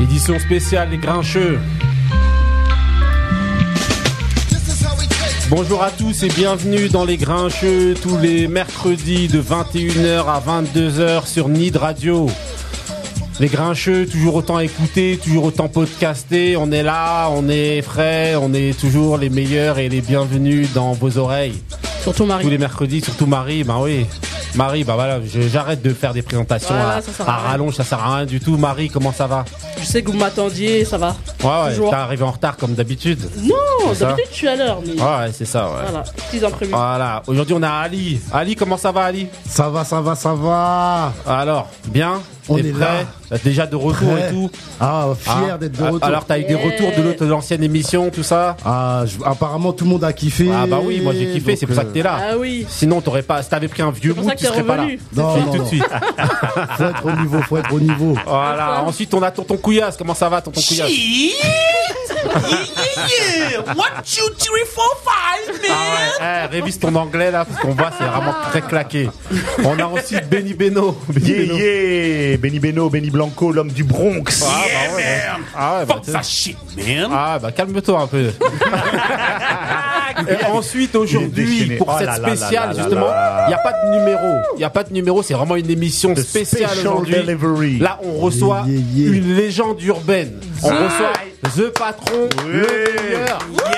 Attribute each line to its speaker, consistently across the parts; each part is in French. Speaker 1: édition spéciale Les Grincheux. Bonjour à tous et bienvenue dans Les Grincheux tous les mercredis de 21h à 22h sur Nid Radio. Les Grincheux, toujours autant écoutés, toujours autant podcastés. On est là, on est frais, on est toujours les meilleurs et les bienvenus dans vos oreilles.
Speaker 2: Surtout Marie.
Speaker 1: Tous les mercredis, surtout Marie, bah oui. Marie, bah voilà, je- j'arrête de faire des présentations
Speaker 2: Voilà,
Speaker 1: à,
Speaker 2: ça sert
Speaker 1: à
Speaker 2: à rien.
Speaker 1: rallonge, ça sert à rien du tout. Marie, comment ça va
Speaker 2: Je sais que vous m'attendiez, ça va.
Speaker 1: Ouais, ouais,
Speaker 2: Toujours.
Speaker 1: t'es arrivé en retard comme d'habitude.
Speaker 2: Non,
Speaker 1: C'est ça.
Speaker 2: d'habitude je suis à l'heure, mais
Speaker 1: Ouais, ouais, c'est ça, ouais. Ah.
Speaker 2: voilà,
Speaker 1: Voilà.
Speaker 2: petits imprévus.
Speaker 1: Aujourd'hui, on a Ali. Ali, comment ça va, Ali
Speaker 3: Ça va, ça va, ça va.
Speaker 1: Alors, bien
Speaker 3: On
Speaker 1: T'es
Speaker 3: est
Speaker 1: prêt Déjà de retour
Speaker 3: Prêt.
Speaker 1: et tout
Speaker 3: Ah, fier
Speaker 1: Ah,
Speaker 3: d'être de
Speaker 1: ah,
Speaker 3: retour.
Speaker 1: Alors, t'as eu des
Speaker 2: Yeah.
Speaker 1: retours de l'autre- de l'ancienne émission, tout ça
Speaker 3: Ah, je- apparemment tout le monde a kiffé.
Speaker 1: Ah, bah oui, moi j'ai kiffé,
Speaker 3: Donc,
Speaker 1: c'est pour ça que
Speaker 3: euh,
Speaker 1: t'es là.
Speaker 2: Ah oui,
Speaker 1: Sinon, t'aurais pas. Si t'avais pris un vieux
Speaker 2: c'est pour
Speaker 1: bout,
Speaker 2: ça que
Speaker 1: tu
Speaker 2: t'es
Speaker 1: serais pas là.
Speaker 2: revenu.
Speaker 3: Non,
Speaker 1: Je dis
Speaker 3: non,
Speaker 1: tout
Speaker 3: non.
Speaker 1: de suite.
Speaker 3: Faut être au niveau, faut être au niveau.
Speaker 1: Voilà. Ensuite, on a tonton Couillasse. Comment ça va, tonton Couillasse
Speaker 4: Shit! yeah, yeah, yeah. One, two, three, four, five,
Speaker 1: Ah
Speaker 4: man.
Speaker 1: ouais, eh, révise ton anglais là, parce qu'on voit, c'est vraiment très claqué. On a ensuite Benny Beno. Benny
Speaker 5: Yeah,
Speaker 1: Beno.
Speaker 5: yeah Benny Beno, Benny Blanco, l'homme du Bronx.
Speaker 1: Ah, bah ouais. Ah, ouais, bah,
Speaker 4: Fuck
Speaker 1: t'es-
Speaker 4: that shit, man.
Speaker 1: Ah bah calme-toi un peu. Et ensuite aujourd'hui
Speaker 5: déchaîné.
Speaker 1: pour
Speaker 5: Oh
Speaker 1: cette
Speaker 5: là là là
Speaker 1: spéciale
Speaker 5: là
Speaker 1: justement,
Speaker 5: là.
Speaker 1: il n'y a pas de numéro, il n'y a pas de numéro, c'est vraiment une émission spéciale
Speaker 5: special
Speaker 1: aujourd'hui.
Speaker 5: delivery.
Speaker 1: Là on reçoit
Speaker 3: Yeah, yeah, yeah.
Speaker 1: une légende urbaine. On reçoit The Patron, le meilleur. On reçoit-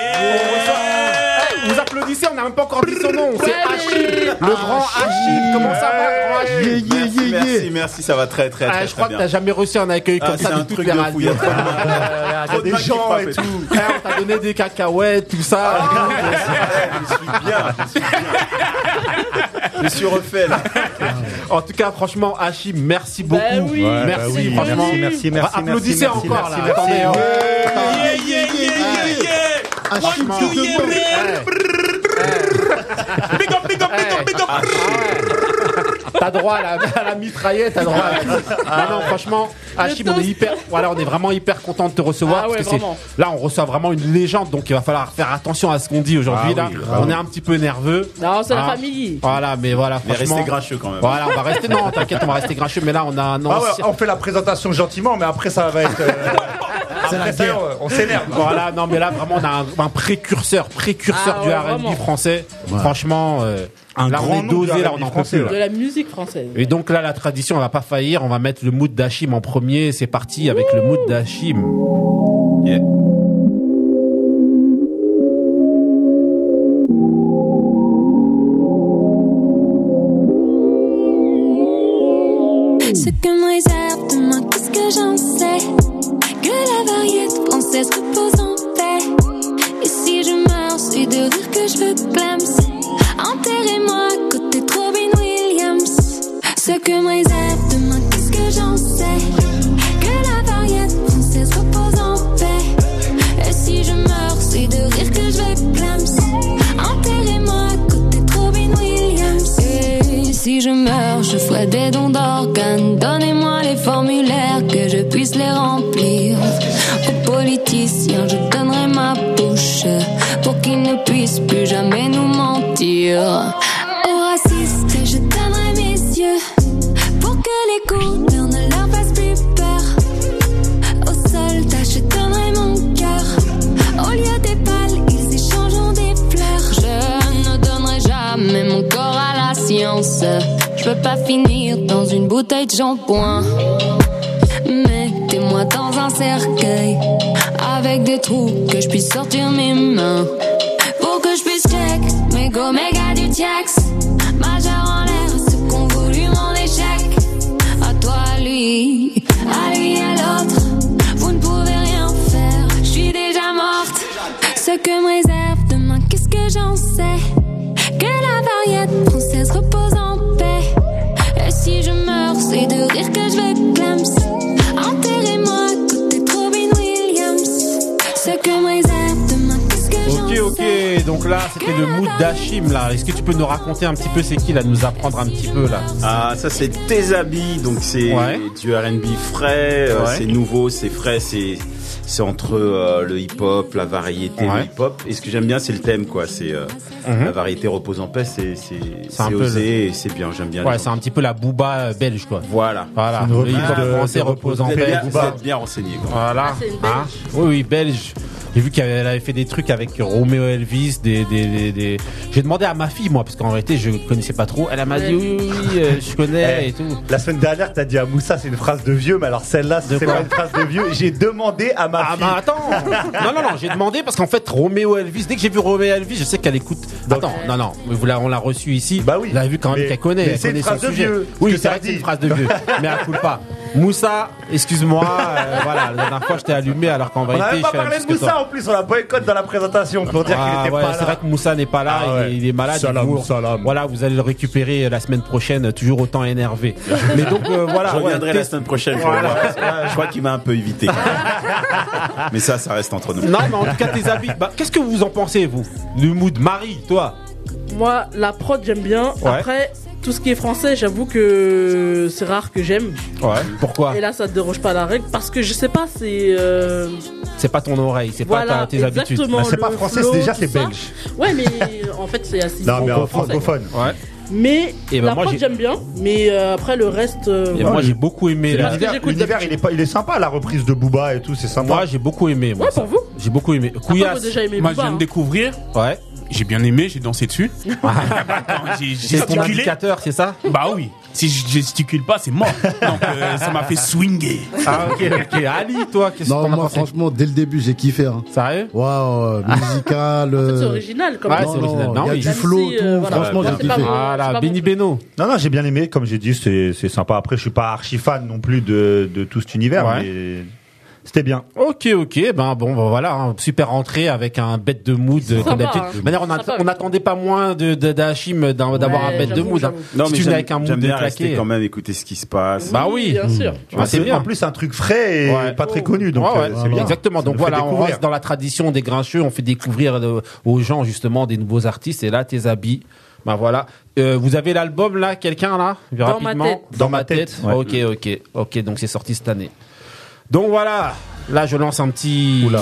Speaker 1: Eh, Vous applaudissez, on n'a même pas encore dit son nom, c'est Achille, le grand Ah, Achille. Comment ça va, grand Achille
Speaker 3: Yeah, yeah,
Speaker 6: Merci,
Speaker 3: yeah,
Speaker 6: merci,
Speaker 3: yeah.
Speaker 6: merci, ça va très très très,
Speaker 1: Ah,
Speaker 6: très
Speaker 1: je crois que t'as
Speaker 6: bien.
Speaker 1: jamais reçu un accueil comme
Speaker 6: Ah, c'est
Speaker 1: ça de
Speaker 6: un
Speaker 1: toutes
Speaker 6: truc
Speaker 1: les
Speaker 6: de fou, il y
Speaker 1: radios.
Speaker 6: a trop de-
Speaker 1: Ah,
Speaker 6: trop de
Speaker 1: des
Speaker 6: mecs qui
Speaker 1: gens
Speaker 6: frappent
Speaker 1: et
Speaker 6: et
Speaker 1: tout. Eh, on t'a donné des cacahuètes, tout ça. Ah,
Speaker 6: Je suis Ah, bien, je suis bien. Je suis refait là.
Speaker 1: En tout cas, franchement, Hachim, merci beaucoup.
Speaker 2: Bah oui,
Speaker 5: Ouais,
Speaker 1: merci,
Speaker 5: bah oui,
Speaker 1: franchement.
Speaker 5: merci, merci,
Speaker 1: Bah,
Speaker 5: merci,
Speaker 1: Applaudissez
Speaker 5: merci,
Speaker 1: encore
Speaker 5: merci,
Speaker 1: là.
Speaker 5: merci.
Speaker 1: Attendez, hein.
Speaker 5: Ouais.
Speaker 1: ouais.
Speaker 4: Yeah, yeah, yeah, yeah, yeah.
Speaker 3: Ah, je suis
Speaker 4: One, two,
Speaker 3: de
Speaker 4: yeah,
Speaker 3: bon.
Speaker 4: man. Big up, big up, big up, big up.
Speaker 1: T'as droit à la, à la mitraillette, t'as droit. À... Ah non, franchement, Hachim, on est
Speaker 2: toast.
Speaker 1: hyper. Voilà, on est vraiment hyper content de te recevoir
Speaker 2: Ah ouais,
Speaker 1: parce que
Speaker 2: vraiment.
Speaker 1: c'est. Là, on reçoit vraiment une légende, donc il va falloir faire attention à ce qu'on dit aujourd'hui.
Speaker 5: Ah
Speaker 1: là,
Speaker 5: oui,
Speaker 1: on est un petit peu nerveux.
Speaker 2: non, c'est la
Speaker 1: Ah.
Speaker 2: famille.
Speaker 1: Voilà, mais voilà,
Speaker 6: Mais
Speaker 1: franchement.
Speaker 6: restez grincheux quand même.
Speaker 1: Voilà, on va rester. Non, t'inquiète, on va rester grincheux. Mais là, on a un
Speaker 5: Ah ouais,
Speaker 1: ancien-
Speaker 5: on fait la présentation gentiment, mais après ça va être. euh, après ça, on- on s'énerve.
Speaker 1: Voilà, non, mais là, vraiment, on a un, un précurseur, précurseur
Speaker 2: Ah
Speaker 1: du
Speaker 2: ouais,
Speaker 1: RB
Speaker 2: vraiment.
Speaker 1: français. Franchement, euh,
Speaker 5: Un
Speaker 1: là,
Speaker 5: grand
Speaker 1: on est
Speaker 5: nom du
Speaker 1: dosé, là,
Speaker 5: R&B
Speaker 1: on en peut
Speaker 5: français,
Speaker 1: plus.
Speaker 5: là.
Speaker 2: De
Speaker 1: là.
Speaker 2: la musique française.
Speaker 1: Et donc là, la tradition, elle va pas faillir. On va mettre le mood d'Hachim en premier. C'est parti avec le mood d'Hachim.
Speaker 6: Yeah.
Speaker 7: Ce que me réserve demain, qu'est-ce que j'en sais Que la variété française repose en paix Et si je meurs, c'est de rire que je veux plams Enterrez-moi à côté de Robin Williams Ce que me réserve demain, qu'est-ce que j'en sais Que la variété française repose en paix Et si je meurs, c'est de rire que je vais plams Enterrez-moi à côté de Robin Williams Et si je meurs, je ferai des dons d'organes Donnez-moi les formulaires que je puisse les remplir Aux politiciens, je donnerai ma bouche Pour qu'ils ne puissent plus jamais nous mentir Aux racistes, je donnerai mes yeux Pour que les couleurs ne leur fassent plus peur aux soldats, je donnerai mon cœur. Au lieu des balles, ils échangeront des fleurs. Je ne donnerai jamais mon corps à la science. Je veux pas finir dans une bouteille de shampoing. Mettez-moi dans un cercueil avec des trous que je puisse sortir mes mains. Pour que je puisse check mes go méga du Jax. Majeur en l'air, ce qu'on voulu mon échec. À toi, à lui, à lui, à l'autre. Vous ne pouvez rien faire, je suis déjà morte. Ce que me réserve demain, qu'est-ce que j'en sais? Que la variété française repose en paix. Et si je meurs, c'est de rire que je vais clams. Enterrez-moi à côté de Robin Williams. Ce que me réserve demain, qu'est-ce que j'en
Speaker 1: Ok,
Speaker 7: sais?
Speaker 1: ok. Donc là, c'était le mood d'Hachim, là. Est-ce que tu peux nous raconter un petit peu c'est qui, là, nous apprendre un petit peu, là
Speaker 6: Ah, ça c'est tes habits, donc c'est
Speaker 1: Ouais.
Speaker 6: du RB frais, euh,
Speaker 1: Ouais.
Speaker 6: c'est nouveau, c'est frais, c'est c'est entre euh, le hip-hop, la variété,
Speaker 1: Ouais. Mhm.
Speaker 6: le hip-hop. Et ce que j'aime bien, c'est le thème, quoi. C'est euh, la variété repose en paix, c'est c'est
Speaker 1: C'est un
Speaker 6: c'est
Speaker 1: peu le-
Speaker 6: osé, et c'est bien. J'aime bien.
Speaker 1: Ouais,
Speaker 6: les
Speaker 1: c'est un petit peu la booba euh, belge, quoi.
Speaker 6: Voilà.
Speaker 1: Voilà,
Speaker 3: C'est une
Speaker 1: le
Speaker 3: reprise
Speaker 1: hip-hop
Speaker 3: de-
Speaker 1: français
Speaker 3: de
Speaker 1: repose en
Speaker 6: Vous
Speaker 3: Repose
Speaker 6: êtes
Speaker 1: paix.
Speaker 6: bien,
Speaker 1: Booba.
Speaker 6: vous êtes bien renseigné. quoi.
Speaker 1: Voilà.
Speaker 2: Ah, c'est une
Speaker 1: Hein
Speaker 2: Belge.
Speaker 1: oui, oui, belge. J'ai vu qu'elle avait fait des trucs avec Romeo Elvis, des, des, des, des- J'ai demandé à ma fille, moi, parce qu'en réalité, je connaissais pas trop. Elle m'a dit oui, oui, oui, euh, je connais
Speaker 5: Eh.
Speaker 1: et tout.
Speaker 5: La semaine dernière, t'as dit à Moussa, c'est une phrase de vieux, mais alors celle-là,
Speaker 1: De
Speaker 5: c'est
Speaker 1: quoi
Speaker 5: pas une phrase de vieux. J'ai demandé à ma
Speaker 1: Ah
Speaker 5: fille.
Speaker 1: bah attends Non non non j'ai demandé parce qu'en fait Roméo Elvis dès que j'ai vu Roméo Elvis je sais qu'elle écoute
Speaker 5: Donc-
Speaker 1: Attends non non mais vous la- on l'a reçu ici
Speaker 5: Bah oui.
Speaker 1: Vous l'avez vu quand même
Speaker 5: Mais-
Speaker 1: qu'elle connaît
Speaker 5: mais
Speaker 1: elle
Speaker 5: c'est une
Speaker 1: connaît son
Speaker 5: phrase de
Speaker 1: sujet.
Speaker 5: vieux, ce
Speaker 1: Oui
Speaker 5: que
Speaker 1: c'est vrai
Speaker 5: t'as
Speaker 1: que c'est une
Speaker 5: dit.
Speaker 1: phrase de vieux mais elle coule pas Moussa excuse-moi euh, voilà la dernière fois je t'ai allumé alors qu'en
Speaker 5: on n'a
Speaker 1: réalité
Speaker 5: même
Speaker 1: je
Speaker 5: pas
Speaker 1: fais la
Speaker 5: parlé
Speaker 1: même
Speaker 5: de
Speaker 1: chose que toi.
Speaker 5: Moussa en plus, on la boycotte dans la présentation pour dire
Speaker 1: Ah
Speaker 5: qu'il était
Speaker 1: ouais,
Speaker 5: pas
Speaker 1: c'est vrai
Speaker 5: là.
Speaker 1: que Moussa n'est pas là,
Speaker 5: Ah ouais.
Speaker 1: il, est, il est malade.
Speaker 5: Salam,
Speaker 1: il court.
Speaker 5: salam.
Speaker 1: Voilà, vous allez le récupérer euh, la semaine prochaine, euh, toujours autant énervé. Mais donc euh, voilà,
Speaker 6: Je reviendrai
Speaker 1: ouais,
Speaker 6: la
Speaker 1: test-
Speaker 6: semaine prochaine. pour le voir. Je crois qu'il m'a un peu évité. mais ça, ça reste entre nous.
Speaker 1: Non, mais en tout cas tes habits. bah, Qu'est-ce que vous en pensez vous Le mood Marie, toi.
Speaker 2: Moi, la prod, j'aime bien. Après, tout ce qui est français, j'avoue que c'est rare que j'aime.
Speaker 1: Ouais. Pourquoi
Speaker 2: Et là, ça ne déroge pas à la règle parce que je sais pas, c'est. euh,
Speaker 1: C'est pas ton oreille, c'est pas
Speaker 2: Voilà,
Speaker 1: ta- tes habitudes.
Speaker 2: exactement.
Speaker 5: Bah, c'est
Speaker 2: le
Speaker 5: pas français,
Speaker 2: flow,
Speaker 5: c'est déjà
Speaker 2: tout
Speaker 5: c'est
Speaker 2: ça.
Speaker 5: belge.
Speaker 2: Ouais, mais en fait, c'est assez.
Speaker 5: Non, mais en
Speaker 2: français.
Speaker 5: francophone.
Speaker 1: Ouais.
Speaker 2: Mais
Speaker 1: Et ben
Speaker 2: la
Speaker 1: moi,
Speaker 2: prod,
Speaker 1: j'ai-
Speaker 2: j'aime bien. Mais euh, après, le reste. euh,
Speaker 1: Et
Speaker 2: voilà.
Speaker 1: moi j'ai beaucoup aimé. La...
Speaker 2: parce que
Speaker 5: L'univers,
Speaker 2: j'écoute
Speaker 5: l'univers, il est pas, il est sympa, la reprise de Booba et tout, c'est sympa.
Speaker 1: Moi j'ai beaucoup aimé. Moi,
Speaker 2: Ouais,
Speaker 1: ça.
Speaker 2: pour vous.
Speaker 1: J'ai beaucoup aimé.
Speaker 2: Après,
Speaker 1: Couillasse.
Speaker 2: vous déjà aimé
Speaker 8: Moi, je
Speaker 2: Booba,
Speaker 8: viens de
Speaker 2: hein.
Speaker 8: découvrir.
Speaker 1: Ouais. Ah, bah,
Speaker 8: J'ai bien aimé, j'ai dansé dessus. Bah, Attends, j'ai
Speaker 1: C'est ton
Speaker 8: gesticulé.
Speaker 1: indicateur, c'est ça
Speaker 8: Bah oui, si je gesticule pas, c'est mort. Donc euh, ça m'a fait swinger.
Speaker 1: Ah ok ok. Ali, toi, qu'est-ce que
Speaker 3: Non,
Speaker 1: t'en as
Speaker 3: moi,
Speaker 1: pensé
Speaker 3: franchement, dès le début, j'ai kiffé. hein.
Speaker 1: Sérieux
Speaker 3: Waouh, musical.
Speaker 2: C'est
Speaker 3: euh,
Speaker 2: original quand
Speaker 1: Ouais,
Speaker 2: même.
Speaker 1: c'est original.
Speaker 3: Il
Speaker 1: Non,
Speaker 3: y a
Speaker 1: oui.
Speaker 3: du
Speaker 2: Même
Speaker 3: flow,
Speaker 2: si,
Speaker 3: et tout.
Speaker 2: euh, voilà.
Speaker 3: Franchement,
Speaker 6: Ouais,
Speaker 3: j'ai
Speaker 2: c'est pas
Speaker 3: kiffé.
Speaker 2: mal. c'est
Speaker 1: Voilà,
Speaker 2: pas
Speaker 1: Benny
Speaker 2: mon
Speaker 1: Beno.
Speaker 5: Non, non, j'ai bien aimé, comme j'ai dit, c'est c'est sympa. Après, je suis pas archi fan non plus de, de tout cet univers,
Speaker 1: Ouais.
Speaker 5: mais c'était bien.
Speaker 1: Ok, ok, ben bon, ben voilà, hein, super entrée avec un bête de mood. euh,
Speaker 2: Ça
Speaker 1: comme
Speaker 2: va,
Speaker 1: d'habitude.
Speaker 2: hein.
Speaker 1: De manière, on
Speaker 2: Ça
Speaker 1: att-
Speaker 2: va.
Speaker 1: on n'attendait pas moins de de- d'Hachim d'un- d'avoir
Speaker 2: Ouais,
Speaker 1: un bête de
Speaker 2: j'avoue,
Speaker 1: mood. hein.
Speaker 2: j'avoue.
Speaker 6: Non,
Speaker 1: si
Speaker 6: mais j'aime-
Speaker 1: tu venais avec un mood euh.
Speaker 6: j'aime bien
Speaker 1: déclaqué,
Speaker 6: rester quand même, écouter ce qui se passe.
Speaker 1: Bah oui.
Speaker 2: Bien sûr.
Speaker 1: tu vois, c'est bien.
Speaker 5: En plus, c'est un truc frais et
Speaker 1: Ouais.
Speaker 5: pas très connu, donc
Speaker 1: Ouais, ouais,
Speaker 5: euh, c'est bien.
Speaker 1: Exactement.
Speaker 5: Ça
Speaker 1: Donc
Speaker 5: nous fait
Speaker 1: voilà, on
Speaker 5: découvrir.
Speaker 1: reste dans la tradition des grincheux. On fait découvrir euh, aux gens justement des nouveaux artistes. Et là, tes habits. Bah voilà. Euh, vous avez l'album là, quelqu'un là
Speaker 2: ma
Speaker 1: Rapidement.
Speaker 2: tête.
Speaker 5: Dans ma tête, ouais.
Speaker 1: Ok, ok, ok. Donc c'est sorti cette année. Donc voilà. Là, je lance un petit.
Speaker 5: Oula,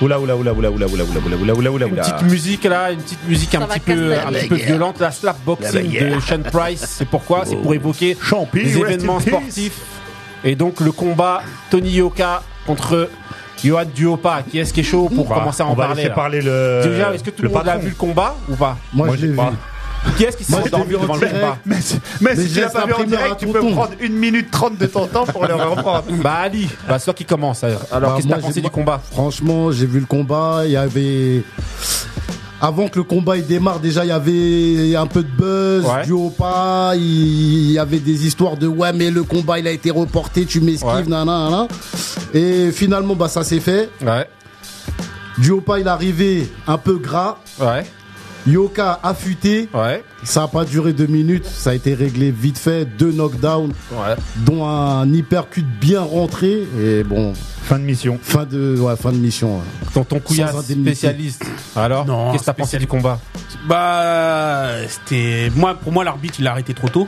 Speaker 5: oula, oula, oula, oula, oula, oula, oula, oula, oula, oula,
Speaker 1: Une
Speaker 5: oula.
Speaker 1: petite musique là, une petite musique un
Speaker 2: Ça
Speaker 1: petit
Speaker 2: va
Speaker 1: peu,
Speaker 2: casser
Speaker 1: un
Speaker 2: la
Speaker 1: petit peu violente, la
Speaker 5: La
Speaker 1: slapboxing
Speaker 5: bagarre.
Speaker 1: de Sean Price. C'est pourquoi C'est pour évoquer
Speaker 5: Champi,
Speaker 1: les
Speaker 5: rest in
Speaker 1: événements
Speaker 5: peace.
Speaker 1: sportifs. Et donc le combat Tony Yoka contre Johan Duopa. Qui est-ce qui est chaud pour
Speaker 5: Bah,
Speaker 1: commencer à en
Speaker 5: on va
Speaker 1: parler,
Speaker 5: laisser
Speaker 1: là
Speaker 5: parler le.
Speaker 1: Déjà, est-ce que tout le monde a
Speaker 5: patron.
Speaker 1: vu le combat ou pas
Speaker 3: Moi, je
Speaker 5: j'ai
Speaker 3: l'ai vu.
Speaker 5: pas.
Speaker 1: Qui est-ce qui s'est
Speaker 3: Moi, je l'ai
Speaker 1: endormi
Speaker 3: vu en
Speaker 1: devant le
Speaker 3: direct.
Speaker 1: combat
Speaker 5: Mais, si- mais
Speaker 3: Mais
Speaker 5: si tu l'as
Speaker 3: j'ai
Speaker 5: pas vu en
Speaker 3: imprimé un
Speaker 5: direct, tu peux
Speaker 3: tonton.
Speaker 5: prendre une minute trente de ton temps pour le reprendre.
Speaker 1: Bah Ali, bah c'est toi qui commence. Alors alors,
Speaker 3: Bah,
Speaker 1: qu'est-ce que
Speaker 3: moi,
Speaker 1: t'as pensé
Speaker 3: j'ai-
Speaker 1: du combat
Speaker 3: Franchement, j'ai vu le combat. Il y avait. Avant que le combat il démarre, déjà, il y avait un peu de buzz,
Speaker 1: Ouais.
Speaker 3: du haut pas. Il y avait des histoires de ouais, mais le combat il a été reporté, tu
Speaker 1: Ouais.
Speaker 3: m'esquives, nan nan, nan. Et finalement, bah, ça s'est fait.
Speaker 1: Ouais,
Speaker 3: Du haut pas, il est arrivé un peu gras.
Speaker 1: ouais,
Speaker 3: Yoka affûté.
Speaker 1: ouais,
Speaker 3: Ça n'a pas duré deux minutes. Ça a été réglé vite fait. Deux knockdowns,
Speaker 1: ouais.
Speaker 3: dont un hypercut bien rentré. Et bon,
Speaker 5: Fin de mission.
Speaker 3: fin de, ouais, fin de mission. ouais.
Speaker 1: Tonton Couillasse,
Speaker 3: indemnité.
Speaker 1: spécialiste. Alors,
Speaker 8: Non,
Speaker 1: qu'est-ce que t'as pensé du combat
Speaker 8: Bah, c'était. Moi, pour moi, l'arbitre, il a arrêté trop tôt.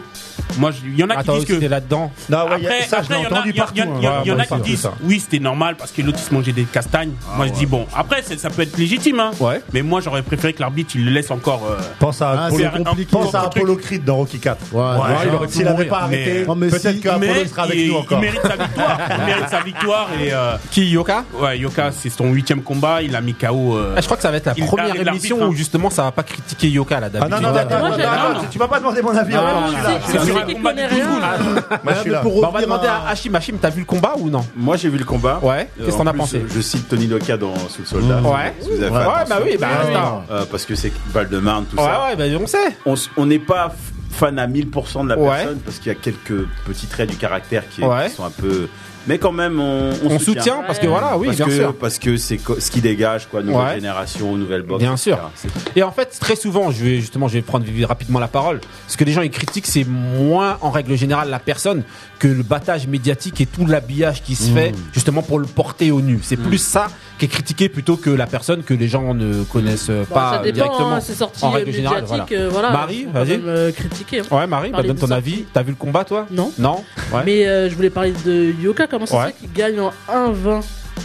Speaker 8: Moi, je- il y en a qui
Speaker 1: Attends,
Speaker 8: disent
Speaker 1: aussi,
Speaker 8: que.
Speaker 1: t'es là-dedans.
Speaker 5: Non, ouais, y a-
Speaker 8: Après,
Speaker 5: ça, je
Speaker 8: après,
Speaker 5: l'ai
Speaker 8: il y en a-
Speaker 5: entendu
Speaker 8: il y a-
Speaker 5: partout.
Speaker 8: il y a- il y a-
Speaker 5: hein.
Speaker 8: il y en
Speaker 5: Ouais,
Speaker 8: a
Speaker 5: c'est
Speaker 8: qui
Speaker 5: partout,
Speaker 8: disent
Speaker 5: ça. Ah,
Speaker 8: oui, c'était normal parce que l'autre il se mangeait des castagnes. Moi, je dis bon, après, c'est- ça peut être légitime, hein.
Speaker 1: Ouais.
Speaker 8: Mais moi, j'aurais préféré que l'arbitre il le laisse encore. euh,
Speaker 5: Pense à
Speaker 3: Ah,
Speaker 5: Apollo-
Speaker 3: c'est compliqué.
Speaker 5: pense à
Speaker 8: Un truc.
Speaker 5: Apollo Creed dans Rocky 4.
Speaker 3: Ouais, ouais,
Speaker 5: il aurait-
Speaker 1: tout
Speaker 5: S'il avait
Speaker 1: mourir.
Speaker 5: pas arrêté,
Speaker 8: Mais-
Speaker 3: Non, mais
Speaker 5: peut-être
Speaker 3: si.
Speaker 5: qu'Apollo
Speaker 8: mais
Speaker 5: sera avec
Speaker 8: il,
Speaker 5: nous
Speaker 8: il
Speaker 5: encore.
Speaker 8: mérite sa victoire. il mérite sa victoire et euh,
Speaker 1: Qui, Yoka
Speaker 8: ouais, Yoka, c'est son huitième combat. Il a mis KO. euh,
Speaker 1: Ah, Je crois que ça va être la
Speaker 8: Il
Speaker 1: première
Speaker 8: arrive l'arbitre,
Speaker 1: émission
Speaker 8: hein.
Speaker 1: où justement ça va pas critiquer Yoka là
Speaker 5: Ah
Speaker 1: d'habitude.
Speaker 5: non, non, non,
Speaker 1: Ouais.
Speaker 5: attends,
Speaker 2: Moi,
Speaker 5: attends,
Speaker 2: j'aime
Speaker 5: attends,
Speaker 8: bien.
Speaker 5: Ah, tu m'as pas demandé mon avis encore. celui-là. Bah,
Speaker 8: c'est
Speaker 2: C'est
Speaker 8: sur
Speaker 2: celui
Speaker 8: un
Speaker 2: qui
Speaker 8: combat
Speaker 2: connaît
Speaker 8: de
Speaker 2: rien.
Speaker 5: Moi, je
Speaker 3: Ouais,
Speaker 5: suis
Speaker 3: mais
Speaker 5: là.
Speaker 3: pour
Speaker 1: Bah, on va
Speaker 3: revenir
Speaker 1: demander à
Speaker 3: à-
Speaker 1: Hachim. Hachim, t'as vu le combat ou non
Speaker 6: Moi, j'ai vu le combat.
Speaker 1: Ouais. Qu'est-ce
Speaker 6: en
Speaker 1: qu'on a
Speaker 6: plus,
Speaker 1: pensé
Speaker 6: euh, Je cite Tony Loca dans Sous le Soldat.
Speaker 1: Ouais.
Speaker 6: Si vous avez fait
Speaker 1: Ouais,
Speaker 6: attention.
Speaker 1: bah oui, bah
Speaker 3: Ah,
Speaker 1: attends.
Speaker 6: Euh, parce que c'est Val de Marne, tout
Speaker 1: Ouais,
Speaker 6: ça.
Speaker 1: ouais, bah on sait.
Speaker 6: On s- On n'est pas f- fan à 1000% de la
Speaker 1: Ouais.
Speaker 6: personne parce qu'il y a quelques petits traits du caractère qui,
Speaker 1: Ouais.
Speaker 6: qui sont un peu. Mais quand même, on,
Speaker 1: On soutient parce que
Speaker 2: Ouais.
Speaker 1: voilà, oui,
Speaker 6: parce,
Speaker 1: bien
Speaker 6: que,
Speaker 1: sûr.
Speaker 6: parce que c'est co- ce qui dégage, quoi. Nouvelle
Speaker 1: Ouais.
Speaker 6: génération, nouvelle boxe.
Speaker 1: Bien
Speaker 6: etc.
Speaker 1: sûr.
Speaker 6: C'est-
Speaker 1: Et en fait, très souvent, je vais justement, je vais prendre rapidement la parole. Ce que les gens ils critiquent, c'est moins en règle générale la personne que le battage médiatique et tout l'habillage qui
Speaker 5: Mmh.
Speaker 1: se fait justement pour le porter au nu. C'est plus ça qui est critiqué plutôt que la personne que les gens ne connaissent
Speaker 2: Bon,
Speaker 1: pas
Speaker 2: ça dépend,
Speaker 1: directement.
Speaker 2: hein, c'est sorti
Speaker 1: en
Speaker 2: euh,
Speaker 1: règle générale,
Speaker 2: médiatique. euh, voilà.
Speaker 1: Marie,
Speaker 2: Faut quand
Speaker 1: vas-y.
Speaker 2: même, euh, critiquer, hein.
Speaker 1: Ouais, Marie, bah,
Speaker 2: Parler
Speaker 1: donne
Speaker 2: de
Speaker 1: ton
Speaker 2: sortie.
Speaker 1: avis. T'as vu le combat, toi
Speaker 2: Non.
Speaker 1: Non Ouais.
Speaker 2: Mais euh, je voulais parler de Yoka. Comment ça
Speaker 1: Ouais.
Speaker 2: se fait qu'il gagne en 1-20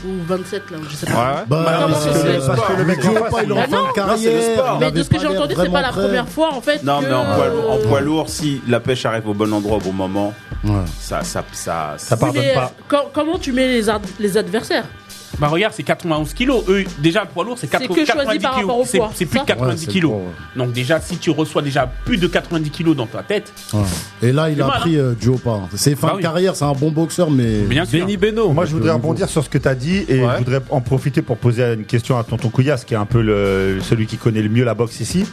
Speaker 2: ou 27 là, je sais
Speaker 5: Ouais,
Speaker 2: pas.
Speaker 5: ouais.
Speaker 3: Bah,
Speaker 2: Comment
Speaker 3: parce,
Speaker 2: ça se fait
Speaker 3: que, parce que le mec
Speaker 5: Bah
Speaker 3: en face, il est
Speaker 2: non.
Speaker 3: en
Speaker 2: Non,
Speaker 3: fin de
Speaker 2: c'est
Speaker 6: le sport.
Speaker 3: carrière.
Speaker 2: Mais de ce que j'ai entendu, c'est pas la première fois en fait.
Speaker 6: Non, mais en
Speaker 2: que-
Speaker 6: poids, en poids lourd, si la pêche arrive au bon endroit au bon moment,
Speaker 3: Ouais.
Speaker 6: ça, ça, ça,
Speaker 5: Ça
Speaker 2: Oui,
Speaker 5: pardonne
Speaker 2: mais
Speaker 5: pas.
Speaker 2: co- comment tu mets les, ad- les adversaires
Speaker 8: Bah regarde, c'est 91 kilos. Eux, déjà, le poids lourd, c'est
Speaker 2: C'est
Speaker 8: 80
Speaker 2: que choisi
Speaker 8: 90
Speaker 2: par rapport au
Speaker 8: kilos. C'est-
Speaker 2: poids,
Speaker 8: C'est plus
Speaker 2: ça
Speaker 8: de 90
Speaker 3: Ouais, c'est
Speaker 8: kilos.
Speaker 3: bon, ouais.
Speaker 8: Donc déjà, si tu reçois déjà plus de 90 kilos dans ta tête,
Speaker 3: Ouais. Et là, il
Speaker 8: C'est
Speaker 3: a
Speaker 8: mal,
Speaker 3: pris euh, du haut pas. hein. C'est fin
Speaker 8: Bah
Speaker 3: de
Speaker 8: oui.
Speaker 3: carrière, c'est un bon boxeur, mais.
Speaker 8: bien sûr.
Speaker 1: Benny Beno.
Speaker 5: Moi, je voudrais rebondir sur ce que tu as dit et
Speaker 1: Ouais.
Speaker 5: je voudrais en profiter pour poser une question à Tonton Couillasse, qui est un peu le- celui qui connaît le mieux la boxe ici.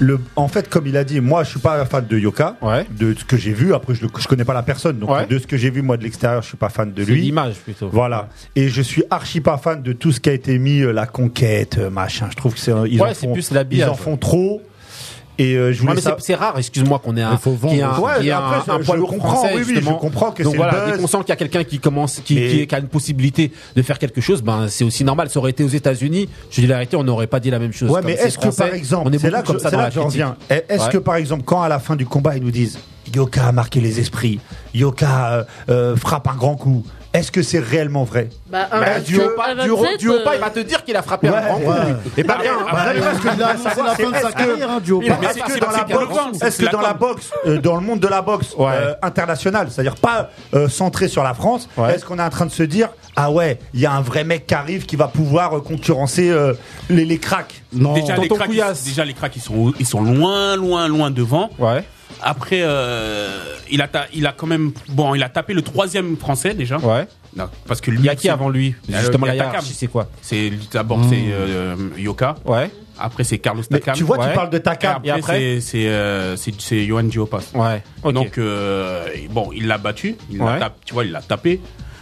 Speaker 5: Le, en fait, comme il a dit, moi, je suis pas fan de Yoka,
Speaker 1: Ouais.
Speaker 5: de ce que j'ai vu. Après, je, le, je connais pas la personne, donc
Speaker 1: Ouais.
Speaker 5: de ce que j'ai vu moi de l'extérieur, je suis pas fan de
Speaker 1: C'est
Speaker 5: lui.
Speaker 1: l'image plutôt.
Speaker 5: Voilà. Et je suis archi pas fan de tout ce qui a été mis euh, la conquête, euh, machin. Je trouve que c'est euh, ils
Speaker 1: Ouais,
Speaker 5: en
Speaker 1: c'est
Speaker 5: font,
Speaker 1: plus l'habillage,
Speaker 5: ils en
Speaker 1: ouais.
Speaker 5: font trop. Et euh, je
Speaker 1: Ouais,
Speaker 5: voulais
Speaker 1: mais c'est-
Speaker 5: ça.
Speaker 1: c'est rare, excuse-moi, qu'on ait un,
Speaker 3: Il faut vendre
Speaker 1: qu'il y ait un,
Speaker 5: Ouais,
Speaker 1: qu'il y ait
Speaker 5: après,
Speaker 1: un-
Speaker 5: je-
Speaker 1: un
Speaker 5: je
Speaker 1: poids lourd
Speaker 5: comprends,
Speaker 1: français,
Speaker 5: oui, oui, je
Speaker 1: justement.
Speaker 5: comprends que
Speaker 1: Donc
Speaker 5: c'est
Speaker 1: voilà,
Speaker 5: le buzz.
Speaker 1: dès qu'on sent qu'il y a quelqu'un qui commence, qui,
Speaker 5: Et-
Speaker 1: qui, qui a une possibilité de faire quelque chose, ben c'est aussi normal. Ça aurait été aux États-Unis, je dis la vérité, on n'aurait pas dit la même chose.
Speaker 5: Ouais,
Speaker 1: Comme
Speaker 5: mais
Speaker 1: c'est
Speaker 5: est-ce que
Speaker 1: français,
Speaker 5: par exemple,
Speaker 1: on est
Speaker 5: c'est
Speaker 1: beaucoup
Speaker 5: là que
Speaker 1: comme
Speaker 5: je-
Speaker 1: ça
Speaker 5: c'est
Speaker 1: dans
Speaker 5: là
Speaker 1: la
Speaker 5: que j'en
Speaker 1: critique.
Speaker 5: viens. Est- Est-ce
Speaker 1: Ouais.
Speaker 5: que par exemple, quand à la fin du combat ils nous disent Yoka a marqué les esprits, Yoka euh, euh, frappe un grand coup, est-ce que c'est réellement vrai
Speaker 2: Bah, un
Speaker 1: Bah,
Speaker 2: vingt-
Speaker 1: du haut pas,
Speaker 2: un
Speaker 1: du haut-
Speaker 2: 27,
Speaker 1: du haut pas, il
Speaker 2: euh,
Speaker 1: va te dire qu'il a frappé
Speaker 5: Ouais,
Speaker 1: un grand coup.
Speaker 3: ouais.
Speaker 1: Et pas bien. hein.
Speaker 3: Bah,
Speaker 5: non, mais moi, ce que je
Speaker 3: il
Speaker 5: voulais
Speaker 3: a
Speaker 5: savoir,
Speaker 3: c'est la
Speaker 5: c'est
Speaker 3: fin de sa
Speaker 5: est-ce que-
Speaker 3: carrière, hein, du haut
Speaker 8: Mais-
Speaker 3: pas.
Speaker 8: mais
Speaker 5: Est-ce
Speaker 8: c'est-
Speaker 5: que
Speaker 8: c'est-
Speaker 5: dans
Speaker 8: c'est
Speaker 5: la
Speaker 8: pour le
Speaker 5: boxe,
Speaker 8: vendre, c'est
Speaker 5: est-ce que
Speaker 8: la
Speaker 5: dans la
Speaker 8: com.
Speaker 5: boxe, euh, dans le monde de la boxe
Speaker 1: Ouais.
Speaker 5: euh, internationale, c'est-à-dire pas euh, centré sur la France,
Speaker 1: Ouais.
Speaker 5: est-ce qu'on est en train de se dire ah ouais, il y a un vrai mec qui arrive qui va pouvoir euh, concurrencer euh, les, les cracks
Speaker 3: Non,
Speaker 8: Déjà les,
Speaker 1: Tonton
Speaker 8: cracks,
Speaker 1: Couillasse.
Speaker 8: ils- déjà, les cracks, ils sont, ils sont loin, loin, loin devant.
Speaker 1: Ouais.
Speaker 8: Après, euh, il, a ta- il a quand même. Bon, il a tapé le troisième français déjà.
Speaker 1: Ouais.
Speaker 8: Non, parce que lui.
Speaker 1: Il y a qui
Speaker 8: c'est-
Speaker 1: avant lui
Speaker 8: Il y a-
Speaker 1: Justement,
Speaker 8: il y
Speaker 1: la
Speaker 8: a Takam.
Speaker 1: hiérarchie, c'est quoi Hmm.
Speaker 8: C'est d'abord c'est euh, Yoka.
Speaker 1: Ouais.
Speaker 8: Après c'est Carlos
Speaker 5: Mais
Speaker 8: Takam.
Speaker 5: Tu vois,
Speaker 1: ouais.
Speaker 5: tu parles de
Speaker 8: Et
Speaker 5: Taka.
Speaker 1: Et
Speaker 8: après,
Speaker 1: après
Speaker 8: c'est- c'est euh, c'est- c'est Johan Diopas.
Speaker 1: Ouais. Ok.
Speaker 8: Donc euh, bon, il l'a battu, il
Speaker 1: Ouais.
Speaker 8: l'a tapé, tu vois, il l'a tapé.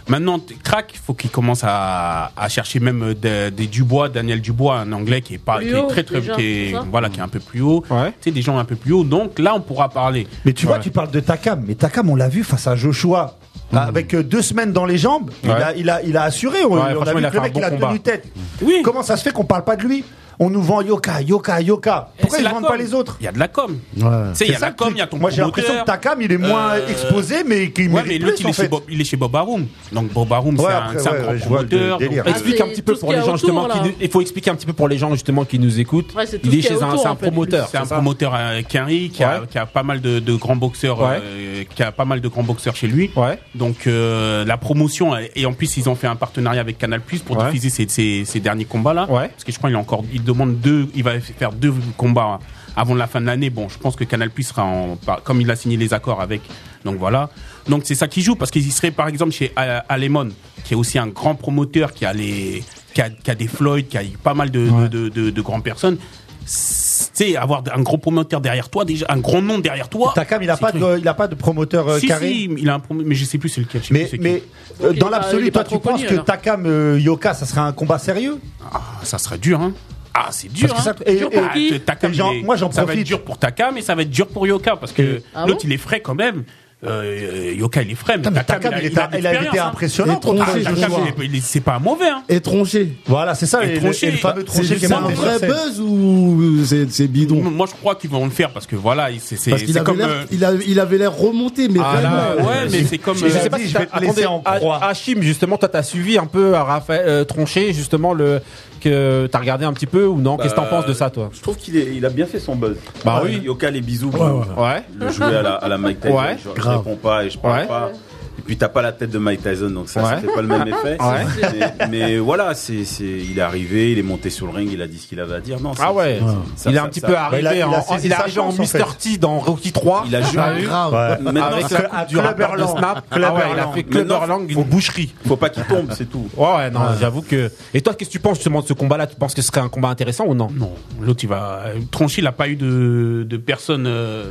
Speaker 8: Maintenant, t- crack, il faut qu'il commence à, à chercher même euh, des des Dubois, Daniel Dubois, un anglais qui est pas
Speaker 2: Plus
Speaker 8: qui est
Speaker 2: haut,
Speaker 8: très très
Speaker 2: déjà,
Speaker 8: qui est-
Speaker 2: c'est ça
Speaker 8: voilà qui est un peu plus haut,
Speaker 1: Ouais.
Speaker 8: tu sais des gens un peu plus haut. Donc là, on pourra parler.
Speaker 5: Mais tu vois,
Speaker 8: Ouais.
Speaker 5: tu parles de Takam. Mais Takam, on l'a vu face à Joshua. Avec euh, deux semaines dans les jambes, il,
Speaker 1: Hmm. Ouais.
Speaker 5: a, il, a, il a assuré. On,
Speaker 1: Ouais,
Speaker 5: on a
Speaker 1: franchement,
Speaker 5: vu
Speaker 1: il a
Speaker 5: que le
Speaker 1: fait un
Speaker 5: mec,
Speaker 1: bon
Speaker 5: il a
Speaker 1: combat.
Speaker 5: tenu tête.
Speaker 8: Oui.
Speaker 5: Comment ça se fait qu'on parle pas de lui On nous vend Yoka, Yoka, Yoka. Pourquoi
Speaker 8: Et c'est
Speaker 5: ils
Speaker 8: la
Speaker 5: vendent
Speaker 8: com.
Speaker 5: pas les autres
Speaker 8: Il y a de la com.
Speaker 3: Ouais.
Speaker 8: Tu sais, il y a
Speaker 5: C'est ça
Speaker 8: la
Speaker 5: le
Speaker 8: com,
Speaker 5: truc.
Speaker 8: il y a ton
Speaker 5: Moi, j'ai l'impression que
Speaker 8: promoteur.
Speaker 5: Takam, il est moins
Speaker 8: Euh,
Speaker 5: exposé, mais qu'il
Speaker 8: Ouais,
Speaker 5: mérite
Speaker 8: mais l'autre,
Speaker 5: plus,
Speaker 8: il,
Speaker 5: en
Speaker 8: est chez
Speaker 5: fait.
Speaker 8: Bob- il est chez Bob Arum. Donc Bob Arum,
Speaker 5: Ouais,
Speaker 8: c'est un,
Speaker 5: après,
Speaker 8: c'est un
Speaker 5: ouais,
Speaker 8: grand
Speaker 5: je vois le
Speaker 8: promoteur.
Speaker 5: délire.
Speaker 8: donc-
Speaker 2: Ah,
Speaker 1: Explique
Speaker 2: c'est
Speaker 1: un petit peu
Speaker 2: tout ce
Speaker 1: pour
Speaker 2: qu'il y
Speaker 1: les
Speaker 2: a
Speaker 1: gens
Speaker 2: autour,
Speaker 1: justement.
Speaker 2: là.
Speaker 1: qui nous- il faut expliquer un petit peu pour les gens justement qui nous écoutent.
Speaker 2: Ouais, c'est tout
Speaker 1: il est
Speaker 2: ce qu'il y
Speaker 1: chez
Speaker 2: a
Speaker 1: un,
Speaker 2: autour,
Speaker 1: c'est un
Speaker 2: en fait.
Speaker 1: promoteur.
Speaker 8: C'est un promoteur euh, Kenry qui, a,
Speaker 1: Ouais.
Speaker 8: qui a pas mal de, de grands boxeurs,
Speaker 1: Ouais.
Speaker 8: euh, qui a pas mal de grands boxeurs chez lui.
Speaker 1: Ouais.
Speaker 8: Donc euh, la promotion euh, et en plus ils ont fait un partenariat avec Canal Plus pour
Speaker 1: Ouais.
Speaker 8: diffuser ces, ces- ces derniers combats là.
Speaker 1: Ouais.
Speaker 8: Parce que je crois qu'il a encore, il demande deux, il va faire deux combats hein, avant la fin de l'année. Bon, je pense que Canal Plus sera en, par- comme il a signé les accords avec. Donc voilà. Donc c'est ça qui joue parce qu'ils seraient par exemple chez A- Alemon qui est aussi un grand promoteur qui a les, qui a, qui a des Floyd, qui a eu pas mal de, de, de, de- de grandes personnes. C'est- Tu sais, avoir un gros promoteur derrière toi, déjà un grand nom derrière toi.
Speaker 5: Takam, il a
Speaker 8: c'est
Speaker 5: pas
Speaker 8: truc.
Speaker 5: de, il a pas de promoteur euh,
Speaker 8: Si,
Speaker 5: carré.
Speaker 8: si, il a un promo- mais je sais plus c'est lequel. je sais plus
Speaker 5: Mais,
Speaker 8: c'est qui. bah,
Speaker 5: mais euh,
Speaker 2: il est
Speaker 5: dans
Speaker 2: pas- bah, il
Speaker 5: l'absolu,
Speaker 2: est
Speaker 5: toi,
Speaker 2: pas
Speaker 5: tu
Speaker 2: trop
Speaker 5: penses
Speaker 2: connu,
Speaker 5: que
Speaker 2: alors.
Speaker 5: Takam, euh, Yoka, ça serait un combat sérieux
Speaker 8: Ah, ça sera dur, hein Ah, c'est dur,
Speaker 5: Parce que
Speaker 8: hein.
Speaker 5: ça- et-
Speaker 8: Dur
Speaker 5: et-
Speaker 8: pour qui
Speaker 5: et
Speaker 8: Takam,
Speaker 5: j'en-
Speaker 8: il est-
Speaker 5: moi, j'en
Speaker 8: Ça va être
Speaker 5: profite.
Speaker 8: dur pour Takam et ça va être dur pour Yoka parce que
Speaker 2: Ah
Speaker 8: l'autre,
Speaker 2: bon
Speaker 8: il est frais quand même. Euh, Yoka, il est frais, mais
Speaker 5: Putain, mais
Speaker 8: Takam,
Speaker 5: Takam, il,
Speaker 8: il a, hein.
Speaker 5: était- il a été impressionnant.
Speaker 3: Et tronché,
Speaker 5: contre Takam.
Speaker 3: je
Speaker 8: Takam,
Speaker 3: vois.
Speaker 8: il est- il est- c'est pas mauvais, hein
Speaker 3: Et tronché.
Speaker 5: Voilà, c'est ça,
Speaker 8: Et
Speaker 5: et le,
Speaker 8: tronché,
Speaker 5: et le fameux
Speaker 8: c'est
Speaker 5: tronché qui est
Speaker 3: C'est un
Speaker 5: monté sur
Speaker 3: vrai
Speaker 5: scène.
Speaker 3: buzz ou c'est c'est bidon
Speaker 8: Moi, je crois qu'ils vont le faire parce que voilà, il- c'est c'est-
Speaker 3: Parce qu'il
Speaker 8: c'est
Speaker 3: avait
Speaker 8: comme.
Speaker 3: l'air-
Speaker 8: euh,
Speaker 3: il a- il avait l'air remonté, mais
Speaker 1: Ah, là,
Speaker 3: vraiment.
Speaker 8: Ouais, mais c'est comme.
Speaker 5: Je
Speaker 8: euh,
Speaker 5: sais pas si
Speaker 1: t'as-
Speaker 5: je vais te laisser en
Speaker 1: Ha-
Speaker 5: croix.
Speaker 1: Ah, Hachim, justement, toi, t'as suivi un peu à Raphaël euh, Tronchet, justement, le, que t'as regardé un petit peu ou non Qu'est-ce que t'en
Speaker 6: Euh,
Speaker 1: penses de ça, toi
Speaker 6: Je trouve qu'il est- il a bien fait son buzz.
Speaker 1: Bah
Speaker 6: Ouais,
Speaker 1: oui.
Speaker 6: Yoka, les bisous.
Speaker 1: Ouais.
Speaker 6: Le jouer à la, à la Mike Tyson.
Speaker 1: Ouais.
Speaker 6: je, je
Speaker 3: Grave.
Speaker 6: réponds pas et je parle
Speaker 1: Ouais.
Speaker 6: pas. Et puis t'as pas la tête de Mike Tyson, donc ça,
Speaker 1: Ouais.
Speaker 6: ça fait pas le même effet.
Speaker 1: Ouais.
Speaker 6: Mais, mais voilà, c'est, c'est, il est arrivé, il est monté sur le ring, il a dit ce qu'il avait à dire. Non,
Speaker 1: Ah
Speaker 6: ça,
Speaker 1: ouais.
Speaker 6: ça- ça-
Speaker 1: il est
Speaker 6: ça-
Speaker 1: un petit
Speaker 6: ça- Bah,
Speaker 1: peu arrivé
Speaker 5: Bah, il a- il a
Speaker 1: en,
Speaker 5: saisi
Speaker 1: il est
Speaker 5: sa
Speaker 1: arrivé en
Speaker 5: chance, en
Speaker 1: Mr. T dans Rocky 3.
Speaker 6: Il a joué.
Speaker 3: Ah, grave.
Speaker 5: Ouais.
Speaker 6: Maintenant,
Speaker 1: avec
Speaker 6: ce
Speaker 1: la
Speaker 6: que-
Speaker 1: coupe
Speaker 5: à
Speaker 1: du rappeur de
Speaker 5: Clubberland.
Speaker 1: Snap. Ah ouais, il a
Speaker 5: Clubberland.
Speaker 1: fait
Speaker 6: Maintenant,
Speaker 1: Clubberland une boucherie.
Speaker 6: faut pas qu'il tombe, c'est tout.
Speaker 1: Ouais, ouais, non, j'avoue que. Et toi, qu'est-ce que tu penses justement de ce combat-là Tu penses que ce serait un combat intéressant ou non
Speaker 8: Non, l'autre il va. Tronchy, il n'a pas eu de, de personnes, euh,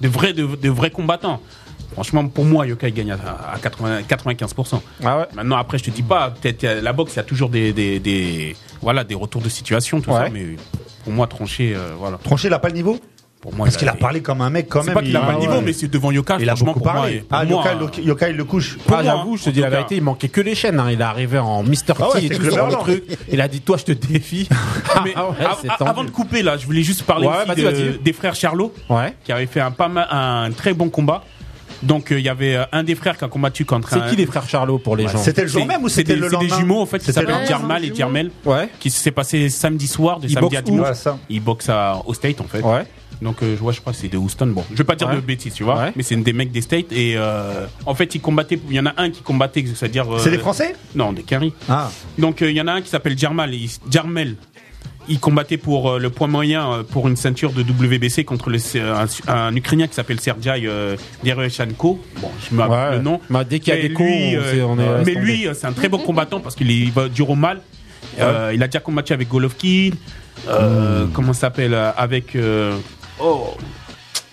Speaker 8: de vrais, de, de vrais combattants. Franchement, pour moi, Yoka il gagne à, à 80 95%.
Speaker 1: Ah ouais
Speaker 8: Maintenant, après, je te dis pas, peut-être euh, la boxe, il y a toujours des, des, des- voilà, des retours de situation, tout
Speaker 1: Ouais.
Speaker 8: ça, mais pour moi, Tronchy, euh, voilà.
Speaker 5: Tronché, il a pas le niveau
Speaker 8: Pour moi,
Speaker 5: Parce
Speaker 8: il
Speaker 5: qu'il a
Speaker 8: il-
Speaker 5: parlé comme un mec quand
Speaker 8: C'est
Speaker 5: même.
Speaker 8: pas qu'il a
Speaker 5: il-
Speaker 8: pas le
Speaker 5: ouais.
Speaker 8: niveau, mais c'est devant Yoka,
Speaker 5: Il a
Speaker 8: franchement,
Speaker 5: beaucoup
Speaker 8: pour moi.
Speaker 5: parlé.
Speaker 8: et-
Speaker 5: Ah,
Speaker 8: pour moi,
Speaker 5: Yoka,
Speaker 8: euh,
Speaker 5: il le- Yoka, il le couche.
Speaker 1: Ah,
Speaker 8: moi,
Speaker 1: j'avoue, je te
Speaker 8: en
Speaker 1: dis la
Speaker 8: tout cas.
Speaker 1: vérité, il manquait que les chaînes. hein. Il est arrivé en Mr.
Speaker 5: Ah ouais,
Speaker 1: T et
Speaker 5: c'était
Speaker 1: tout sur le
Speaker 5: Clubberland.
Speaker 1: truc. Il a dit Toi, je te défie.
Speaker 8: Mais
Speaker 1: Ah ouais,
Speaker 8: av-
Speaker 1: c'est
Speaker 8: av-
Speaker 1: tendu.
Speaker 8: avant de couper, là, je voulais juste parler
Speaker 1: Ouais,
Speaker 8: aussi
Speaker 1: vas-y,
Speaker 8: de-
Speaker 1: vas-y.
Speaker 8: des frères Charlot.
Speaker 1: Ouais.
Speaker 8: qui avait fait un, pas mal- un très bon combat. Donc euh, il y avait euh, un des frères qui a combattu contre.
Speaker 1: C'est
Speaker 8: un-
Speaker 1: qui les frères Charlot pour les gens
Speaker 5: C'était le jour même ou
Speaker 8: C'est
Speaker 5: c'était
Speaker 8: des,
Speaker 5: le
Speaker 8: c'est des
Speaker 5: lendemain
Speaker 8: jumeaux en fait qui
Speaker 5: C'était
Speaker 8: s'appellent
Speaker 2: le
Speaker 8: Djarmal et
Speaker 2: lendemain.
Speaker 8: Djermel
Speaker 1: Ouais.
Speaker 8: qui s'est passé samedi soir de
Speaker 1: Ils
Speaker 8: samedi à
Speaker 1: boxent où
Speaker 8: dimanche.
Speaker 5: Ouais, ça.
Speaker 8: Ils boxent à, au State en fait.
Speaker 1: Ouais.
Speaker 8: Donc euh, je vois, je crois que c'est de Houston. Bon, je vais pas dire
Speaker 1: Ouais.
Speaker 8: de bêtises, tu vois,
Speaker 1: Ouais.
Speaker 8: mais c'est une des mecs des States et euh, en fait ils combattaient. Il y en a un qui combattait, c'est-à-dire. euh,
Speaker 5: C'est des Français
Speaker 8: Non, des Caries.
Speaker 5: Ah.
Speaker 8: Donc euh, il y en a un qui s'appelle Jarmal. Il, Jarmel. Il combattait pour euh, le poids moyen euh, pour une ceinture de WBC contre le, un, un Ukrainien qui s'appelle Sergei euh, Derechenko. Bon, je me rappelle
Speaker 1: Ouais.
Speaker 8: le nom.
Speaker 1: Bah, dès qu'il y a
Speaker 8: Mais
Speaker 1: des cons,
Speaker 8: lui,
Speaker 1: on
Speaker 8: euh,
Speaker 1: sait- on est- laisse
Speaker 8: mais
Speaker 1: tomber.
Speaker 8: lui, euh, c'est un très bon combattant parce qu'il est- il va dur au mal. Euh, il a déjà combattu avec Golovkin. Euh,
Speaker 1: Hmm.
Speaker 8: Comment ça s'appelle euh, Avec. euh, oh,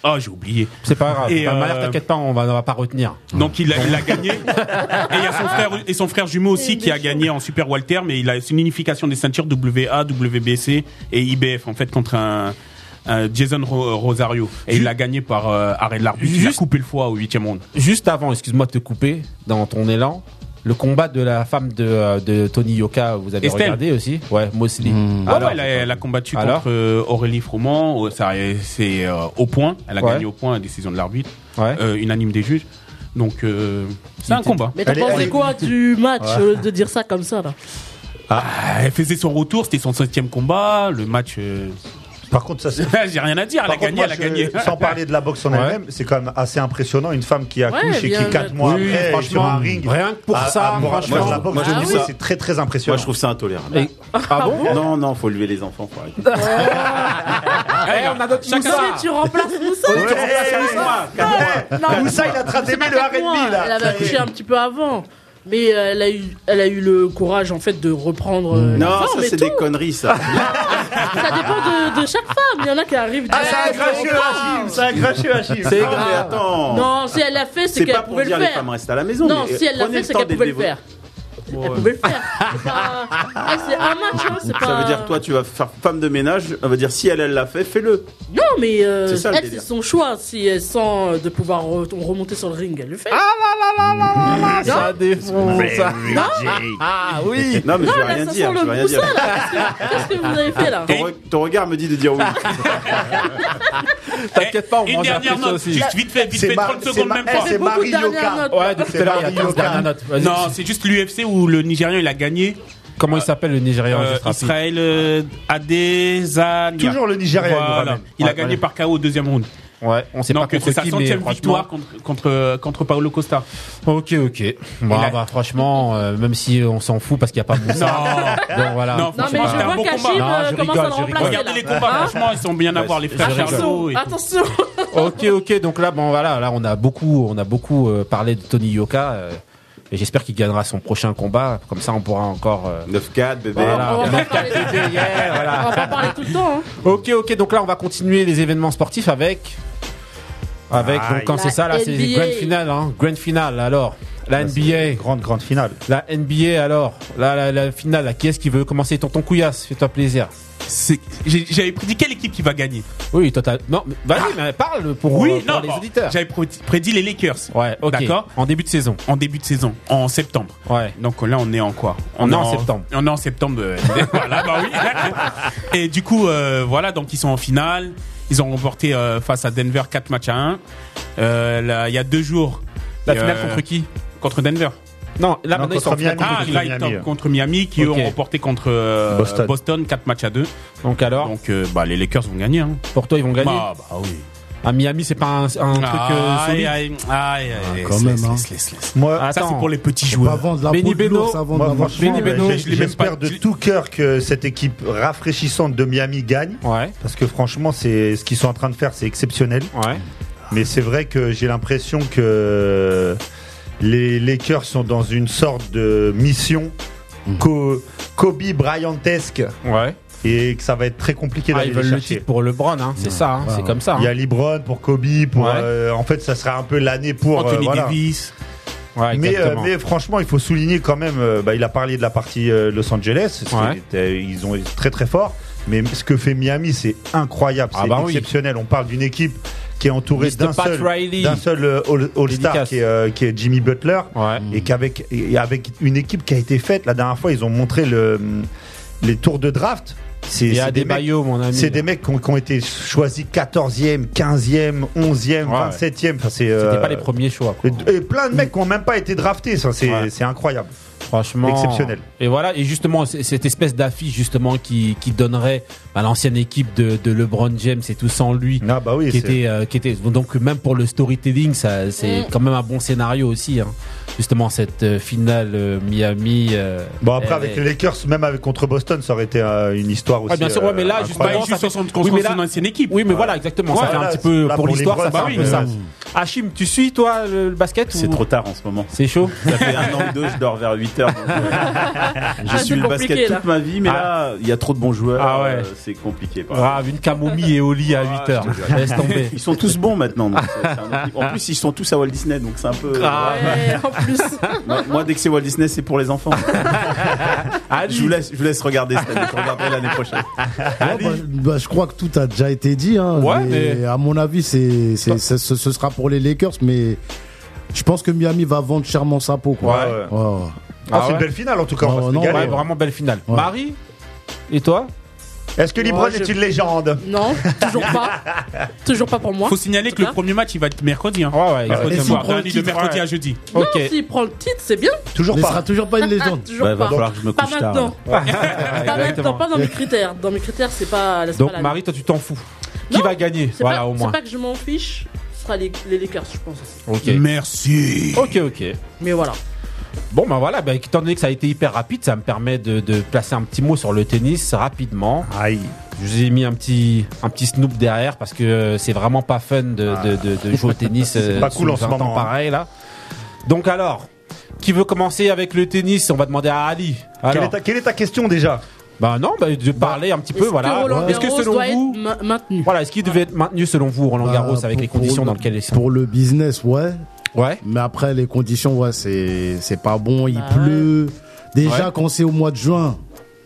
Speaker 8: oh j'ai oublié.
Speaker 1: C'est pas grave.
Speaker 8: Et,
Speaker 1: Bah,
Speaker 8: euh,
Speaker 1: Malher, t'inquiète pas, on va, on va pas retenir.
Speaker 8: Donc il a, il a gagné. Et il y a son frère et son frère jumeau aussi qui a gagné en super Walter, mais il a c'est une unification des ceintures WA, WBC et IBF en fait contre un, un Jason Ro- Rosario. Et il a gagné par euh, arrêt de l'arbitre. Il a
Speaker 1: Juste-
Speaker 8: coupé le foie au huitième round.
Speaker 1: Juste avant, excuse-moi de te couper dans ton élan, le combat de la femme de, euh, de Tony Yoka, vous avez
Speaker 8: Estelle.
Speaker 1: regardé aussi Ouais, Mosley. Ah
Speaker 3: Mmh.
Speaker 8: Alors, Ah elle, a, elle a combattu
Speaker 1: Alors
Speaker 8: contre euh, Aurélie Froment. euh, ça, euh, C'est euh, au point. Elle a
Speaker 1: Ouais.
Speaker 8: gagné au point, décision de l'arbitre,
Speaker 1: Ouais.
Speaker 8: euh, unanime des juges. Donc euh, c'est un combat.
Speaker 2: Mais t'en
Speaker 5: Allez, allez.
Speaker 2: pensais quoi du match au lieu de dire ça comme ça là
Speaker 8: Ah, Elle faisait son retour, c'était son septième combat. Le match, euh,
Speaker 5: Par contre, ça c'est.
Speaker 8: j'ai rien à dire. Elle
Speaker 5: Par
Speaker 8: a
Speaker 5: contre,
Speaker 8: gagné,
Speaker 5: moi,
Speaker 8: elle a
Speaker 5: je-
Speaker 8: gagné.
Speaker 5: Sans parler de la boxe en
Speaker 1: Ouais.
Speaker 5: elle-même, c'est quand même assez impressionnant. Une femme qui accouche et
Speaker 2: bien,
Speaker 5: qui, 4
Speaker 2: bien.
Speaker 5: mois
Speaker 1: Oui,
Speaker 5: après, est
Speaker 1: franchement,
Speaker 5: sur un ring.
Speaker 1: rien que pour
Speaker 5: à-
Speaker 1: ça,
Speaker 5: à Mora-
Speaker 1: franchement.
Speaker 5: moi, je la boxe,
Speaker 6: Moi, je
Speaker 5: je
Speaker 6: trouve
Speaker 5: trouve
Speaker 6: ça-
Speaker 5: c'est très très
Speaker 6: Moi,
Speaker 5: impressionnant.
Speaker 6: je trouve ça intolérable.
Speaker 1: Et- Ah bon
Speaker 6: Non, non, faut lever les enfants. faut arrêter.
Speaker 8: Eh,
Speaker 1: Eh,
Speaker 8: regarde,
Speaker 1: on a d'autres
Speaker 8: chacun-
Speaker 1: Moussa.
Speaker 2: Mais tu remplaces Moussa
Speaker 5: Ouais, ouais, ouais, ouais. Moussa, il a tradémé le
Speaker 2: Quatre mois.
Speaker 5: R&B là.
Speaker 2: Elle avait accouché un petit peu avant. Mais euh, elle a, eu, elle a eu le courage en fait de reprendre. euh, la
Speaker 6: Non,
Speaker 2: forme
Speaker 6: ça,
Speaker 2: et
Speaker 6: c'est
Speaker 2: tout.
Speaker 6: des conneries, ça.
Speaker 2: Ça dépend de, de chaque femme. Il y en a qui arrivent.
Speaker 5: Ah, c'est un
Speaker 2: direct,
Speaker 5: gracieux
Speaker 2: on
Speaker 5: Hachim, c'est un gracieux Hachim.
Speaker 1: C'est
Speaker 6: Non, mais attends.
Speaker 2: parle. Non, si elle l'a fait, c'est
Speaker 6: c'est
Speaker 2: qu'elle
Speaker 6: pas pour
Speaker 2: pouvait le
Speaker 6: dire les femmes
Speaker 2: faire.
Speaker 6: restent à la maison.
Speaker 2: Non,
Speaker 6: mais
Speaker 2: si elle l'a
Speaker 6: prenez
Speaker 2: fait,
Speaker 6: le
Speaker 2: c'est
Speaker 6: temps
Speaker 2: qu'elle pouvait le
Speaker 6: d'élever-
Speaker 2: faire. Elle pouvait le faire. C'est pas- Ah, c'est un match, hein, c'est pas.
Speaker 6: Ça veut dire, toi, tu vas faire femme de ménage. On va dire, si elle, elle l'a fait, fais-le.
Speaker 2: Non, mais euh,
Speaker 6: C'est ça, le
Speaker 2: elle, c'est
Speaker 6: délire.
Speaker 2: son choix. Si elle sent euh, de pouvoir re- remonter sur le ring, elle le fait.
Speaker 8: Ah,
Speaker 1: Ah, Ça défonce. ça. Ah oui
Speaker 6: Non, mais je vais
Speaker 2: là,
Speaker 6: rien
Speaker 2: ça
Speaker 6: dire.
Speaker 2: sent
Speaker 6: Je
Speaker 2: le
Speaker 6: vais rien
Speaker 2: Moussa,
Speaker 6: dire. Ah,
Speaker 2: là. Qu'est-ce que vous avez fait, là
Speaker 6: Ton, re- ton regard me dit de dire oui.
Speaker 1: T'inquiète pas, on
Speaker 8: Une
Speaker 1: mange un
Speaker 8: dernière
Speaker 1: peu ça
Speaker 8: note,
Speaker 1: aussi.
Speaker 8: juste vite fait, vite
Speaker 5: C'est
Speaker 8: fait,
Speaker 5: ma-
Speaker 8: 30
Speaker 5: c'est
Speaker 8: secondes
Speaker 5: ma-
Speaker 8: même
Speaker 5: elle,
Speaker 8: pas.
Speaker 5: c'est
Speaker 2: Beaucoup de
Speaker 5: Marie
Speaker 2: dernières
Speaker 5: Yoka.
Speaker 2: notes.
Speaker 1: Ouais, depuis tout à l'heure, il y a 15 dernières notes. Vas-y.
Speaker 8: Non, c'est juste l'UFC où le Nigérian il a gagné.
Speaker 1: Comment il s'appelle le Nigérian
Speaker 8: Euh,
Speaker 1: juste rapide
Speaker 8: Israël euh, Adesanya.
Speaker 5: Toujours le Nigérian, il nous
Speaker 8: Voilà.
Speaker 5: ramène.
Speaker 8: Il a
Speaker 1: Ouais,
Speaker 8: gagné par KO au deuxième round.
Speaker 1: Ouais, on sait pas
Speaker 8: Donc
Speaker 1: contre
Speaker 8: c'est sa
Speaker 1: qui, mais
Speaker 8: centième
Speaker 1: franchement-
Speaker 8: victoire contre, contre, contre Paolo Costa.
Speaker 1: Ok, ok. Bon,
Speaker 8: Il a-
Speaker 1: bah, franchement, euh, même si on s'en fout parce qu'il n'y a pas
Speaker 8: Non,
Speaker 1: Moussa. Donc voilà.
Speaker 8: Non,
Speaker 2: Non, mais
Speaker 8: Franchement, c'était
Speaker 2: je
Speaker 8: un
Speaker 2: vois
Speaker 8: bon combat.
Speaker 2: qu'Achille euh,
Speaker 1: Non, je
Speaker 2: commence à le
Speaker 1: rigole, je rigole.
Speaker 2: remplacer.
Speaker 8: regardez les
Speaker 2: là.
Speaker 8: combats,
Speaker 2: Hein
Speaker 8: franchement, ils sont bien à
Speaker 6: Ouais,
Speaker 8: voir, les
Speaker 6: je
Speaker 8: frères
Speaker 1: rigole.
Speaker 8: Charlot. et-
Speaker 2: Attention
Speaker 1: Ok, ok. Donc là, bon, voilà, là, on a beaucoup, on a beaucoup euh, parlé de Tony Yoka. euh, et j'espère qu'il gagnera son prochain combat. Comme ça, on pourra encore. euh,
Speaker 6: 9-4, bébé.
Speaker 1: voilà.
Speaker 2: On va pas parler de-
Speaker 1: Yeah,
Speaker 2: on
Speaker 1: voilà.
Speaker 2: va pas parler tout le temps. hein.
Speaker 1: Ok, ok. Donc là, on va continuer les événements sportifs avec. Avec, donc quand
Speaker 2: Aïe.
Speaker 1: c'est ça, là, c'est
Speaker 2: Ah, La
Speaker 1: grand
Speaker 2: NBA.
Speaker 1: finale, hein. Grand finale, alors. La NBA.
Speaker 5: Bah, Grande, grande finale.
Speaker 1: La NBA, alors. La, la, la finale, là. Qui est-ce qui veut commencer Tonton Couillasse, fais-toi plaisir.
Speaker 8: C'est- j'ai- J'avais prédit quelle équipe qui va gagner. Ah.
Speaker 1: Oui, total. Non, mais- vas-y, mais parle pour, euh,
Speaker 8: Oui,
Speaker 1: pour
Speaker 8: non,
Speaker 1: les
Speaker 8: bon,
Speaker 1: auditeurs.
Speaker 8: j'avais prédit prédit les Lakers.
Speaker 1: Ouais, ok.
Speaker 8: D'accord.
Speaker 1: En début de saison.
Speaker 8: En début de saison, en septembre.
Speaker 1: Ouais.
Speaker 8: Donc là, on est en quoi
Speaker 1: On est en septembre.
Speaker 8: On est en septembre. euh, voilà, bah oui. Et du coup, euh, voilà, donc ils sont en finale. Ils ont remporté euh, face à Denver 4 matchs à 1. Euh, là, il y a deux jours.
Speaker 1: La
Speaker 8: et,
Speaker 1: finale contre qui
Speaker 8: Contre Denver.
Speaker 1: Non, là,
Speaker 5: Non,
Speaker 1: maintenant, ils sont en
Speaker 5: contre
Speaker 1: finale.
Speaker 5: Miami.
Speaker 8: Ah,
Speaker 5: contre
Speaker 8: là, ils
Speaker 5: Miami,
Speaker 8: tapent
Speaker 5: hein.
Speaker 8: contre Miami qui eux,
Speaker 1: Ok.
Speaker 8: ont remporté contre euh,
Speaker 5: Boston.
Speaker 8: Boston. 4 matchs à 2.
Speaker 1: Donc alors,
Speaker 8: Donc euh, bah, les Lakers vont gagner. Hein.
Speaker 1: pour toi, ils vont gagner.
Speaker 8: Ah, bah oui.
Speaker 1: À Miami, c'est pas un, un truc euh,
Speaker 8: aïe,
Speaker 1: solide.
Speaker 8: aïe, aïe, aïe,
Speaker 3: quand
Speaker 8: laisse,
Speaker 3: même,
Speaker 8: laisse,
Speaker 3: hein.
Speaker 8: laisse, laisse, laisse.
Speaker 5: Moi,
Speaker 1: Ah,
Speaker 8: Ça, c'est
Speaker 1: Attends.
Speaker 8: pour les petits
Speaker 3: Faut pas
Speaker 8: joueurs.
Speaker 3: vendre la
Speaker 1: Benny
Speaker 3: peau de
Speaker 1: Beno.
Speaker 3: l'ours avant
Speaker 5: moi,
Speaker 3: de la
Speaker 5: franchement, euh,
Speaker 1: Benny Beno,
Speaker 5: j'ai-
Speaker 8: je l'aime
Speaker 5: j'espère
Speaker 8: pas.
Speaker 5: de
Speaker 8: Je-
Speaker 5: tout cœur que cette équipe rafraîchissante de Miami gagne.
Speaker 1: Ouais,
Speaker 5: Parce que franchement, c'est ce qu'ils sont en train de faire, c'est exceptionnel.
Speaker 1: ouais.
Speaker 5: Mais c'est vrai que j'ai l'impression que les Lakers sont dans une sorte de mission co- Kobe Bryantesque
Speaker 1: Mhm. Ouais.
Speaker 5: et que ça va être très compliqué
Speaker 1: Ah,
Speaker 5: d'aller
Speaker 1: ils
Speaker 5: les
Speaker 1: veulent le
Speaker 5: chercher.
Speaker 1: titre pour LeBron, hein. c'est ça, hein, c'est comme ça.
Speaker 5: Il y a
Speaker 1: hein.
Speaker 5: LeBron pour Kobe, pour
Speaker 1: Ouais.
Speaker 5: euh, en fait, ça sera un peu l'année pour euh,
Speaker 8: Anthony
Speaker 5: voilà.
Speaker 8: Davis.
Speaker 1: Ouais,
Speaker 5: Mais, euh,
Speaker 1: exactement.
Speaker 5: mais franchement, il faut souligner quand même. euh, bah, il a parlé de la partie euh, Los Angeles. C'est-
Speaker 1: Ouais.
Speaker 5: euh, ils ont été très très fort. Mais ce que fait Miami, c'est incroyable,
Speaker 1: Ah
Speaker 5: c'est
Speaker 1: bah oui.
Speaker 5: exceptionnel. On parle d'une équipe qui est entourée
Speaker 1: Mr.
Speaker 5: d'un
Speaker 1: Pat
Speaker 5: seul,
Speaker 1: Riley.
Speaker 5: d'un seul euh, all- All-Star
Speaker 1: Dédicace.
Speaker 5: qui, est, euh, qui est Jimmy Butler
Speaker 1: Ouais.
Speaker 5: et qu'avec et avec une équipe qui a été faite la dernière fois, ils ont montré le les tours de draft C'est
Speaker 1: Il y a
Speaker 5: c'est
Speaker 1: des maillots, mon ami.
Speaker 5: C'est des mecs qui ont, qui ont été choisis 14e, 15e, 11e, 27e. Enfin, c'est, euh,
Speaker 1: C'était pas les premiers choix. quoi.
Speaker 5: Et, et plein de mecs qui n'ont même pas été draftés. Ça, c'est,
Speaker 1: Ouais.
Speaker 5: c'est incroyable.
Speaker 1: Franchement.
Speaker 5: Exceptionnel.
Speaker 1: Et voilà, et justement, c- cette espèce d'affiche justement qui, qui donnerait à l'ancienne équipe de, de LeBron James et tout sans lui.
Speaker 5: Ah bah oui,
Speaker 1: qui
Speaker 5: c'est-
Speaker 1: était, euh, qui était donc même pour le storytelling, ça c'est
Speaker 2: Mm.
Speaker 1: quand même un bon scénario aussi. hein. Justement cette euh, finale euh, Miami. euh,
Speaker 5: Bon après
Speaker 1: LA.
Speaker 5: avec les Lakers, même avec contre Boston, ça aurait été euh, une histoire aussi.
Speaker 1: Ouais, bien sûr, ouais, mais là,
Speaker 5: euh,
Speaker 1: justement,
Speaker 5: incroyable.
Speaker 8: juste
Speaker 1: ça
Speaker 8: sur son-
Speaker 1: fait-
Speaker 8: contre
Speaker 1: mais
Speaker 8: son
Speaker 1: là-
Speaker 8: ancienne équipe.
Speaker 1: Oui, mais voilà, exactement.
Speaker 5: Ouais,
Speaker 1: ça fait
Speaker 5: là,
Speaker 1: un petit peu
Speaker 5: là,
Speaker 1: pour
Speaker 5: pour les
Speaker 1: l'histoire, ça fait
Speaker 5: Browns,
Speaker 1: un
Speaker 5: bah
Speaker 1: peu ça.
Speaker 5: oui,
Speaker 1: Hachim, tu suis toi le, le basket
Speaker 6: C'est
Speaker 1: ou-
Speaker 6: trop tard en ce moment.
Speaker 1: C'est chaud.
Speaker 6: Ça fait un an ou deux, je dors vers 8 heures. donc, euh, je
Speaker 2: Ah, c'est
Speaker 6: suis le
Speaker 2: compliqué,
Speaker 6: basket
Speaker 2: là.
Speaker 6: toute ma vie, mais là, il y a trop de bons joueurs.
Speaker 1: Ah ouais.
Speaker 6: euh, c'est compliqué. par Ah, exemple.
Speaker 1: Grave, Ah, une camomille et au lit à 8 heures. Laisse tomber.
Speaker 6: Ils sont tous bons maintenant. donc c'est- c'est un autre truc. En plus, ils sont tous à Walt Disney, donc c'est un peu. euh,
Speaker 1: Ah.
Speaker 2: Ouais, en plus.
Speaker 6: Moi, moi, dès que c'est Walt Disney, c'est pour les enfants. je, vous laisse, je vous laisse regarder cette année. Je regarderai l'année prochaine.
Speaker 5: Ah,
Speaker 3: Ouais, bah, bah, je crois que tout a déjà été dit. hein,
Speaker 1: Ouais,
Speaker 3: mais
Speaker 1: mais-
Speaker 3: à mon avis, c'est,
Speaker 5: Bah.
Speaker 3: c'est- c'est- ce, ce sera pour les Lakers, mais je pense que Miami va vendre chèrement sa peau. Quoi.
Speaker 5: Ouais, ouais.
Speaker 3: Ouais.
Speaker 5: Ah, c'est
Speaker 1: Ah ouais.
Speaker 5: une belle finale en tout cas. on
Speaker 3: Non,
Speaker 5: va se
Speaker 3: Oh. non,
Speaker 5: régaler.
Speaker 1: Ouais, vraiment belle finale.
Speaker 3: Ouais.
Speaker 1: Marie et toi
Speaker 5: Est-ce que LeBron
Speaker 2: Ouais, je-
Speaker 5: est une légende
Speaker 2: Non, toujours pas. toujours pas pour moi.
Speaker 8: Faut signaler
Speaker 2: En
Speaker 8: que
Speaker 2: tout
Speaker 8: le
Speaker 2: cas.
Speaker 8: premier match, il va être mercredi. Hein.
Speaker 1: Ouais, ouais,
Speaker 8: Mercredi
Speaker 3: Et
Speaker 8: à
Speaker 3: s'il
Speaker 8: soir.
Speaker 3: prend le
Speaker 8: Lundi, de
Speaker 3: titre,
Speaker 8: mercredi
Speaker 3: ouais.
Speaker 8: à jeudi.
Speaker 1: Ok. Bah,
Speaker 2: Non, s'il prend le titre, c'est bien.
Speaker 5: Toujours
Speaker 3: Mais ce
Speaker 5: pas.
Speaker 3: sera toujours pas une légende.
Speaker 2: toujours
Speaker 6: va
Speaker 2: pas.
Speaker 6: falloir que je me
Speaker 2: Pas
Speaker 6: couche tard.
Speaker 2: maintenant. Pas maintenant,
Speaker 1: Exactement.
Speaker 2: pas dans mes critères. Dans mes critères, c'est pas. c'est
Speaker 1: Donc
Speaker 2: pas la-
Speaker 1: Marie, toi tu t'en fous. Qui
Speaker 2: Non,
Speaker 1: va gagner
Speaker 2: c'est
Speaker 1: Voilà
Speaker 2: pas-
Speaker 1: au moins.
Speaker 2: C'est pas que je m'en fiche. Ce sera les, les Lakers, je pense. aussi.
Speaker 1: Ok.
Speaker 8: Merci.
Speaker 1: Ok, ok.
Speaker 2: Mais voilà.
Speaker 1: Bon, ben voilà, ben, étant donné que ça a été hyper rapide, ça me permet de, de placer un petit mot sur le tennis rapidement.
Speaker 5: Aïe.
Speaker 1: Je vous ai mis un petit, un petit snoop derrière parce que euh, c'est vraiment pas fun de, de- de- de jouer au tennis. euh,
Speaker 5: Ah. pas cool
Speaker 1: sous
Speaker 5: en ce
Speaker 1: un temps
Speaker 5: moment, hein.
Speaker 1: pareil, là. Donc alors, qui veut commencer avec le tennis On va demander à Ali.
Speaker 5: Quelle
Speaker 1: Alors,
Speaker 5: est, ta, quelle est ta question déjà
Speaker 1: bah non, bah, de parler un petit peu,
Speaker 2: Est-ce que Roland
Speaker 1: voilà. Est-ce que
Speaker 2: Garros
Speaker 1: selon
Speaker 2: doit
Speaker 1: vous.
Speaker 2: être ma- maintenu
Speaker 1: Voilà, est-ce qu'il devait être maintenu selon vous, Roland Garros,
Speaker 3: Bah,
Speaker 1: avec
Speaker 3: pour-
Speaker 1: les conditions
Speaker 3: pour
Speaker 1: dans
Speaker 3: le-
Speaker 1: lesquelles ils sont
Speaker 3: Pour le business, ouais.
Speaker 1: Ouais.
Speaker 3: Mais après, les conditions, ouais, c'est, c'est pas bon. Il
Speaker 2: Bah
Speaker 3: pleut. Déjà,
Speaker 1: Ouais.
Speaker 3: quand c'est au mois de juin,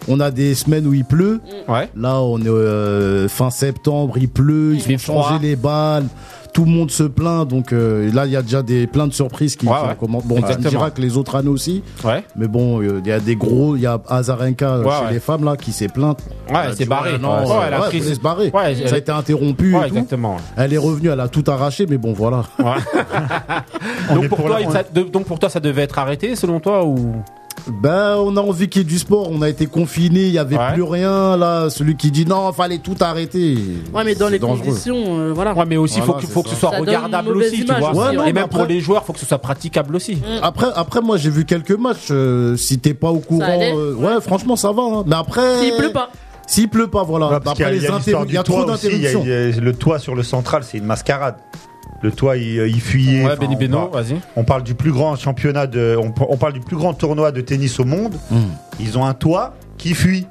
Speaker 3: on a des semaines où il pleut.
Speaker 1: Mm. Ouais.
Speaker 3: Là, on est euh, fin septembre, il pleut, il
Speaker 1: fait
Speaker 3: faut changer
Speaker 1: froid.
Speaker 3: les balles. Tout le monde se plaint, donc euh, là il y a déjà des plein de surprises qui,
Speaker 1: Ouais,
Speaker 3: qui
Speaker 1: ouais.
Speaker 3: commencent. Bon, on
Speaker 1: Exactement.
Speaker 3: dira que les autres années aussi,
Speaker 1: Ouais.
Speaker 3: mais bon, euh, il y a des gros, il y a Azarenka euh,
Speaker 1: Ouais,
Speaker 3: chez
Speaker 1: ouais.
Speaker 3: les femmes là qui s'est plainte.
Speaker 1: Ouais, elle s'est barrée.
Speaker 3: Euh, Non,
Speaker 1: Ouais,
Speaker 3: ouais,
Speaker 1: elle a pris-
Speaker 3: faisait se barrer.
Speaker 1: Ouais, elle-
Speaker 3: ça a été interrompu.
Speaker 1: Ouais,
Speaker 3: et tout.
Speaker 1: exactement.
Speaker 3: Elle est revenue, elle a tout arraché, mais bon voilà.
Speaker 1: Donc
Speaker 5: est
Speaker 1: pour,
Speaker 5: pour
Speaker 1: toi,
Speaker 5: la-
Speaker 1: il- ça- de- donc pour toi, ça devait être arrêté selon toi ou
Speaker 3: Ben, on a envie qu'il y ait du sport. On a été confinés, il n'y avait
Speaker 1: Ouais.
Speaker 3: plus rien. Là, celui qui dit non, fallait tout arrêter.
Speaker 2: Ouais, mais dans
Speaker 3: C'est
Speaker 2: les
Speaker 3: dangereux.
Speaker 2: conditions, euh, voilà.
Speaker 1: Ouais, mais aussi
Speaker 3: Voilà,
Speaker 1: faut que
Speaker 3: c'est
Speaker 1: faut que
Speaker 3: ça.
Speaker 1: ce soit
Speaker 2: Ça donne une
Speaker 1: regardable
Speaker 2: mauvaise
Speaker 1: aussi, tu
Speaker 2: image
Speaker 1: vois.
Speaker 2: aussi,
Speaker 3: Ouais, non,
Speaker 1: et
Speaker 3: mais
Speaker 1: même pour
Speaker 3: après-
Speaker 1: les joueurs, faut que ce soit praticable aussi.
Speaker 2: Mm.
Speaker 3: Après, après, moi, j'ai vu quelques matchs. euh, si t'es pas au courant,
Speaker 2: allait
Speaker 3: euh, ouais, franchement, ça va. hein. Mais après,
Speaker 2: S'il pleut pas.
Speaker 3: s'il pleut pas, voilà.
Speaker 5: Ouais, parce
Speaker 3: après,
Speaker 5: qu'il y a-
Speaker 3: les
Speaker 5: il y a l'histoire
Speaker 3: interru- il y a
Speaker 5: du
Speaker 3: trop
Speaker 5: toit aussi, il y a-
Speaker 3: d'interruptions.
Speaker 5: il y a- Le toit sur le central, c'est une mascarade. Le toit, il, euh, il fuyait.
Speaker 1: Ouais,
Speaker 5: Enfin,
Speaker 1: Benny
Speaker 5: on
Speaker 1: Beno,
Speaker 5: parle-
Speaker 1: vas-y.
Speaker 5: On parle du plus grand championnat de, on, on parle du plus grand tournoi de tennis au monde.
Speaker 6: bah.
Speaker 1: Hmm.
Speaker 5: Ils ont un toit qui fuit.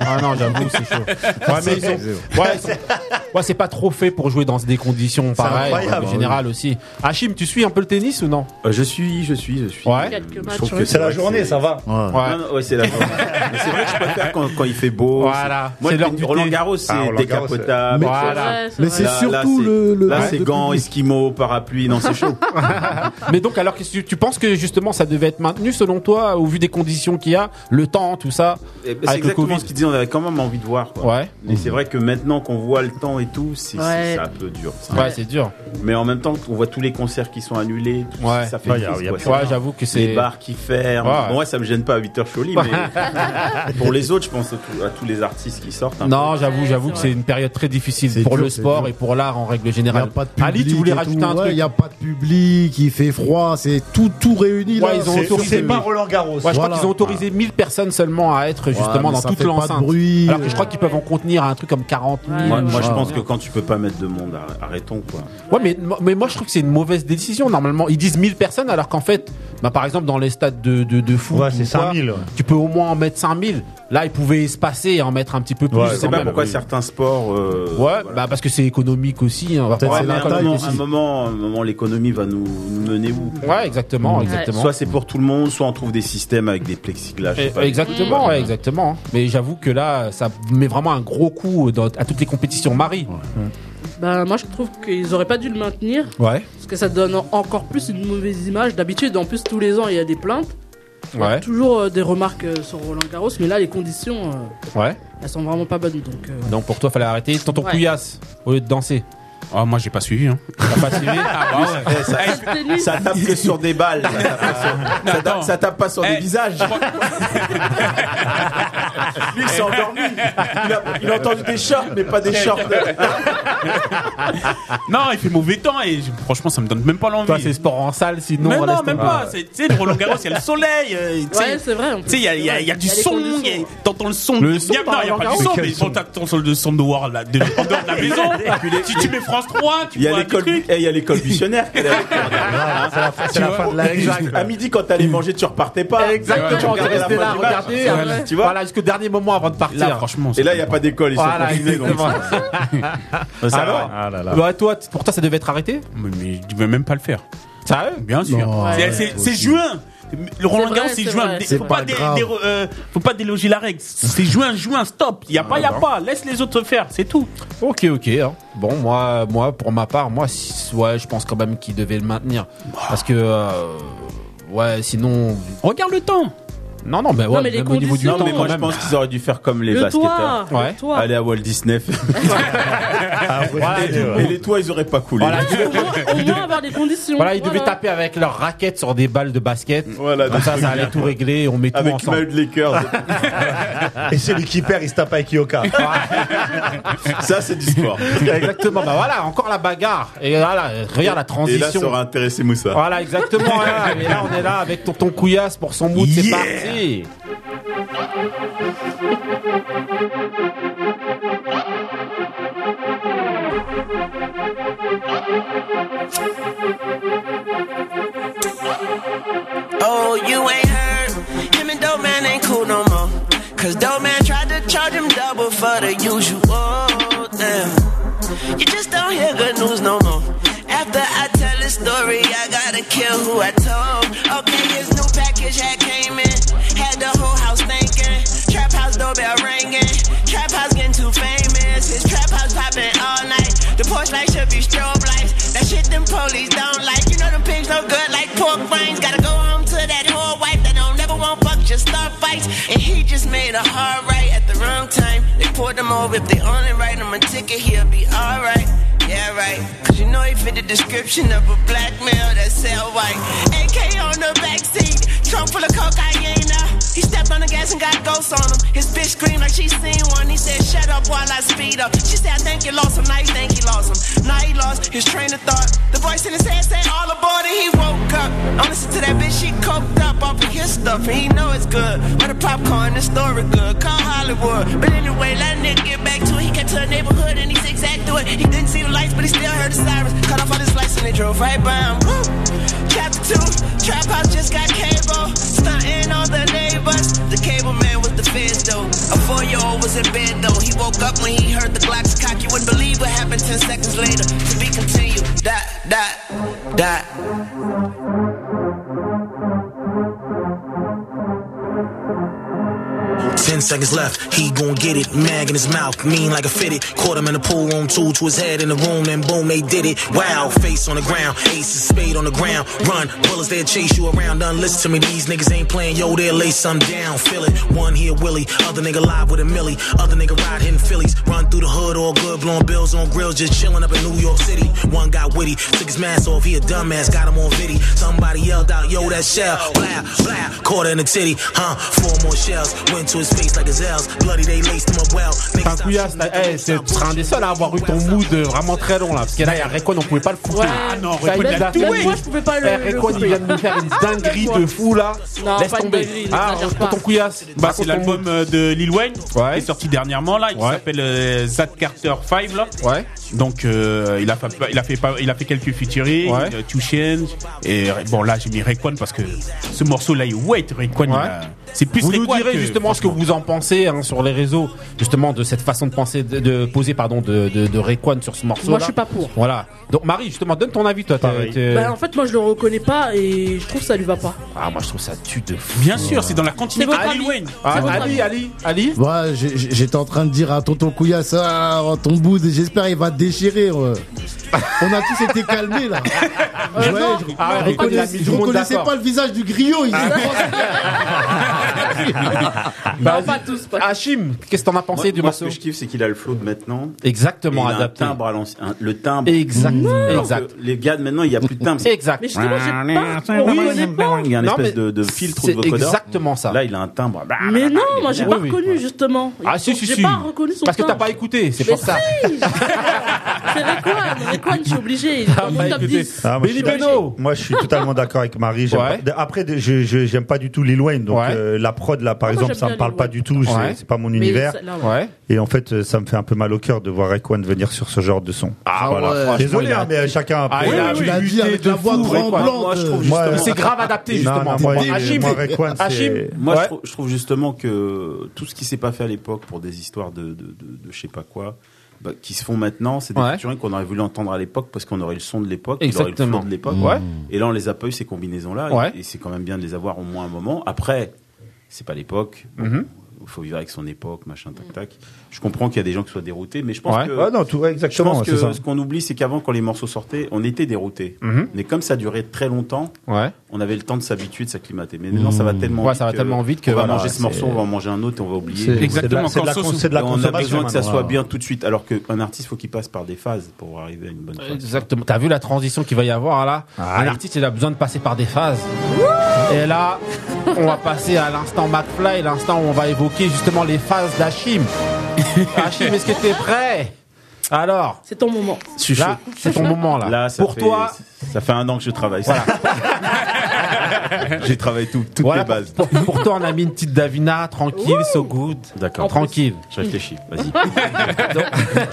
Speaker 1: Ah non, j'avoue, c'est chaud. Ouais, mais ils sont- ouais, ils sont- ouais, c'est pas trop fait pour jouer dans des conditions pareilles
Speaker 5: incroyable.
Speaker 1: en général aussi. Hachim, tu suis un peu le tennis ou non
Speaker 6: Euh, je suis, je suis, je suis.
Speaker 1: Ouais.
Speaker 2: Quelques
Speaker 6: Je
Speaker 2: matchs,
Speaker 6: trouve que
Speaker 2: ouais.
Speaker 5: C'est la
Speaker 6: vrai que
Speaker 5: journée,
Speaker 6: c'est-
Speaker 5: ça va.
Speaker 3: Ouais.
Speaker 1: Ouais.
Speaker 6: Non, non, ouais, c'est la journée. Mais c'est vrai que je préfère quand, quand il fait beau.
Speaker 1: Voilà.
Speaker 6: Moi,
Speaker 1: C'est
Speaker 6: le
Speaker 1: l'heure du
Speaker 6: Roland
Speaker 1: thé.
Speaker 6: Garros, c'est
Speaker 5: Ah, Roland Garros,
Speaker 6: décapotable.
Speaker 3: Mais-
Speaker 1: Voilà.
Speaker 2: Ouais,
Speaker 3: Mais
Speaker 2: vrai.
Speaker 3: c'est
Speaker 6: Là- là,
Speaker 3: surtout
Speaker 6: c'est-
Speaker 3: le, le-
Speaker 6: Là,
Speaker 3: le
Speaker 6: c'est
Speaker 3: public.
Speaker 6: gants, esquimaux, parapluie. Non, c'est chaud.
Speaker 1: Mais donc, alors, qu'est-ce que tu, tu penses que justement ça devait être maintenu selon toi, au vu des conditions qu'il y a, le temps, tout ça
Speaker 6: Eh ben,
Speaker 1: Avec
Speaker 6: C'est
Speaker 1: le
Speaker 6: exactement
Speaker 1: Covid.
Speaker 6: ce qu'ils disaient. On avait quand même envie de voir. Quoi.
Speaker 1: Ouais.
Speaker 6: Mais c'est vrai que maintenant qu'on voit le temps et tout, c'est
Speaker 2: Ouais.
Speaker 6: c'est- c'est un peu dur. ça.
Speaker 1: Ouais,
Speaker 2: Ouais.
Speaker 1: c'est dur.
Speaker 6: Mais en même temps, on voit tous les concerts qui sont annulés. tout
Speaker 1: Ouais.
Speaker 6: Ça fait
Speaker 5: Ouais, y a-
Speaker 6: triste,
Speaker 5: y a
Speaker 6: quoi.
Speaker 5: plus
Speaker 6: C'est-
Speaker 1: Ouais, j'avoue que c'est.
Speaker 6: les bars qui ferment.
Speaker 1: Ouais.
Speaker 6: Bon, ouais, ça me gêne pas à 8h au lit, mais pour les autres, je pense à, tout- à tous les artistes qui sortent. hein. un
Speaker 1: Non,
Speaker 2: Ouais,
Speaker 1: j'avoue,
Speaker 2: c'est
Speaker 1: j'avoue
Speaker 2: vrai.
Speaker 1: que c'est une période très difficile
Speaker 3: C'est
Speaker 1: pour
Speaker 3: dur,
Speaker 1: le
Speaker 3: c'est
Speaker 1: sport
Speaker 3: dur.
Speaker 1: et pour l'art en règle
Speaker 3: Il y a
Speaker 1: générale.
Speaker 3: pas de public.
Speaker 1: Ali, tu voulais
Speaker 3: et
Speaker 1: rajouter
Speaker 3: tout.
Speaker 1: un
Speaker 3: Ouais,
Speaker 1: truc
Speaker 3: Il n'y a pas de public, il fait froid, c'est tout, tout réuni là.
Speaker 1: Ouais, ils ont
Speaker 5: C'est-
Speaker 1: autorisé
Speaker 5: C'est
Speaker 1: le-
Speaker 5: pas Roland Garros.
Speaker 1: Ouais, je
Speaker 3: Voilà.
Speaker 1: crois qu'ils ont autorisé 1000 personnes seulement à être justement
Speaker 3: mais
Speaker 1: dans
Speaker 3: ça
Speaker 1: toute
Speaker 3: fait pas de
Speaker 1: l'enceinte.
Speaker 3: bruit.
Speaker 1: Alors que je crois qu'ils peuvent en contenir un truc comme 40 000.
Speaker 2: Ouais,
Speaker 6: peu. Moi, moi, je
Speaker 3: Ouais.
Speaker 6: pense que quand tu peux pas mettre de monde, arr- arrêtons quoi.
Speaker 1: Ouais, mais, mais moi je trouve que c'est une mauvaise décision. Normalement, ils disent 1000 personnes alors qu'en fait, bah, par exemple, dans les stades de, de, de foot,
Speaker 5: Ouais, c'est
Speaker 1: ou quoi,
Speaker 5: 5000.
Speaker 1: tu peux au moins en mettre 5000. Là, ils pouvaient espacer et en mettre un petit peu plus.
Speaker 5: Ouais,
Speaker 6: je sais
Speaker 1: quand
Speaker 6: pas
Speaker 1: même.
Speaker 6: pourquoi certains sports. euh, voilà.
Speaker 1: Ouais, bah, parce que c'est économique aussi. hein, on va
Speaker 3: Peut-être
Speaker 1: pas-
Speaker 6: Ouais,
Speaker 3: c'est
Speaker 6: mais
Speaker 3: la
Speaker 6: à un
Speaker 3: taille
Speaker 6: moment,
Speaker 3: aussi.
Speaker 6: à un moment, à un moment, l'économie va nous, nous mener où
Speaker 1: Ouais, exactement,
Speaker 3: Ouais.
Speaker 1: exactement.
Speaker 6: Soit c'est pour tout le monde, soit on trouve des systèmes avec des plexiglas. je sais
Speaker 1: Eh,
Speaker 6: pas.
Speaker 1: exactement, ouais, exactement. Mais j'avoue que là, ça met vraiment un gros coup dans- à toutes les compétitions. Marie.
Speaker 2: Bah, moi, je trouve qu'ils auraient pas dû le maintenir.
Speaker 1: Ouais.
Speaker 2: Parce que ça donne encore plus une mauvaise image. D'habitude, en plus, tous les ans, il y a des plaintes. Il y a Toujours euh, des remarques euh, sur Roland Garros, mais là les conditions, euh,
Speaker 1: Ouais.
Speaker 2: elles sont vraiment pas bonnes. Donc, euh,
Speaker 1: Donc pour toi, fallait arrêter. Tonton
Speaker 2: Ouais.
Speaker 1: Couillasse, au lieu de danser.
Speaker 8: Ah, moi, j'ai pas suivi. Hein.
Speaker 1: T'as pas suivi
Speaker 6: Eh, ça,
Speaker 2: C'était nul.
Speaker 6: ça tape que sur des balles. Ça tape, pas sur- ça tape- ça tape pas sur
Speaker 8: Eh.
Speaker 6: des visages. Lui, il s'est endormi. Il a, il a entendu des shorts, mais
Speaker 8: Eh,
Speaker 6: pas des shorts.
Speaker 8: Non, il fait mauvais temps et je- franchement, ça me donne même pas l'envie.
Speaker 1: Toi, c'est sport en salle, sinon.
Speaker 8: mais
Speaker 1: on
Speaker 8: non,
Speaker 1: laisse
Speaker 8: même
Speaker 1: tomber.
Speaker 8: pas. C'est- Tu sais, le Roland Garros, il y a le soleil. euh, tu sais.
Speaker 2: ouais, c'est vrai. en
Speaker 8: Tu
Speaker 2: plus.
Speaker 8: sais, il y a, il y a- il y a du
Speaker 2: les
Speaker 8: son,
Speaker 2: conditions.
Speaker 8: il y a- t'entends le son.
Speaker 1: Le
Speaker 8: Il y a-
Speaker 1: son
Speaker 8: non, il n'y a
Speaker 1: par
Speaker 8: pas du son,
Speaker 1: Roland-Garros.
Speaker 8: mais bon, t'entends le, le son de War là, de, en dehors de la maison. tu, tu mets France 3, tu
Speaker 6: Il y a
Speaker 8: vois
Speaker 6: l'école,
Speaker 8: des trucs.
Speaker 6: eh, il y a l'école missionnaire. qu'elle avait.
Speaker 3: C'est la fin de la vie.
Speaker 6: À midi, quand t'allais manger, tu repartais pas.
Speaker 1: Exactement,
Speaker 6: Tu
Speaker 1: tu
Speaker 6: regardais
Speaker 1: restais
Speaker 6: la
Speaker 1: là,
Speaker 6: fin du match.
Speaker 1: regardez,
Speaker 6: Ouais.
Speaker 1: après,
Speaker 6: Tu vois
Speaker 1: Voilà, jusqu'au dernier moment avant de partir.
Speaker 8: Là, franchement,
Speaker 6: Et là, il n'y a pas d'école. Ils sont
Speaker 1: Voilà,
Speaker 6: confinés, donc.
Speaker 1: exactement. Alors,
Speaker 5: Ah là là.
Speaker 1: bah, toi, t- pour toi, ça devait être arrêté
Speaker 8: Mais, mais tu veux même pas le faire.
Speaker 1: Sérieux
Speaker 8: Bien sûr.
Speaker 3: Non,
Speaker 8: C'est-
Speaker 2: ouais,
Speaker 8: c'est
Speaker 3: faut
Speaker 8: c'est
Speaker 3: aussi.
Speaker 8: juin. Le Roland
Speaker 2: vrai,
Speaker 8: Garros, c'est
Speaker 2: c'est
Speaker 8: juin.
Speaker 2: vrai.
Speaker 8: Des-
Speaker 3: C'est
Speaker 8: faut,
Speaker 3: pas
Speaker 8: pas dé-
Speaker 3: grave.
Speaker 8: dé- euh, faut pas déloger la règle. C'est juin, juin, stop.
Speaker 6: Ah
Speaker 8: Il y a pas, il y a pas. Laisse les autres faire, c'est tout.
Speaker 1: Ok, ok. hein. Bon, moi, moi, pour ma part, moi, si- ouais, je pense quand même qu'il devait le maintenir. Parce que, euh, ouais, sinon.
Speaker 8: Regarde le temps.
Speaker 1: Non, non, mais ouais,
Speaker 2: Non, mais les
Speaker 1: même au niveau du
Speaker 2: conditions,
Speaker 1: temps,
Speaker 6: Non, mais moi,
Speaker 1: quand
Speaker 6: je
Speaker 1: même.
Speaker 6: pense qu'ils auraient dû faire comme les
Speaker 2: le
Speaker 6: basketteurs.
Speaker 2: toit,
Speaker 1: Ouais. Ah
Speaker 2: le toit.
Speaker 6: Aller à Walt Disney.
Speaker 5: Ouais,
Speaker 6: Et les toits, ils auraient pas coulé.
Speaker 1: Voilà, ils
Speaker 2: Au moins, au moins avoir des conditions.
Speaker 1: Voilà, ils devaient taper avec leurs raquettes sur des balles de basket.
Speaker 6: Voilà,
Speaker 1: Comme ça, ça
Speaker 8: euh,
Speaker 1: allait tout régler, on met tout
Speaker 6: Avec
Speaker 1: ensemble.
Speaker 6: Maud Lakers.
Speaker 5: Et celui qui perd, il se tape avec Yoka.
Speaker 6: Ça, c'est du sport.
Speaker 1: Ah. Exactement, bah voilà, encore la bagarre. Et là, là, regarde la
Speaker 6: Et là, ça
Speaker 1: transition.
Speaker 6: aura intéressé Moussa.
Speaker 1: Voilà, exactement. hein. Et là, on est là avec tonton Couillasse pour son mood, c'est
Speaker 5: Yeah.
Speaker 1: parti.
Speaker 4: Oh, you ain't heard. Him and Dope Man ain't cool no more. Cause Dope Man tried to charge him double for the usual. Damn. You just don't hear good news no more. After I tell this story, I gotta kill who I told. Okay, his new package had came in. Had the whole house thinking. Trap house doorbell ringing. Trap house getting too famous. His trap house popping all night. The porch lights should be strobe lights. That shit them police don't like. You know them pigs no good like pork rinds. Gotta go home to that whore wife that don't never want fuck, just start fights. And he just made a hard right at the wrong time. They pulled him over. If they only write him a ticket, he'll be alright. Yeah, right. Cause you know he fit the description of a black male that sell white. AK on the backseat, trunk full of cocaine. uh. He stepped on the gas and got ghosts on him. His bitch screamed like she seen one. He said, Shut up while I speed up. She said, I think you lost him. Now you think he lost him. Now he lost his train of thought. The voice in his head said, All aboard, and he woke up. I'm listening to that bitch, she coked up off of his stuff, and he know it's good. But the popcorn, the story good. Call Hollywood. But anyway, let a nigga get back to it. He kept to the neighborhood and he zigzagged through it. He didn't see the lights, but he still heard the sirens. Cut off all his lights and they drove right by him. Woo! Chapter 2, Trap House just got cable. Stunting all the neighbors. The cable man was the feds though. A four year old was in bed though. He woke up when he heard the Glock's cock. You wouldn't believe what happened 10 seconds later. To be continued. Dot, dot, dot.
Speaker 9: Ten seconds left, he gon' get it. Mag in his mouth, mean like a fitted. Caught him in the pool room, two to his head in the room, then boom, they did it. Wow, face on the ground, ace is spade on the ground. Run, bullets they chase you around. Done, listen to me, these niggas ain't playing. Yo, they'll lay some down. Feel it, one here Willie, other nigga live with a millie. Other nigga ride hitting Phillies. Run through the hood, all good, blowing bills on grills, just chillin' up in New York City. One got witty, took his mask off, he a dumbass, got him on viddy. Somebody yelled out, yo, that shell, blah, blah. Caught her in the titty, huh? Four more shells, went to his face like gazelles. Bloody, they laced him up well.
Speaker 1: Enfin,
Speaker 9: Niggas
Speaker 1: Couillasse, là, eh, c'est- tu seras un des seuls à avoir eu ton mood euh, vraiment très long là. Parce que là, il y a Recon, on pouvait pas le foutre.
Speaker 2: Ouais.
Speaker 1: Ah,
Speaker 8: non,
Speaker 1: Ça,
Speaker 8: Recon,
Speaker 1: il
Speaker 8: il a
Speaker 1: l'a
Speaker 8: tout
Speaker 1: fait.
Speaker 2: Même moi, je pouvais pas le.
Speaker 1: Eh,
Speaker 2: le
Speaker 1: Recon, il
Speaker 2: couper.
Speaker 1: vient de nous faire une dinguerie de fou là.
Speaker 2: Non,
Speaker 1: Laisse
Speaker 2: pas une
Speaker 1: tomber.
Speaker 2: dinguerie,
Speaker 1: ah,
Speaker 2: n'exagère
Speaker 1: tonton
Speaker 2: pas.
Speaker 1: Couillasse.
Speaker 8: Bah, c'est l'album euh, de Lil Wayne
Speaker 1: Ouais.
Speaker 8: qui est sorti dernièrement là, qui
Speaker 1: Ouais.
Speaker 8: s'appelle euh, Zad Carter 5 là.
Speaker 1: Ouais.
Speaker 8: Donc euh, il a fait il a fait pas- il a fait quelques featuring,
Speaker 1: Ouais.
Speaker 8: euh, Two Chainz, et bon là j'ai mis Rayquan parce que ce morceau là il wait Rayquan il a- C'est plus
Speaker 1: Vous
Speaker 8: les
Speaker 1: nous
Speaker 8: poils
Speaker 1: direz
Speaker 8: que-
Speaker 1: justement ce que vous en pensez hein, sur les réseaux, justement de cette façon de penser, de, de poser pardon de, de, de Rayquan sur ce morceau.
Speaker 2: Moi, je suis pas pour.
Speaker 1: Voilà. Donc Marie, justement, donne ton avis, toi. t'es- t'es-
Speaker 2: Bah, en fait, moi, je le reconnais pas et je trouve que ça lui va pas.
Speaker 1: Ah, moi je trouve ça tue de fou.
Speaker 8: Bien sûr, c'est dans la
Speaker 2: C'est
Speaker 8: continuité
Speaker 2: votre
Speaker 8: de
Speaker 2: avis.
Speaker 8: Lil Wayne.
Speaker 1: Ah,
Speaker 2: C'est votre
Speaker 1: Ali,
Speaker 2: avis.
Speaker 1: Ali, Ali.
Speaker 3: Ouais, j'ai- j'ai- j'étais en train de dire à tonton Couillasse, ah, ton bout, j'espère il va te déchirer. ouais. On a tous été calmés là. Ouais, je,
Speaker 1: Ah ouais,
Speaker 3: je
Speaker 1: Rayquan, il a
Speaker 3: reconnais-
Speaker 1: mis
Speaker 3: je
Speaker 1: tout le monde
Speaker 3: reconnaissais
Speaker 1: d'accord. Ah,
Speaker 3: pas le visage du griot. il-
Speaker 2: Non,
Speaker 1: Vas-y.
Speaker 2: pas tous. Pas...
Speaker 1: Hachim, qu'est-ce que t'en as pensé
Speaker 6: Moi,
Speaker 1: du
Speaker 6: moi, ce
Speaker 1: morceau
Speaker 6: que je kiffe, c'est qu'il a le flow de maintenant.
Speaker 1: Exactement
Speaker 6: Et il a un
Speaker 1: adapté.
Speaker 6: timbre à l'ancien- un- le timbre.
Speaker 1: Exact.
Speaker 6: Alors que
Speaker 1: Exact.
Speaker 6: Les gars de maintenant, il n'y a plus de timbre.
Speaker 1: Exact.
Speaker 2: Mais justement, j'ai pas. On reconnaît pas.
Speaker 6: Il y a une
Speaker 1: Non,
Speaker 6: espèce
Speaker 1: mais
Speaker 6: de, de filtre
Speaker 1: c'est
Speaker 6: de vocodeur.
Speaker 1: exactement ça.
Speaker 6: Là, il a un timbre.
Speaker 1: Ah,
Speaker 2: Mais non, moi, j'ai
Speaker 1: Oui,
Speaker 2: pas
Speaker 1: oui.
Speaker 2: reconnu, justement.
Speaker 1: Ah si si
Speaker 2: J'ai
Speaker 1: si.
Speaker 2: pas reconnu son
Speaker 1: Parce que t'as
Speaker 2: timbre.
Speaker 1: pas écouté, c'est
Speaker 2: Mais
Speaker 1: pour ça.
Speaker 2: si C'est Rayquan, Rayquan, je suis obligé. Il est dans
Speaker 1: bah,
Speaker 2: mon top
Speaker 1: écoutez.
Speaker 2: 10.
Speaker 5: Ah, moi, je
Speaker 1: Benny
Speaker 5: suis-
Speaker 1: Beno.
Speaker 5: Moi, je suis totalement d'accord avec Marie. J'aime
Speaker 1: Ouais.
Speaker 5: pas- d- Après, d- je je- j'aime pas du tout Lil Wayne. Donc,
Speaker 1: Ouais.
Speaker 5: euh, la prod, là, par
Speaker 2: Ah, moi,
Speaker 5: exemple,
Speaker 2: j'aime
Speaker 5: ça
Speaker 2: bien
Speaker 5: me parle
Speaker 2: Lil
Speaker 5: pas
Speaker 2: Wayne.
Speaker 5: du tout. c'est-
Speaker 1: Ouais.
Speaker 5: C'est pas mon
Speaker 2: Mais
Speaker 5: univers.
Speaker 2: ça- là, ouais.
Speaker 1: Ouais.
Speaker 5: Et en fait, euh, ça me fait un peu mal au cœur de voir Rayquan venir sur ce genre de son.
Speaker 1: Ah ouais, franchement,
Speaker 5: Désolé,
Speaker 1: il a-
Speaker 5: hein, mais euh, chacun a.
Speaker 1: Ah,
Speaker 5: Ouais,
Speaker 1: il a
Speaker 5: ouais,
Speaker 3: tu l'as
Speaker 1: lutté
Speaker 3: dit avec
Speaker 1: de
Speaker 3: la voix
Speaker 1: fou, Rayquan.
Speaker 3: tremblante.
Speaker 6: Moi, je trouve
Speaker 5: Moi,
Speaker 6: justement-
Speaker 1: C'est grave adapté
Speaker 5: Non,
Speaker 1: justement.
Speaker 5: non, moi,
Speaker 1: Bon,
Speaker 5: il-
Speaker 1: Hachim,
Speaker 5: moi, Rayquan, c'est-
Speaker 1: Hachim,
Speaker 6: Moi,
Speaker 1: ouais.
Speaker 6: je, trouve, je trouve justement que tout ce qui s'est pas fait à l'époque pour des histoires de, de, de, de je sais pas quoi, bah, qui se font maintenant, c'est des
Speaker 1: Ouais.
Speaker 6: featuring qu'on aurait voulu entendre à l'époque parce qu'on aurait le son de l'époque, on aurait le
Speaker 1: Exactement.
Speaker 6: flow de l'époque.
Speaker 1: Ouais.
Speaker 6: Et là, on les a pas eu ces combinaisons-là, et-
Speaker 1: Ouais.
Speaker 6: et, c'est quand même bien de les avoir au moins un moment. Après, c'est pas l'époque. Bon,
Speaker 1: Mhm.
Speaker 6: Faut vivre avec son époque, machin, tac, tac. Je comprends qu'il y a des gens qui soient déroutés, mais je pense
Speaker 1: Ouais.
Speaker 6: que.
Speaker 5: non, tout, ouais,
Speaker 6: Je
Speaker 5: exactement.
Speaker 6: pense que
Speaker 5: c'est ça.
Speaker 6: ce qu'on oublie, c'est qu'avant, quand les morceaux sortaient, on était déroutés.
Speaker 1: Mhm.
Speaker 6: Mais comme ça durait très longtemps,
Speaker 1: Ouais. Mmh.
Speaker 6: on avait le temps de s'habituer, de s'acclimater. Mais maintenant, ça va tellement
Speaker 1: Ouais,
Speaker 6: vite.
Speaker 1: ça va
Speaker 6: que
Speaker 1: tellement vite que
Speaker 6: on va
Speaker 1: voilà,
Speaker 6: manger ce
Speaker 1: c'est-
Speaker 6: morceau, on va en manger un autre et on va oublier.
Speaker 5: C'est-
Speaker 8: Exactement,
Speaker 5: C'est de la, c'est de la
Speaker 8: quand
Speaker 5: con-
Speaker 8: sauce-
Speaker 5: c'est de la
Speaker 6: Et on a
Speaker 5: consommation.
Speaker 6: besoin que ça
Speaker 5: maintenant.
Speaker 6: soit bien tout de suite. Alors qu'un artiste, faut qu'il passe par des phases pour arriver à une bonne phase.
Speaker 1: Exactement. T'as vu la transition qu'il va y avoir hein, là Un artiste, il a besoin de passer par des phases. Et là, on va passer à l'instant McFly, l'instant où on va évoquer justement les phases d'Hachim. Hachim, est-ce que t'es prêt Alors,
Speaker 2: C'est ton moment.
Speaker 1: là, c'est ton moment là.
Speaker 6: Là, ça
Speaker 1: Pour
Speaker 6: fait-
Speaker 1: toi,
Speaker 6: ça fait un an que je travaille. ça. J'ai travaillé tout, toutes
Speaker 1: voilà,
Speaker 6: les bases.
Speaker 1: pour, pour- pour toi, on a mis une petite Davina, tranquille, so good.
Speaker 6: D'accord.
Speaker 1: Tranquille.
Speaker 6: Je réfléchis. Vas-y.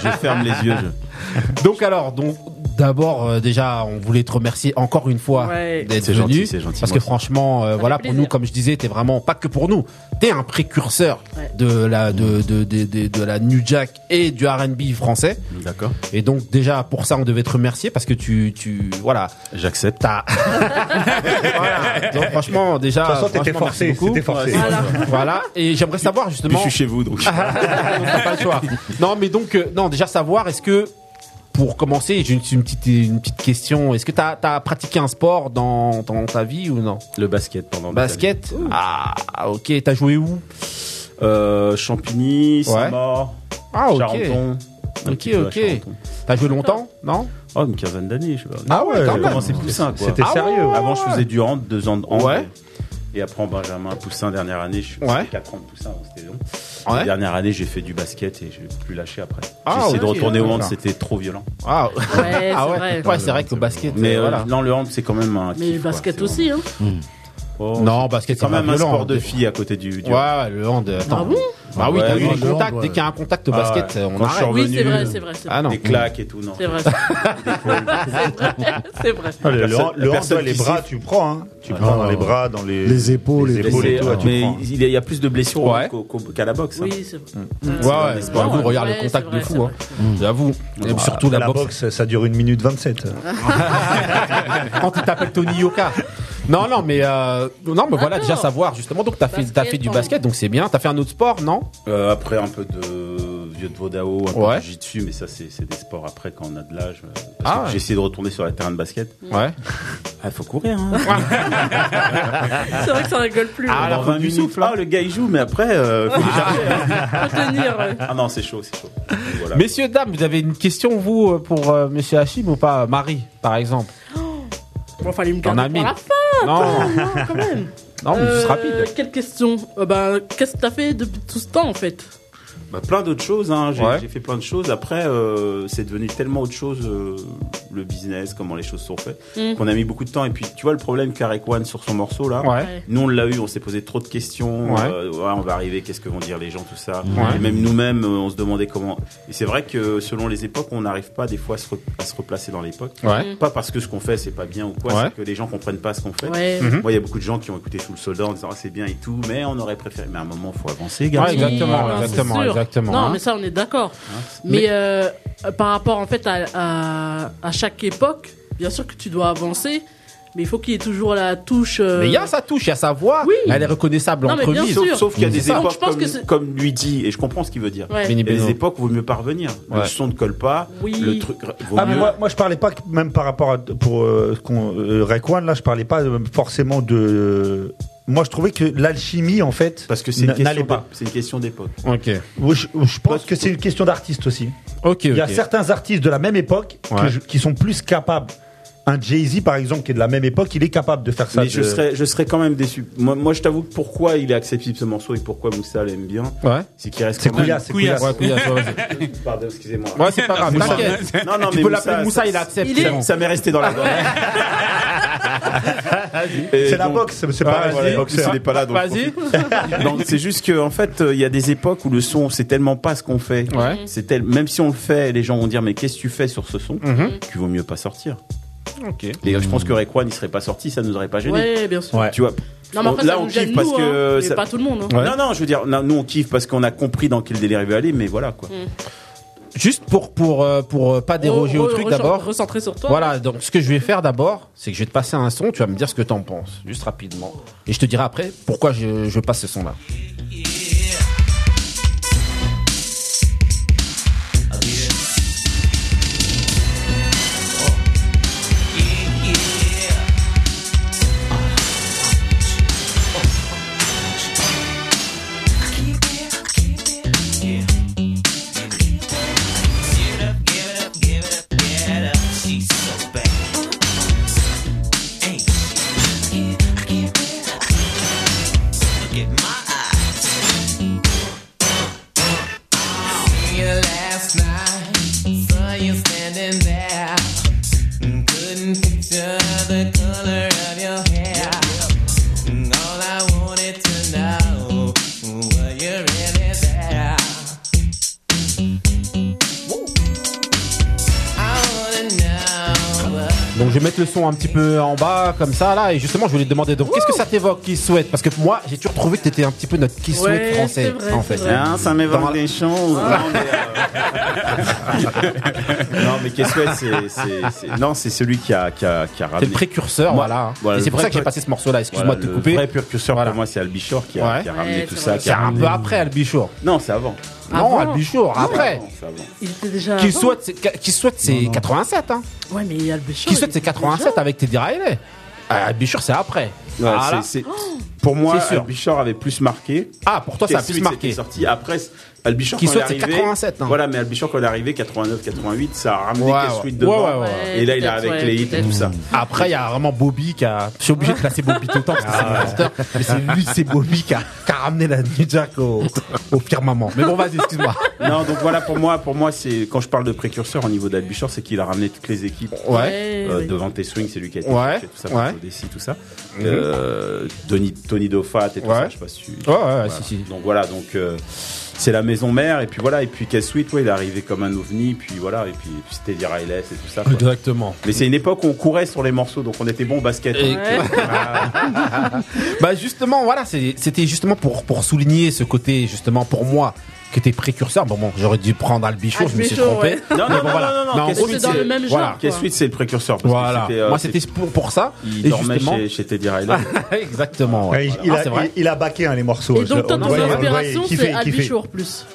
Speaker 6: je ferme les yeux. je-
Speaker 1: Donc alors, donc d'abord euh, déjà, on voulait te remercier encore une fois
Speaker 2: Ouais.
Speaker 1: d'être
Speaker 6: C'est
Speaker 1: venu,
Speaker 6: gentil, c'est gentil,
Speaker 1: parce que
Speaker 6: moi.
Speaker 1: franchement, euh, voilà,
Speaker 2: fait
Speaker 1: pour
Speaker 2: plaisir.
Speaker 1: nous, comme je disais, t'es vraiment pas que pour nous, t'es un précurseur
Speaker 2: Ouais.
Speaker 1: de la de de, de, de- de la New Jack et du R&B français.
Speaker 6: D'accord.
Speaker 1: Et donc déjà pour ça, on devait te remercier parce que tu tu voilà,
Speaker 6: J'accepte.
Speaker 1: t'as Voilà. Donc, franchement déjà,
Speaker 5: De toute façon, t'étais
Speaker 1: franchement, merci
Speaker 5: forcé.
Speaker 1: beaucoup.
Speaker 5: C'était forcé.
Speaker 2: Voilà.
Speaker 1: Voilà. Et j'aimerais savoir
Speaker 6: Puis
Speaker 1: justement.
Speaker 6: je suis chez vous, donc.
Speaker 1: T'as pas le choix. Non, mais donc, euh, non, déjà savoir, est-ce que, pour commencer, j'ai une, une petite, une petite question. Est-ce que t'as as pratiqué un sport dans, dans ta vie ou non
Speaker 6: Le basket pendant. des
Speaker 1: Basket Ah, ok. T'as joué où
Speaker 6: années. Euh, Champigny, Saint-Maur,
Speaker 1: Ah, ok.
Speaker 6: Charenton. Un
Speaker 1: Ok,
Speaker 6: petit peu à
Speaker 1: ok.
Speaker 6: Charenton.
Speaker 1: T'as joué longtemps Non
Speaker 6: Oh, une quinzaine d'années, je sais pas.
Speaker 1: Ah ouais, quand
Speaker 6: J'ai
Speaker 1: même.
Speaker 6: commencé Poussin, quoi.
Speaker 5: C'était
Speaker 1: Ah
Speaker 5: sérieux.
Speaker 1: ouais.
Speaker 6: Avant, je faisais du hand, deux ans de hand.
Speaker 1: Ouais.
Speaker 6: Et après, en Benjamin, Poussin, dernière année, je suis
Speaker 1: Ouais.
Speaker 6: resté quatre ans de Poussin, donc c'était long.
Speaker 1: Ouais.
Speaker 6: Et Dernière année, j'ai fait du basket et j'ai plus lâché après.
Speaker 1: Ah,
Speaker 6: J'ai essayé de
Speaker 1: ok,
Speaker 6: retourner au hand,
Speaker 1: d'accord.
Speaker 6: c'était trop violent.
Speaker 1: Ah,
Speaker 2: Ouais,
Speaker 1: ah
Speaker 2: c'est
Speaker 1: ouais.
Speaker 2: vrai.
Speaker 1: Ouais, c'est vrai que le basket.
Speaker 6: Mais
Speaker 1: euh,
Speaker 6: euh,
Speaker 1: voilà.
Speaker 6: non, le hand, c'est quand même un.
Speaker 2: Mais
Speaker 6: kiff,
Speaker 2: le
Speaker 6: quoi.
Speaker 2: basket
Speaker 6: C'est
Speaker 2: aussi, hein.
Speaker 6: vraiment- Oh,
Speaker 1: Non, basket,
Speaker 6: c'est quand
Speaker 1: c'est pas
Speaker 6: même un
Speaker 1: violent.
Speaker 6: sport de filles à côté du. du
Speaker 1: Ouais, ouais, le hand. euh, Attends.
Speaker 2: Ah bon
Speaker 1: Bah oui,
Speaker 6: Ouais,
Speaker 1: t'as
Speaker 6: oui,
Speaker 1: eu
Speaker 3: le
Speaker 1: les contacts.
Speaker 3: hand,
Speaker 1: Dès qu'il y a un contact de basket,
Speaker 6: ouais.
Speaker 1: euh, on
Speaker 6: Quand je suis
Speaker 1: arrête.
Speaker 2: Oui, c'est
Speaker 6: revenu.
Speaker 2: vrai, c'est vrai. c'est vrai.
Speaker 1: Ah non.
Speaker 6: Des claques et tout, non.
Speaker 2: C'est vrai. c'est vrai, C'est vrai.
Speaker 5: Ah, le- Le
Speaker 6: Personne-
Speaker 5: hand- le hand,
Speaker 6: personne
Speaker 5: ouais, les
Speaker 6: qui
Speaker 5: bras,
Speaker 6: siffle.
Speaker 5: tu prends. hein. Tu
Speaker 6: Ouais.
Speaker 5: prends dans les bras, dans les
Speaker 3: Les épaules,
Speaker 5: les
Speaker 3: les
Speaker 5: épaules et tout. hein, tu
Speaker 6: Ah, mais
Speaker 5: prends.
Speaker 6: il y a- il y a plus de blessures au
Speaker 1: Ouais.
Speaker 6: hand qu'au- qu'au- qu'à la boxe. hein.
Speaker 2: Oui, c'est vrai.
Speaker 1: Ouais, ouais.
Speaker 6: sports,
Speaker 1: J'avoue,
Speaker 6: ouais.
Speaker 1: regarde le
Speaker 2: Ouais,
Speaker 1: contact
Speaker 2: c'est
Speaker 1: de
Speaker 2: vrai,
Speaker 1: fou.
Speaker 2: c'est
Speaker 1: hein. J'avoue.
Speaker 6: Ah,
Speaker 1: Et surtout la boxe.
Speaker 5: ça dure 1 minute 27.
Speaker 1: quand il t'appelle Tony Yoka. Non, non, mais euh, non, mais voilà,
Speaker 2: D'accord.
Speaker 1: déjà savoir justement. Donc t'as fait,
Speaker 2: Basket,
Speaker 1: t'as fait du
Speaker 2: ouais.
Speaker 1: basket, donc c'est bien. T'as fait un autre sport, non
Speaker 6: Euh, après un peu de vieux de Vaudao, un
Speaker 1: Ouais.
Speaker 6: peu de jitsu, mais ça c'est c'est des sports après quand on a de l'âge. euh, parce
Speaker 1: Ah
Speaker 6: que
Speaker 1: ouais.
Speaker 6: J'ai essayé de retourner sur la terrain de basket.
Speaker 1: Ouais.
Speaker 6: Ah faut courir. Hein.
Speaker 2: hein. C'est vrai que ça rigole plus.
Speaker 6: Ah,
Speaker 2: hein.
Speaker 6: alors 20 minutes, ah, le gars il joue, mais après. euh, faut déjà-
Speaker 2: Faut tenir. ouais.
Speaker 6: ah. non c'est chaud, c'est chaud. Donc, voilà.
Speaker 1: Messieurs dames, vous avez une question vous euh, pour euh, Monsieur Hachim ou pas Marie, par exemple
Speaker 2: Bon, fallait me
Speaker 1: T'en as
Speaker 2: garder
Speaker 1: mille.
Speaker 2: pour la fin,
Speaker 1: Non,
Speaker 2: quand même.
Speaker 1: non, mais juste
Speaker 2: Euh,
Speaker 1: rapide.
Speaker 2: Quelle question Euh, Ben, qu'est-ce que t'as fait depuis tout ce temps, en fait
Speaker 6: Bah, plein d'autres choses, hein. j'ai
Speaker 10: Ouais.
Speaker 6: j'ai fait plein de choses. Après, euh, c'est devenu tellement autre chose, euh, le business, comment les choses sont faites,
Speaker 10: Mm.
Speaker 6: qu'on a mis beaucoup de temps. Et puis, tu vois le problème qu'a One sur son morceau là
Speaker 10: Ouais. Ouais.
Speaker 6: Nous, on l'a eu, on s'est posé trop de questions.
Speaker 10: Ouais. Mm.
Speaker 6: euh, ouais, on va arriver, qu'est-ce que vont dire les gens, tout ça.
Speaker 10: Ouais.
Speaker 6: Et même nous-mêmes, euh, on se demandait comment. Et c'est vrai que selon les époques, on n'arrive pas des fois à se, re- à se replacer dans l'époque.
Speaker 10: Ouais. Mm.
Speaker 6: Pas parce que ce qu'on fait, c'est pas bien ou quoi,
Speaker 10: Ouais.
Speaker 6: c'est que les gens comprennent pas ce qu'on fait.
Speaker 10: Ouais. Mhm.
Speaker 6: Moi, il y a beaucoup de gens qui ont écouté Sous le soldat en disant Ah, c'est bien et tout, mais on aurait préféré. Mais à un moment, faut avancer, gars.
Speaker 1: Ouais, exactement,
Speaker 2: Non, Ah, c'est
Speaker 1: exactement,
Speaker 2: sûr.
Speaker 1: exactement.
Speaker 2: Non,
Speaker 1: Hein.
Speaker 2: mais ça, on est d'accord. mais
Speaker 1: Mais-
Speaker 2: euh, par rapport en fait à, à, à chaque époque, bien sûr que tu dois avancer, mais il faut qu'il y ait toujours la touche. euh,
Speaker 1: Mais il y a sa touche, il y a sa voix. Elle est reconnaissable
Speaker 2: Non, mais
Speaker 1: entre
Speaker 2: bien
Speaker 1: mille.
Speaker 2: sûr.
Speaker 6: Sauf, sauf qu'il y a des
Speaker 2: C'est ça. Donc,
Speaker 6: époques
Speaker 2: je pense
Speaker 6: comme,
Speaker 2: que c'est-
Speaker 6: comme lui dit, et je comprends ce qu'il veut dire.
Speaker 2: Ouais.
Speaker 6: Il y a
Speaker 5: Mini-Béno.
Speaker 6: des époques où il vaut mieux pas revenir.
Speaker 5: Ouais.
Speaker 6: Le son ne colle pas,
Speaker 2: Oui.
Speaker 6: le truc vaut
Speaker 5: Ah, mais
Speaker 6: mieux.
Speaker 5: moi, moi, je parlais pas que- même par rapport à pour euh, qu'on- euh, Rec One, là je parlais pas euh, forcément de euh, moi je trouvais que l'alchimie en fait
Speaker 6: parce que c'est une,
Speaker 5: n'allait
Speaker 6: question
Speaker 5: pas.
Speaker 6: d'é- c'est une question d'époque.
Speaker 1: Ok.
Speaker 5: Ou Je, ou je pense que c'est une question d'artiste aussi.
Speaker 1: Ok,
Speaker 5: Il y a
Speaker 1: ok.
Speaker 5: certains artistes de la même époque que
Speaker 1: Ouais.
Speaker 5: je- qui sont plus capables. Un Jay-Z, par exemple, qui est de la même époque, il est capable de faire ça.
Speaker 6: mais je
Speaker 5: de-
Speaker 6: serais, je serais quand même déçu. Moi, moi je t'avoue que pourquoi il est acceptable ce morceau et pourquoi Moussa l'aime bien.
Speaker 1: Ouais.
Speaker 6: C'est qu'il reste
Speaker 1: C'est
Speaker 6: quand même-
Speaker 1: Couillasse, c'est Couillasse. Couillasse. Ouais, Couillasse, ouais,
Speaker 6: Pardon, excusez-moi.
Speaker 1: Ouais, c'est pas grave,
Speaker 6: Moussa.
Speaker 1: t'inquiète.
Speaker 6: Non, non,
Speaker 1: Tu
Speaker 6: mais
Speaker 1: peux l'appeler
Speaker 6: ça-
Speaker 1: Moussa, il accepte,
Speaker 6: est-
Speaker 1: c'est bon.
Speaker 6: Ça m'est resté dans la gorge. Et
Speaker 5: C'est la
Speaker 6: donc-
Speaker 5: boxe, c'est pas
Speaker 6: Ouais, voilà, la
Speaker 5: vas-y.
Speaker 6: boxe, il est pas là. donc-
Speaker 1: Vas-y.
Speaker 6: Non, c'est juste que en fait, euh, il y a des époques où le son, c'est tellement pas ce qu'on fait.
Speaker 1: Ouais.
Speaker 6: C'est tel- même si on le fait, les gens vont dire mais qu'est-ce que tu fais sur ce son
Speaker 1: Mhm.
Speaker 6: Tu vaut mieux pas sortir.
Speaker 1: Ok.
Speaker 6: Et euh, je pense que Rek One, il serait pas sorti, ça nous aurait pas gêné.
Speaker 2: Ouais, bien sûr.
Speaker 6: Tu vois.
Speaker 2: Non, mais après,
Speaker 6: là,
Speaker 2: ça
Speaker 6: on
Speaker 2: nous gêne
Speaker 6: kiffe parce
Speaker 2: nous,
Speaker 6: que
Speaker 2: hein, mais
Speaker 6: ça-
Speaker 2: pas tout le monde. hein.
Speaker 1: Ouais.
Speaker 6: Non, non, je veux dire, non, nous on kiffe parce qu'on a compris dans quel délire il veut aller, mais voilà quoi.
Speaker 2: Hmm.
Speaker 1: Juste pour pour euh, pour euh, pas déroger
Speaker 2: Re-
Speaker 1: au
Speaker 2: re-
Speaker 1: truc
Speaker 2: recen-
Speaker 1: d'abord.
Speaker 2: Recentrer sur toi.
Speaker 1: Voilà, donc ce que je vais faire d'abord, c'est que je vais te passer un son, tu vas me dire ce que t'en penses, juste rapidement. Et je te dirai après pourquoi je, je passe ce son-là.
Speaker 11: Ah.
Speaker 12: Seen you last night, saw you standing there. Couldn't picture the color of your hair. All I wanted to know, were you really there? I wanna know.
Speaker 1: Donc je vais mettre le son un petit peu en bas comme ça là et justement je voulais te demander donc qu'est-ce que ça t'évoque qui souhaite parce que moi j'ai toujours trouvé que t'étais un petit peu notre qui souhaite
Speaker 2: Ouais, c'est
Speaker 1: français
Speaker 2: vrai,
Speaker 1: en
Speaker 2: c'est
Speaker 1: fait.
Speaker 2: vrai.
Speaker 6: Hein, ça m'évoque des choses. Non, mais, Ah, euh, non, mais qu'est-ce que c'est- c'est- c'est- Non, c'est celui qui a, qui a, qui a
Speaker 1: C'est
Speaker 6: ramené.
Speaker 1: le précurseur
Speaker 6: Moi-
Speaker 1: voilà. hein.
Speaker 6: voilà,
Speaker 1: et c'est
Speaker 6: le
Speaker 1: pour ça
Speaker 6: vrai
Speaker 1: que j'ai
Speaker 6: pré-
Speaker 1: passé ce morceau là. Excuse-moi
Speaker 6: Voilà,
Speaker 1: de te
Speaker 6: le
Speaker 1: couper.
Speaker 6: vrai précurseur
Speaker 1: Voilà.
Speaker 6: pour moi, c'est Albichor qui a,
Speaker 1: Ouais.
Speaker 6: qui a ramené
Speaker 2: Ouais,
Speaker 6: tout
Speaker 2: c'est
Speaker 6: ça.
Speaker 2: vrai.
Speaker 6: qui
Speaker 1: C'est
Speaker 6: a
Speaker 1: un
Speaker 6: ramené-
Speaker 1: peu après Albichour.
Speaker 6: Non, c'est avant.
Speaker 1: Non,
Speaker 2: Avant.
Speaker 1: Albichour après.
Speaker 6: Non, c'est avant.
Speaker 2: Il était déjà.
Speaker 1: Qui
Speaker 2: avant.
Speaker 1: souhaite c'est- qui souhaite c'est 87 hein.
Speaker 2: Ouais, mais il y a le Béchot,
Speaker 1: Qui
Speaker 2: il
Speaker 1: souhaite c'est
Speaker 2: était
Speaker 1: 87
Speaker 2: déjà-
Speaker 1: avec Teddy Riley. Ah, Albichour c'est après.
Speaker 6: Ouais,
Speaker 1: Ah, là.
Speaker 6: c'est- c'est-
Speaker 2: Oh.
Speaker 6: Pour moi,
Speaker 1: C'est sûr.
Speaker 6: Albichor avait plus marqué.
Speaker 1: Ah, pour toi ça a
Speaker 6: Qu'est-ce
Speaker 1: plus
Speaker 6: qui
Speaker 1: marqué.
Speaker 6: s'était Sorti. Après, Albichor,
Speaker 1: Qui
Speaker 6: quand il est
Speaker 1: souhaite, c'est
Speaker 6: arrivé-
Speaker 1: 87, hein.
Speaker 6: Voilà, mais Albichor, quand il est arrivé, 89, 88, ça a ramené
Speaker 1: Ouais,
Speaker 6: Qu'est-ce
Speaker 1: ouais.
Speaker 6: Suite
Speaker 1: Ouais,
Speaker 6: devant.
Speaker 1: ouais, ouais.
Speaker 6: Et là, il est avec
Speaker 2: Peut-être,
Speaker 6: les
Speaker 2: ouais,
Speaker 6: hits et tout ça.
Speaker 1: Après, il y a vraiment Bobby qui a. Je suis obligé de placer Bobby tout le temps parce que c'est mon
Speaker 6: Ah,
Speaker 1: master. Mais c'est lui, c'est Bobby qui a, qui a ramené la New Jack au, au pire maman. Mais bon, vas-y, excuse-moi.
Speaker 6: Non, donc voilà, pour moi, pour moi, c'est quand je parle de précurseur au niveau d'Albichor, c'est qu'il a ramené toutes les équipes.
Speaker 1: Ouais.
Speaker 6: Euh,
Speaker 2: Ouais,
Speaker 6: devant tes swings, c'est lui qui a été
Speaker 1: Ouais,
Speaker 6: cherché, tout ça,
Speaker 1: ouais. Mhm.
Speaker 6: pour Odyssey, tout ça. Euh, Tony, Tony Dofat et tout
Speaker 1: Ouais.
Speaker 6: ça, je sais pas si tu-
Speaker 1: Ouais, ouais, ouais,
Speaker 6: Voilà.
Speaker 1: si, si.
Speaker 6: Donc voilà, donc euh, c'est la maison mère, et puis voilà, et puis Suite, ouais, il est arrivé comme un ovni, puis voilà, et puis, puis c'était Lee Riley, c'est tout ça. quoi.
Speaker 1: Exactement.
Speaker 6: Mais c'est une époque où on courait sur les morceaux, donc on était bon au basket. hein. Ah,
Speaker 1: Et- Bah, justement, voilà, c'est- c'était justement pour, pour souligner ce côté, justement, pour moi, que t'es précurseur. Bon, bon, j'aurais dû prendre Albichon, je me suis
Speaker 2: Albichor,
Speaker 1: trompé.
Speaker 2: ouais.
Speaker 6: Non,
Speaker 1: Mais
Speaker 6: non,
Speaker 1: bon,
Speaker 6: non,
Speaker 1: voilà.
Speaker 6: non, non,
Speaker 1: Mais en
Speaker 6: qu'est-ce
Speaker 1: gros,
Speaker 6: que
Speaker 2: c'est dans
Speaker 1: c'est-
Speaker 2: le même genre.
Speaker 1: Voilà.
Speaker 2: quoi.
Speaker 6: Suite, c'est le précurseur. parce que
Speaker 1: Voilà.
Speaker 6: c'était, euh,
Speaker 1: Moi, c'était pour, pour ça.
Speaker 6: Il
Speaker 1: Et
Speaker 6: dormait
Speaker 1: justement.
Speaker 6: chez, chez Teddy Riley.
Speaker 1: Exactement.
Speaker 5: Ouais,
Speaker 1: ouais.
Speaker 5: il,
Speaker 1: Ah,
Speaker 5: il a,
Speaker 1: c'est vrai.
Speaker 5: il, il a baqué hein, les morceaux.
Speaker 2: Et donc,
Speaker 5: on
Speaker 2: toi,
Speaker 5: le
Speaker 2: ton
Speaker 5: voyait- on le voyait
Speaker 2: inspiration,
Speaker 5: kiffer,
Speaker 2: c'est
Speaker 5: kiffer.
Speaker 2: Albichour plus.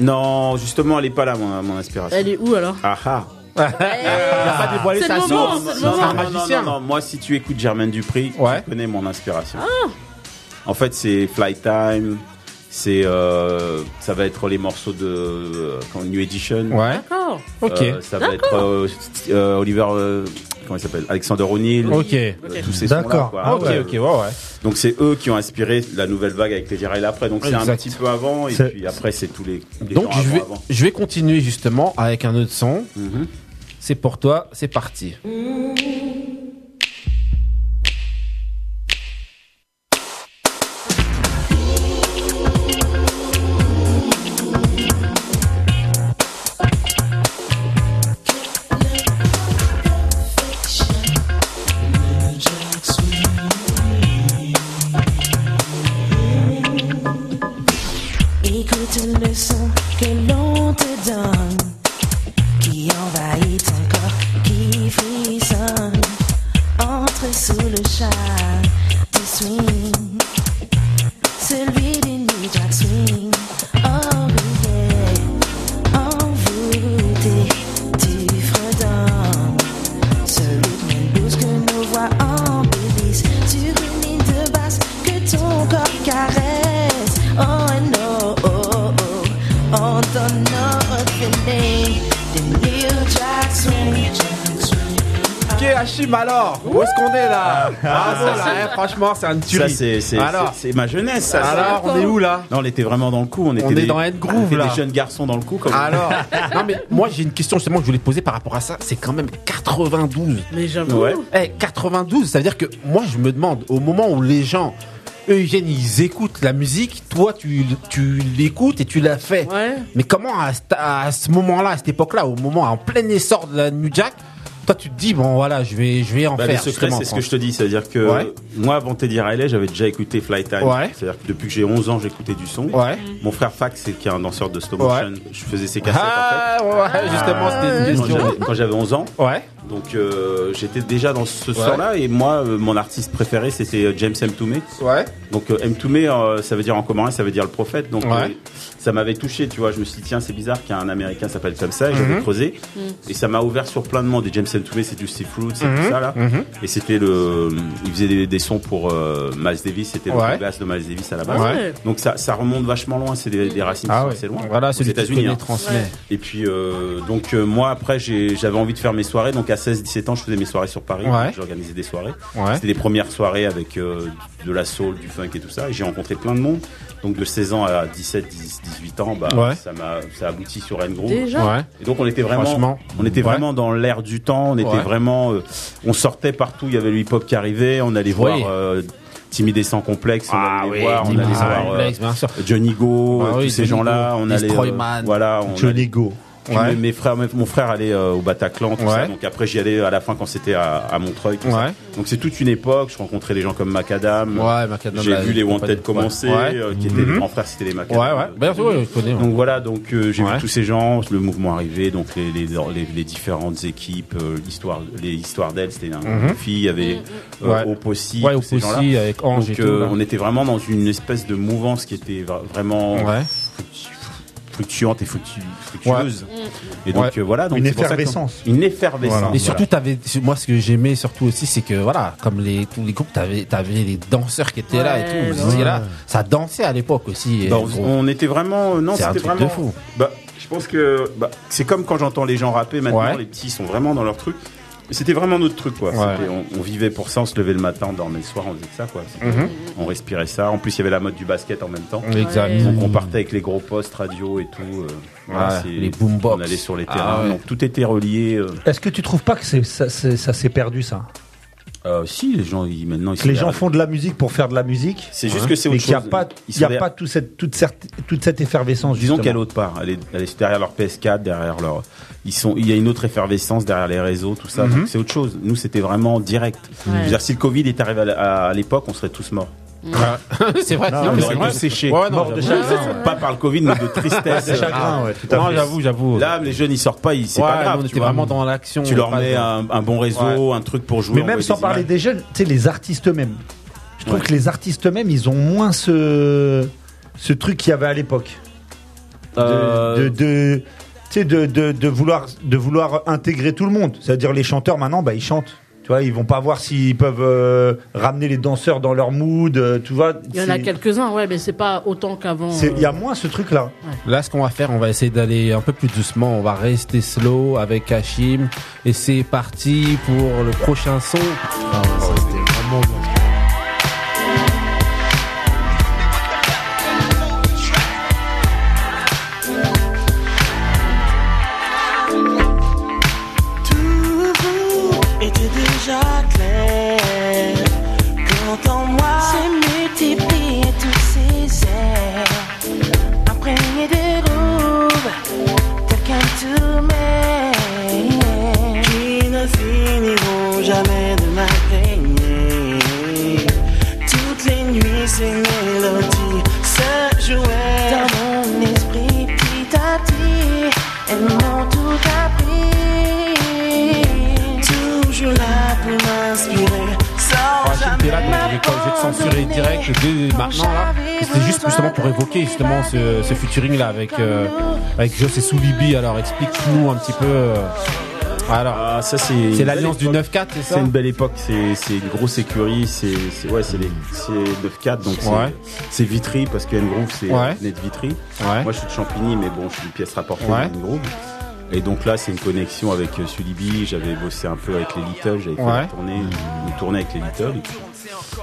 Speaker 6: non, justement, elle est pas là, mon, mon inspiration.
Speaker 2: Elle est où alors
Speaker 6: Ah ah.
Speaker 1: Il a pas dévoilé
Speaker 2: Eh. C'est
Speaker 1: sa
Speaker 2: le
Speaker 1: source.
Speaker 2: moment, c'est le
Speaker 1: C'est un
Speaker 2: moment.
Speaker 1: magicien.
Speaker 6: non, non, moi si tu écoutes Germaine Dupri,
Speaker 1: Ouais.
Speaker 6: tu connais mon
Speaker 2: Ah,
Speaker 6: inspiration. En fait, c'est Flight Time, c'est euh, ça va être les morceaux de euh, quand New Edition.
Speaker 1: Ouais.
Speaker 2: D'accord.
Speaker 6: Euh,
Speaker 1: Ok.
Speaker 6: ça va être euh, euh, Oliver euh, comment il s'appelle Alexander O'Neill.
Speaker 1: Ok.
Speaker 6: euh, Tous ces sons-là,
Speaker 1: D'accord.
Speaker 6: quoi.
Speaker 1: Ah, ok, ok, ouais, ouais.
Speaker 6: Donc c'est eux qui ont inspiré la nouvelle vague avec les Jirel après. Donc c'est un
Speaker 1: Exact.
Speaker 6: petit peu avant et
Speaker 1: C'est-
Speaker 6: puis après c'est tous les. les
Speaker 1: Donc
Speaker 6: gens
Speaker 1: je
Speaker 6: avant,
Speaker 1: vais,
Speaker 6: avant. Mhm.
Speaker 1: je vais continuer justement avec un autre son. C'est pour toi, c'est parti.
Speaker 10: Écoute le son que l'on te donne, qui envahit ton corps, qui frissonne. Entre sous le chat du swing, celui du New Jack Swing. Oh yeah, envoûté, tu fredonnes. Ce rythme douce que nos voix embellissent Sur une ligne de basse que ton corps caresse Oh and oh oh oh On donne notre feeling The New Jack Swing
Speaker 1: Ok, Hachim, alors, où est-ce qu'on est là Bravo,
Speaker 6: Ah, ça,
Speaker 1: là,
Speaker 6: c'est-
Speaker 1: hein, Franchement, c'est un tuerie.
Speaker 6: Ça c'est c'est-
Speaker 1: Alors,
Speaker 6: c'est- c'est ma jeunesse. Ça,
Speaker 1: Alors, on est où, là
Speaker 6: Non, on était vraiment dans le coup. On, était
Speaker 1: est
Speaker 6: des-
Speaker 1: dans Head Groove,
Speaker 6: on était
Speaker 1: là.
Speaker 6: des jeunes garçons dans le coup. Comme
Speaker 1: alors, non mais moi j'ai une question justement que je voulais te poser par rapport à ça. C'est quand même 92.
Speaker 2: Mais
Speaker 6: j'avoue. Ouais.
Speaker 1: Eh, 92, ça veut dire que moi je me demande, au moment où les gens, eux ils viennent, ils écoutent la musique, toi tu, tu l'écoutes et tu l'as fait. Mais comment à, ce- à ce moment-là, à cette époque-là, au moment en plein essor de la New Jack, toi tu te dis, bon voilà, je vais, je vais en
Speaker 6: Bah,
Speaker 1: faire.
Speaker 6: les secrets,
Speaker 1: justement,
Speaker 6: c'est ce que
Speaker 1: Franck.
Speaker 6: je te dis. C'est-à-dire que
Speaker 1: Ouais.
Speaker 6: moi, avant Teddy Riley, j'avais déjà écouté Flytime.
Speaker 1: Ouais.
Speaker 6: C'est-à-dire que depuis que j'ai 11 ans, j'écoutais du son.
Speaker 1: Ouais.
Speaker 6: Mon frère Fax, c'est- qui est un danseur de slow motion, je faisais ses cassettes.
Speaker 1: Ah, ouais, justement, c'était une
Speaker 6: Ah, Quand
Speaker 1: question.
Speaker 6: j'avais- quand j'avais 11 ans.
Speaker 1: Ouais.
Speaker 6: Donc euh, j'étais déjà dans ce sort-là et moi euh, mon artiste préféré c'était euh, James M. Toomey.
Speaker 1: Ouais.
Speaker 6: Donc euh, M. Toomey euh, ça veut dire en commun ça veut dire le prophète. Donc
Speaker 1: Ouais.
Speaker 6: euh, ça m'avait touché, tu vois, je me suis dit tiens, c'est bizarre qu'il y a un américain s'appelle comme ça et j'avais
Speaker 1: Mhm.
Speaker 6: creusé
Speaker 1: Mm.
Speaker 6: et ça m'a ouvert sur plein de monde et James M. Toomey c'est du Steve Fruit, c'est
Speaker 1: Mhm.
Speaker 6: tout ça là.
Speaker 1: Mhm.
Speaker 6: Et c'était le il faisait des, des sons pour euh, Miles Davis, c'était le
Speaker 1: Ouais.
Speaker 6: Douglas de Miles Davis à la base.
Speaker 1: Ouais.
Speaker 6: Donc ça ça remonte vachement loin, c'est des, des racines
Speaker 1: Ah
Speaker 6: qui sont
Speaker 1: ouais.
Speaker 6: assez loin.
Speaker 1: Voilà,
Speaker 6: Aux
Speaker 1: celui qui
Speaker 6: États-Unis,
Speaker 1: connaît
Speaker 6: hein.
Speaker 1: transmet.
Speaker 6: Et puis, euh, donc, euh, moi, après, j'ai- j'avais envie de faire mes soirées. Donc, à 16-17 ans, je faisais mes soirées sur Paris.
Speaker 1: Ouais.
Speaker 6: J'organisais des soirées.
Speaker 1: Ouais.
Speaker 6: C'était les premières soirées avec euh, de la soul, du funk et tout ça. Et j'ai rencontré plein de monde. Donc, de 16 ans à 17, 10, 18 ans, bah,
Speaker 1: Ouais.
Speaker 6: ça m'a ça aboutit sur N Groove.
Speaker 1: Déjà Ouais.
Speaker 6: Et donc, on était vraiment,
Speaker 1: Franchement.
Speaker 6: on était
Speaker 1: Ouais.
Speaker 6: vraiment dans l'air du temps. On était
Speaker 1: Ouais.
Speaker 6: vraiment, euh, on sortait partout. Il y avait le hip-hop qui arrivait. On allait
Speaker 1: Oui.
Speaker 6: voir. euh, Timide et sans complexe, on
Speaker 1: Ah
Speaker 6: allait les
Speaker 1: oui,
Speaker 6: voir, on
Speaker 1: Timide
Speaker 6: allait
Speaker 1: et sans
Speaker 6: voir euh,
Speaker 1: complexe, bien sûr.
Speaker 6: Johnny Go,
Speaker 1: Ah
Speaker 6: euh,
Speaker 1: oui,
Speaker 6: tous ces
Speaker 1: Johnny
Speaker 6: gens-là,
Speaker 1: Go,
Speaker 6: on
Speaker 8: euh,
Speaker 6: allait,
Speaker 1: Destroyman.
Speaker 6: voilà, on
Speaker 1: Johnny
Speaker 6: allait-
Speaker 1: Go.
Speaker 6: Puis
Speaker 1: Ouais.
Speaker 6: mes- mes frères, mes- mon frère allait euh, au Bataclan, tout ça.
Speaker 1: Ouais.
Speaker 6: Donc après, j'y allais à la fin quand c'était à, à Montreuil. tout ça.
Speaker 1: Ouais.
Speaker 6: Donc c'est toute une époque. Je rencontrais des gens comme Macadam.
Speaker 1: Ouais, Macadam,
Speaker 6: J'ai
Speaker 1: la-
Speaker 6: vu les
Speaker 1: la compagnie.
Speaker 6: Wanted commencer,
Speaker 1: Ouais.
Speaker 6: euh, qui étaient les
Speaker 1: Mhm.
Speaker 6: grands frères, c'était les
Speaker 1: Ouais,
Speaker 6: Macadam.
Speaker 1: ouais, bien sûr, ouais, je connais. ouais.
Speaker 6: Donc voilà, donc euh, j'ai vu tous ces gens, le mouvement arrivé, donc les, les, les- les différentes équipes, euh, l'histoire, les histoires d'elles, c'était un groupe
Speaker 1: Mhm.
Speaker 6: de filles, il y avait
Speaker 1: Ouais.
Speaker 6: euh, Opossi,
Speaker 1: Ouais,
Speaker 6: tous ces
Speaker 1: Opossi
Speaker 6: gens-là.
Speaker 1: avec Ange
Speaker 6: donc euh,
Speaker 1: et tout, là.
Speaker 6: on était vraiment dans une espèce de mouvance qui était vra- vraiment
Speaker 1: Ouais.
Speaker 6: fluctu- fluctuante et fluctu- fructueuse.
Speaker 1: Ouais.
Speaker 6: Et donc
Speaker 1: Ouais.
Speaker 6: euh, voilà, donc
Speaker 1: Une
Speaker 6: c'est pour ça que-
Speaker 1: effervescence.
Speaker 6: une effervescence.
Speaker 1: Et surtout, t'avais, moi, ce que j'aimais surtout aussi, c'est que voilà, comme les, tous les groupes, t'avais, t'avais les danseurs qui étaient là et
Speaker 6: Ouais,
Speaker 1: tout. Vous
Speaker 6: ouais.
Speaker 1: étiez là, ça dansait à l'époque aussi. et
Speaker 6: Bah,
Speaker 1: gros.
Speaker 6: on, on était vraiment euh, non
Speaker 1: C'est un
Speaker 6: c'était
Speaker 1: truc
Speaker 6: vraiment
Speaker 1: de fou.
Speaker 6: Bah, je pense que bah, c'est comme quand j'entends les gens rapper maintenant
Speaker 1: Ouais.
Speaker 6: les petits sont vraiment dans leur truc c'était vraiment notre truc quoi
Speaker 1: Ouais.
Speaker 6: C'était- on, on vivait pour ça on se levait le matin on dormait le soir on faisait que ça quoi C'était-
Speaker 1: Mhm.
Speaker 6: on respirait ça en plus il y avait la mode du basket en même temps
Speaker 1: Exact. Ouais.
Speaker 6: donc on partait avec les gros postes radio et tout euh, voilà, c'est-
Speaker 1: les boombox.
Speaker 6: on allait sur les
Speaker 1: Ah
Speaker 6: terrains
Speaker 1: ouais.
Speaker 6: donc tout était relié euh,
Speaker 13: Est-ce que tu trouves pas que c'est- ça, c'est- ça s'est perdu ça
Speaker 6: euh, si les gens ils, maintenant ils
Speaker 13: Que les
Speaker 6: sont-
Speaker 13: gens font de la musique pour faire de la musique.
Speaker 6: C'est juste que c'est
Speaker 13: Mais
Speaker 6: autre
Speaker 13: qu'il y a
Speaker 6: chose.
Speaker 13: pas,
Speaker 6: Ils
Speaker 13: il y a
Speaker 6: sont des-
Speaker 13: pas tout cette, toute, certe- toute cette effervescence.
Speaker 6: Disons
Speaker 13: justement.
Speaker 6: qu'elle est autre part. Elle est, elle est derrière leur PS4, derrière leur. Ils sont, il y a une autre effervescence derrière les réseaux, tout ça.
Speaker 13: Mhm.
Speaker 6: Donc C'est autre chose. Nous, c'était vraiment direct.
Speaker 1: Ouais.
Speaker 6: Je veux dire, si le Covid est arrivé à la- à l'époque, on serait tous morts.
Speaker 1: c'est
Speaker 6: Non,
Speaker 1: vrai, c'est vrai,
Speaker 6: on
Speaker 1: c'est
Speaker 6: aurait
Speaker 1: vrai.
Speaker 6: tous séché.
Speaker 1: Ouais, non,
Speaker 6: Morts de
Speaker 1: j'avoue.
Speaker 6: chagrin. Pas par le Covid, mais de tristesse.
Speaker 1: De chagrin, ouais, tout à
Speaker 6: Non,
Speaker 1: fait.
Speaker 6: j'avoue,
Speaker 1: j'avoue.
Speaker 6: Là, les jeunes, ils sortent pas, ils- c'est
Speaker 1: Ouais,
Speaker 6: pas grave.
Speaker 1: on
Speaker 6: tu
Speaker 1: était
Speaker 6: vois.
Speaker 1: vraiment dans l'action,
Speaker 6: Tu
Speaker 1: on
Speaker 6: leur
Speaker 1: est pas
Speaker 6: mets un,
Speaker 1: dedans.
Speaker 6: un bon réseau,
Speaker 1: Ouais.
Speaker 6: un truc pour jouer.
Speaker 13: Mais même
Speaker 6: envoyer
Speaker 13: sans
Speaker 6: des
Speaker 13: parler
Speaker 6: images.
Speaker 13: des jeunes, tu sais, les artistes eux-mêmes. Je trouve
Speaker 6: Ouais.
Speaker 13: que les artistes eux-mêmes, ils ont moins ce, ce truc qu'il y avait à l'époque. De,
Speaker 6: Euh.
Speaker 13: de, de- tu sais, de, de- de vouloir, de vouloir intégrer tout le monde. C'est-à-dire, les chanteurs, maintenant, bah, ils chantent. Tu
Speaker 5: Tu vois, ils vont pas voir s'ils peuvent euh, ramener les danseurs dans leur mood. euh, tu vois,
Speaker 2: Il y en a
Speaker 5: c'est-
Speaker 2: quelques-uns, ouais, mais c'est pas autant qu'avant.
Speaker 5: c'est- Il y a
Speaker 2: euh,
Speaker 5: moins ce truc-là.
Speaker 1: Là, ce qu'on va faire, on va essayer d'aller un peu plus doucement. On va rester slow avec Hashim. Et c'est parti pour le prochain son.
Speaker 11: Tout était déjà clair. Quand en moi s'est multiplié tous ces airs, imprégné des roues, tel qu'un tourment qui ne finiront jamais de m'imprégner. Toutes les nuits, ces mélodies se jouaient dans mon esprit petit à petit. Elles m'ont tout appris. Toujours là pour m'inspirer. Sans
Speaker 1: Hashim, t'es là, donc on
Speaker 11: jamais
Speaker 1: est pas obligé de censurer direct dès maintenant. là. C'était juste justement pour évoquer justement ce, ce featuring là avec, euh, avec Joss et Soulibi. Alors explique-nous un petit peu. euh, Alors,
Speaker 6: Ah,
Speaker 1: c'est l'alliance du 9-4, c'est ça
Speaker 6: C'est une belle époque, c'est c'est une grosse écurie, c'est c'est- ouais, c'est les- c'est 9-4, donc c'est-
Speaker 1: Ouais.
Speaker 6: c'est Vitry, parce que N-Groove, c'est
Speaker 1: Ouais.
Speaker 6: venait de Vitry. Moi, je suis de Champigny, mais bon, je suis une pièce rapportée
Speaker 1: Ouais.
Speaker 6: à N-Groove. Et donc là, c'est une connexion avec euh, Sulibi, j'avais bossé un peu avec les Little, j'avais fait
Speaker 1: Ouais.
Speaker 6: la tournée, une tournée avec les Little. Et puis,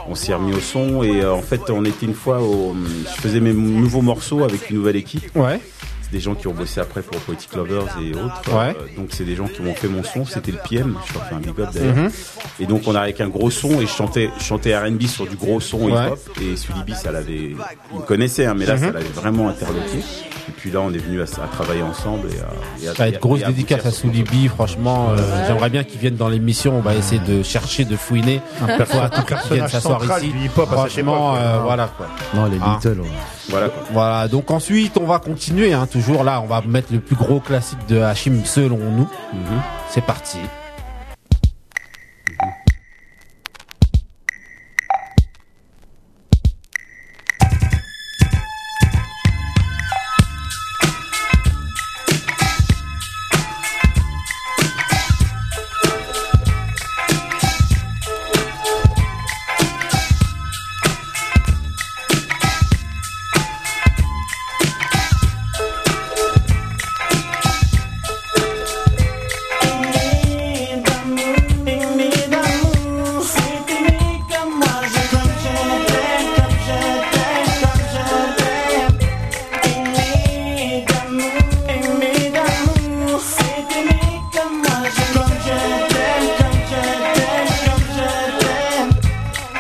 Speaker 6: on s'est remis au son, et euh, en fait, on était une fois au... hum, Je faisais mes nouveaux morceaux avec une nouvelle équipe.
Speaker 1: Ouais.
Speaker 6: C'est des gens qui ont bossé après pour Poetic Lovers et autres.
Speaker 1: Ouais.
Speaker 6: Euh, donc c'est des gens qui m'ont fait mon son. C'était le PM. Je leur fais un big up d'ailleurs.
Speaker 1: Mhm.
Speaker 6: Et donc on arrive avec un gros son et je chantais, je chantais R&B sur du gros son
Speaker 1: Ouais.
Speaker 6: hip hop. Et Sulibi, ça l'avait, il me connaissait, hein, mais là
Speaker 1: Mhm.
Speaker 6: ça l'avait vraiment interloqué. Et puis là on est venu à, à travailler ensemble et à, et à-
Speaker 1: Ça va
Speaker 6: et
Speaker 1: être grosse
Speaker 6: et à
Speaker 1: dédicace à Soulibi, franchement, euh, j'aimerais bien qu'il vienne dans l'émission, on va essayer de chercher, de fouiner,
Speaker 5: Un
Speaker 1: pour
Speaker 5: perso-
Speaker 1: à tout prix qu'il vienne
Speaker 5: personnage
Speaker 1: s'asseoir
Speaker 5: central
Speaker 1: ici.
Speaker 5: du hip-hop à cette
Speaker 1: Franchement,
Speaker 5: époque,
Speaker 1: euh,
Speaker 5: ouais.
Speaker 1: voilà quoi.
Speaker 3: Non, les
Speaker 1: Hein.
Speaker 3: Beatles. ouais.
Speaker 6: Voilà.
Speaker 1: Voilà, donc ensuite on va continuer, hein, toujours là, on va mettre le plus gros classique de Hachim selon nous.
Speaker 5: Mhm.
Speaker 1: C'est parti.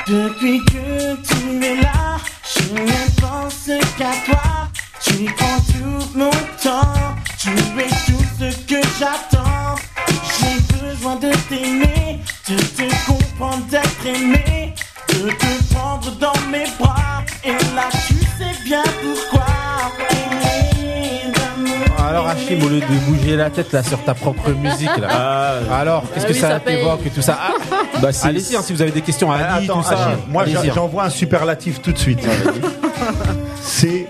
Speaker 11: Depuis que tu es là, je ne pense qu'à toi. Tu prends tout mon temps, tu es tout ce que j'attends. J'ai besoin de t'aimer, de te comprendre, d'être aimé, de te prendre dans mes bras. Et là, tu sais bien pourquoi. Aimer d'amour.
Speaker 1: Alors Hachim, au lieu de bouger la tête là sur ta propre musique là. Alors, qu'est-ce
Speaker 2: Ah
Speaker 1: que
Speaker 2: oui,
Speaker 1: ça
Speaker 2: ça paye.
Speaker 1: t'évoque et tout ça Ah,
Speaker 6: Bah, c'est-
Speaker 1: Allez-y, hein, si vous avez des questions à Ali,
Speaker 5: Attends,
Speaker 1: tout ça.
Speaker 5: Achille, moi
Speaker 1: allez-y,
Speaker 5: j'en-
Speaker 1: hein.
Speaker 5: j'envoie un superlatif tout de suite. C'est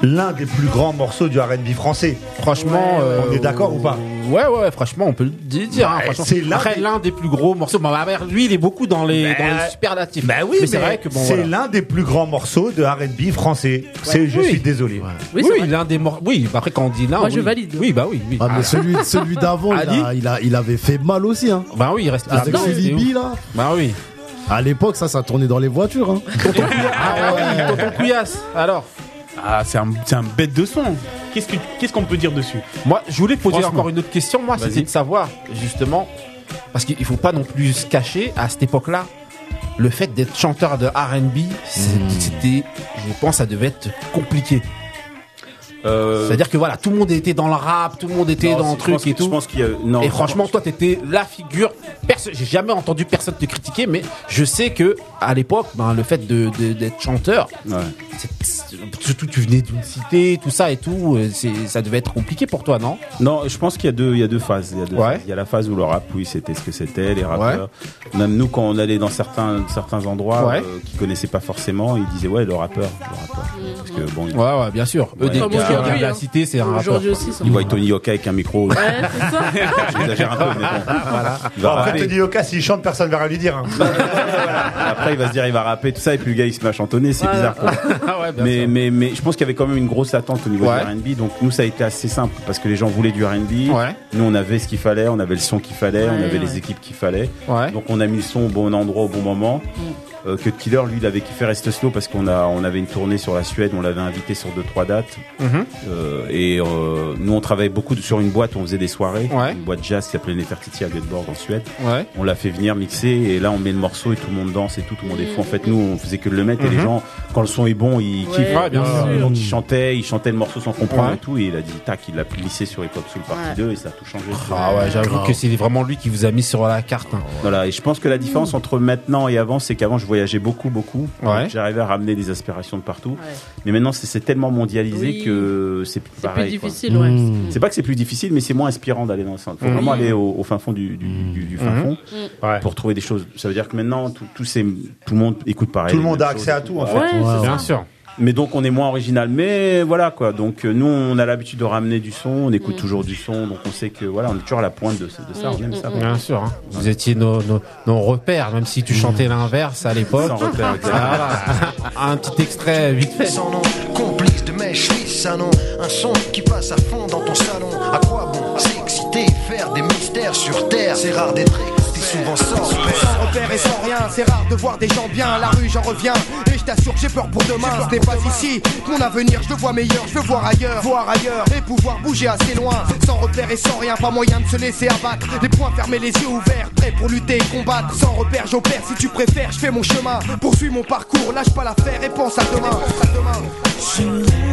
Speaker 5: l'un des plus grands morceaux du RB français.
Speaker 1: Franchement, euh,
Speaker 5: on est d'accord ou pas
Speaker 1: Ouais, ouais, ouais, franchement, on peut le di- dire. hein,
Speaker 5: Bah,
Speaker 1: franchement.
Speaker 5: c'est l'un
Speaker 1: Après,
Speaker 5: des-
Speaker 1: l'un des plus gros morceaux. Bah, bah, lui, il est beaucoup dans les,
Speaker 5: Bah,
Speaker 1: dans les superlatifs.
Speaker 5: Bah oui,
Speaker 1: mais c'est vrai que bon.
Speaker 5: c'est
Speaker 1: voilà.
Speaker 5: l'un des plus grands morceaux de RB français. C'est, je
Speaker 1: Oui.
Speaker 5: suis désolé.
Speaker 2: Oui,
Speaker 1: Oui,
Speaker 2: c'est vrai.
Speaker 1: l'un des morceaux. Oui, bah, après, quand on dit l'un.
Speaker 2: Moi,
Speaker 1: oui.
Speaker 2: je valide.
Speaker 1: Oui, bah oui. oui.
Speaker 3: Ah, mais celui, celui d'avant, il,
Speaker 1: Ali
Speaker 3: a- il, a- il avait fait mal aussi. Hein.
Speaker 1: Bah oui, il reste là.
Speaker 3: Avec
Speaker 1: dedans,
Speaker 3: ce
Speaker 1: c'était ouf.
Speaker 3: Libye, là.
Speaker 1: Bah oui.
Speaker 3: À l'époque, ça, ça tournait dans les voitures. Hein.
Speaker 1: Ah, bah oui, tonton Couillasse. Alors,
Speaker 8: Ah, c'est un, c'est un bête de son. Qu'est-ce que- qu'est-ce qu'on peut dire dessus
Speaker 1: moi, je voulais poser
Speaker 8: Franchement.
Speaker 1: encore une autre question, moi,
Speaker 6: Vas-y.
Speaker 1: c'était de savoir, justement, parce qu'il faut pas non plus se cacher, à cette époque-là, le fait d'être chanteur de RB, c'est- c'était, je pense, ça devait être compliqué.
Speaker 6: Euh,
Speaker 1: C'est-à-dire que voilà, tout le monde était dans le rap, tout le monde était
Speaker 6: non,
Speaker 1: dans le
Speaker 6: je pense
Speaker 1: truc et
Speaker 6: que- Je
Speaker 1: tout.
Speaker 6: pense qu'il y a- non,
Speaker 1: Et franchement, toi, t'étais la figure. perso- J'ai jamais entendu personne te critiquer, mais je sais que à l'époque, ben, le fait de de- d'être chanteur,
Speaker 6: Ouais.
Speaker 1: c'est- c'est- surtout tu venais d'une cité, tout ça et tout, euh, c'est- ça devait être compliqué pour toi, non
Speaker 6: Non, je pense qu'il y a deux, il y a deux phases. Il y a, deux
Speaker 1: Ouais.
Speaker 6: phases. Il y a la phase où le rap, oui, c'était ce que c'était, les rappeurs. Même nous, quand on allait dans certains, certains endroits
Speaker 1: Ouais.
Speaker 6: euh, qui connaissaient pas forcément, ils disaient ouais, le rappeur, le rappeur. Parce que bon, ils-
Speaker 1: Ouais, ouais, bien sûr. Eux,
Speaker 6: Ouais,
Speaker 1: des
Speaker 6: comme
Speaker 2: on
Speaker 1: qui revient de la cité, c'est un rappeur.
Speaker 2: Aujourd'hui aussi, ça.
Speaker 6: Il voit Tony Yoka avec un micro. J'exagère un peu, mais bon. Il va
Speaker 5: Bon, après,
Speaker 6: rapper.
Speaker 5: Tony Yoka, s'il chante, personne ne va rien lui dire. hein.
Speaker 6: Après, il va se dire, il va rapper tout ça, et puis le gars, il se met à chantonner, c'est bizarre. quoi. mais, mais, mais je pense qu'il y avait quand même une grosse attente au niveau
Speaker 1: Ouais.
Speaker 6: du RB, donc nous, ça a été assez simple, parce que les gens voulaient du RB. Nous, on avait ce qu'il fallait, on avait le son qu'il fallait, on
Speaker 1: Ouais,
Speaker 6: avait
Speaker 1: ouais.
Speaker 6: les équipes qu'il fallait.
Speaker 1: Ouais.
Speaker 6: Donc, on a mis le son au bon endroit, au bon moment. Euh, que Killer, lui, il avait kiffé Reste Slow parce qu'on a, on avait une tournée sur la Suède, on l'avait invité sur deux, trois dates.
Speaker 1: Mhm.
Speaker 6: Euh, et euh, nous, on travaillait beaucoup sur une boîte, où on faisait des soirées,
Speaker 1: Ouais.
Speaker 6: une boîte jazz qui s'appelait Nefertiti à Göteborg en Suède.
Speaker 1: Ouais.
Speaker 6: On l'a fait venir mixer et là, on met le morceau et tout le monde danse et tout, tout le monde est fou. En fait, nous, on faisait que de le mettre et les
Speaker 1: Mhm.
Speaker 6: gens, quand le son est bon, ils
Speaker 1: Ouais,
Speaker 6: kiffent.
Speaker 1: bien sûr.
Speaker 6: Donc, ils chantaient, ils chantaient le morceau sans comprendre
Speaker 1: Ouais.
Speaker 6: et tout. Et il a dit, tac, il l'a glissé sur Hip Hop Soul partie
Speaker 1: Ouais.
Speaker 6: 2 et ça a tout changé.
Speaker 1: Ah ouais, j'avoue que c'est vraiment lui qui vous a mis sur la carte. hein.
Speaker 6: Voilà, et je pense que la différence entre maintenant et avant, c'est qu'avant, je voyageais beaucoup, beaucoup.
Speaker 1: Ouais.
Speaker 6: Donc, J'arrivais à ramener des aspirations de partout. Mais maintenant, c'est- c'est tellement mondialisé
Speaker 2: Oui.
Speaker 6: que c'est plus
Speaker 2: C'est
Speaker 6: pareil.
Speaker 2: plus
Speaker 6: quoi.
Speaker 2: difficile, ouais.
Speaker 1: Mm.
Speaker 6: C'est pas que c'est plus difficile, mais c'est moins inspirant d'aller dans le centre. Faut
Speaker 1: Mm.
Speaker 6: vraiment aller au, au fin fond du, du- du- du fin
Speaker 5: Mhm.
Speaker 6: fond pour trouver des choses. Ça veut dire que maintenant, tout, tout ces- tout le monde écoute pareil.
Speaker 5: Tout le
Speaker 6: les
Speaker 5: monde
Speaker 6: mêmes
Speaker 5: a accès
Speaker 6: choses.
Speaker 5: à tout, en
Speaker 6: Ouais,
Speaker 5: fait.
Speaker 6: c'est
Speaker 5: Ouais,
Speaker 6: ça.
Speaker 5: bien sûr.
Speaker 6: Mais donc, on est moins original. Mais voilà, quoi. Donc, euh, nous, on a l'habitude de ramener du son. On écoute
Speaker 1: Mm.
Speaker 6: toujours du son. Donc, on sait que, voilà, on est toujours à la pointe de, ce- de ça. On aime ça.
Speaker 1: Bien sûr, hein. Mm. vous étiez nos, nos- nos repères, même si tu chantais l'inverse à l'époque. Ah,
Speaker 6: Sans repère, exactement.
Speaker 1: Voilà. Un petit extrait vite fait.
Speaker 14: Sans nom, complice de mes chevilles, un nom, un son qui passe à fond dans ton salon. À quoi bon s'exciter, faire des mystères sur terre C'est rare d'être excité, souvent sans repère.
Speaker 15: Sans repère et sans rien, c'est rare de voir des gens bien. à La rue, j'en reviens. Et je t'assure, j'ai peur pour demain. Ce n'est pas ici mon avenir, je le vois meilleur. Je veux voir ailleurs, voir ailleurs et pouvoir bouger assez loin. Sans repère et sans rien, pas moyen de se laisser abattre. Les poings fermés, les yeux ouverts, prêt pour lutter et combattre. Sans repère, j'opère. Si tu préfères, je fais mon chemin. Poursuis mon parcours, lâche pas l'affaire et pense à demain. Pense à demain.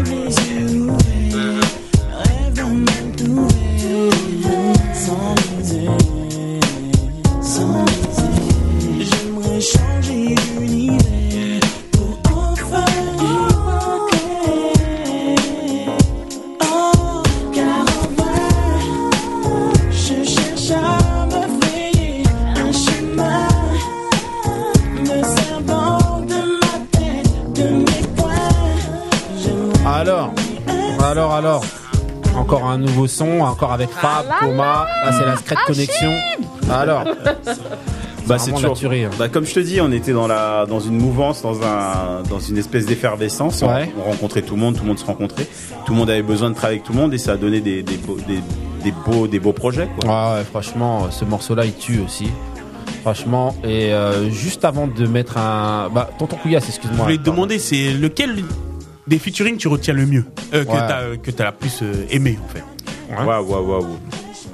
Speaker 11: J'aimerais changer d'univers pour enfin m'inventer. Oh, car en vain, je cherche à me frayer un chemin, me servant de ma tête, de mes poings.
Speaker 1: Alors, alors, alors, encore un nouveau son, encore avec Fab, Thomas. Ah Là, c'est la secrète connexion. Alors,
Speaker 6: Bah,
Speaker 1: C'est
Speaker 6: c'est
Speaker 1: vraiment
Speaker 6: toujours.
Speaker 1: naturé, hein.
Speaker 6: Bah, comme je te dis, on était dans la dans une mouvance, dans un dans une espèce d'effervescence. On-
Speaker 1: Ouais.
Speaker 6: On, rencontrait tout le monde, tout le monde se rencontrait. Tout le monde avait besoin de travailler avec tout le monde et ça a donné des des beaux des, des beaux des beaux projets. Quoi.
Speaker 1: Ah ouais, ouais, franchement, ce morceau-là, il tue aussi. Franchement, et euh, juste avant de mettre un. Bah, tonton Couillasse,
Speaker 8: Je
Speaker 1: excuse-moi.
Speaker 8: voulais te demander, c'est lequel des featuring tu retiens le mieux Euh, Que
Speaker 1: Ouais.
Speaker 8: t'as euh, que t'as la plus euh, aimé, en fait
Speaker 6: Waouh, waouh, waouh.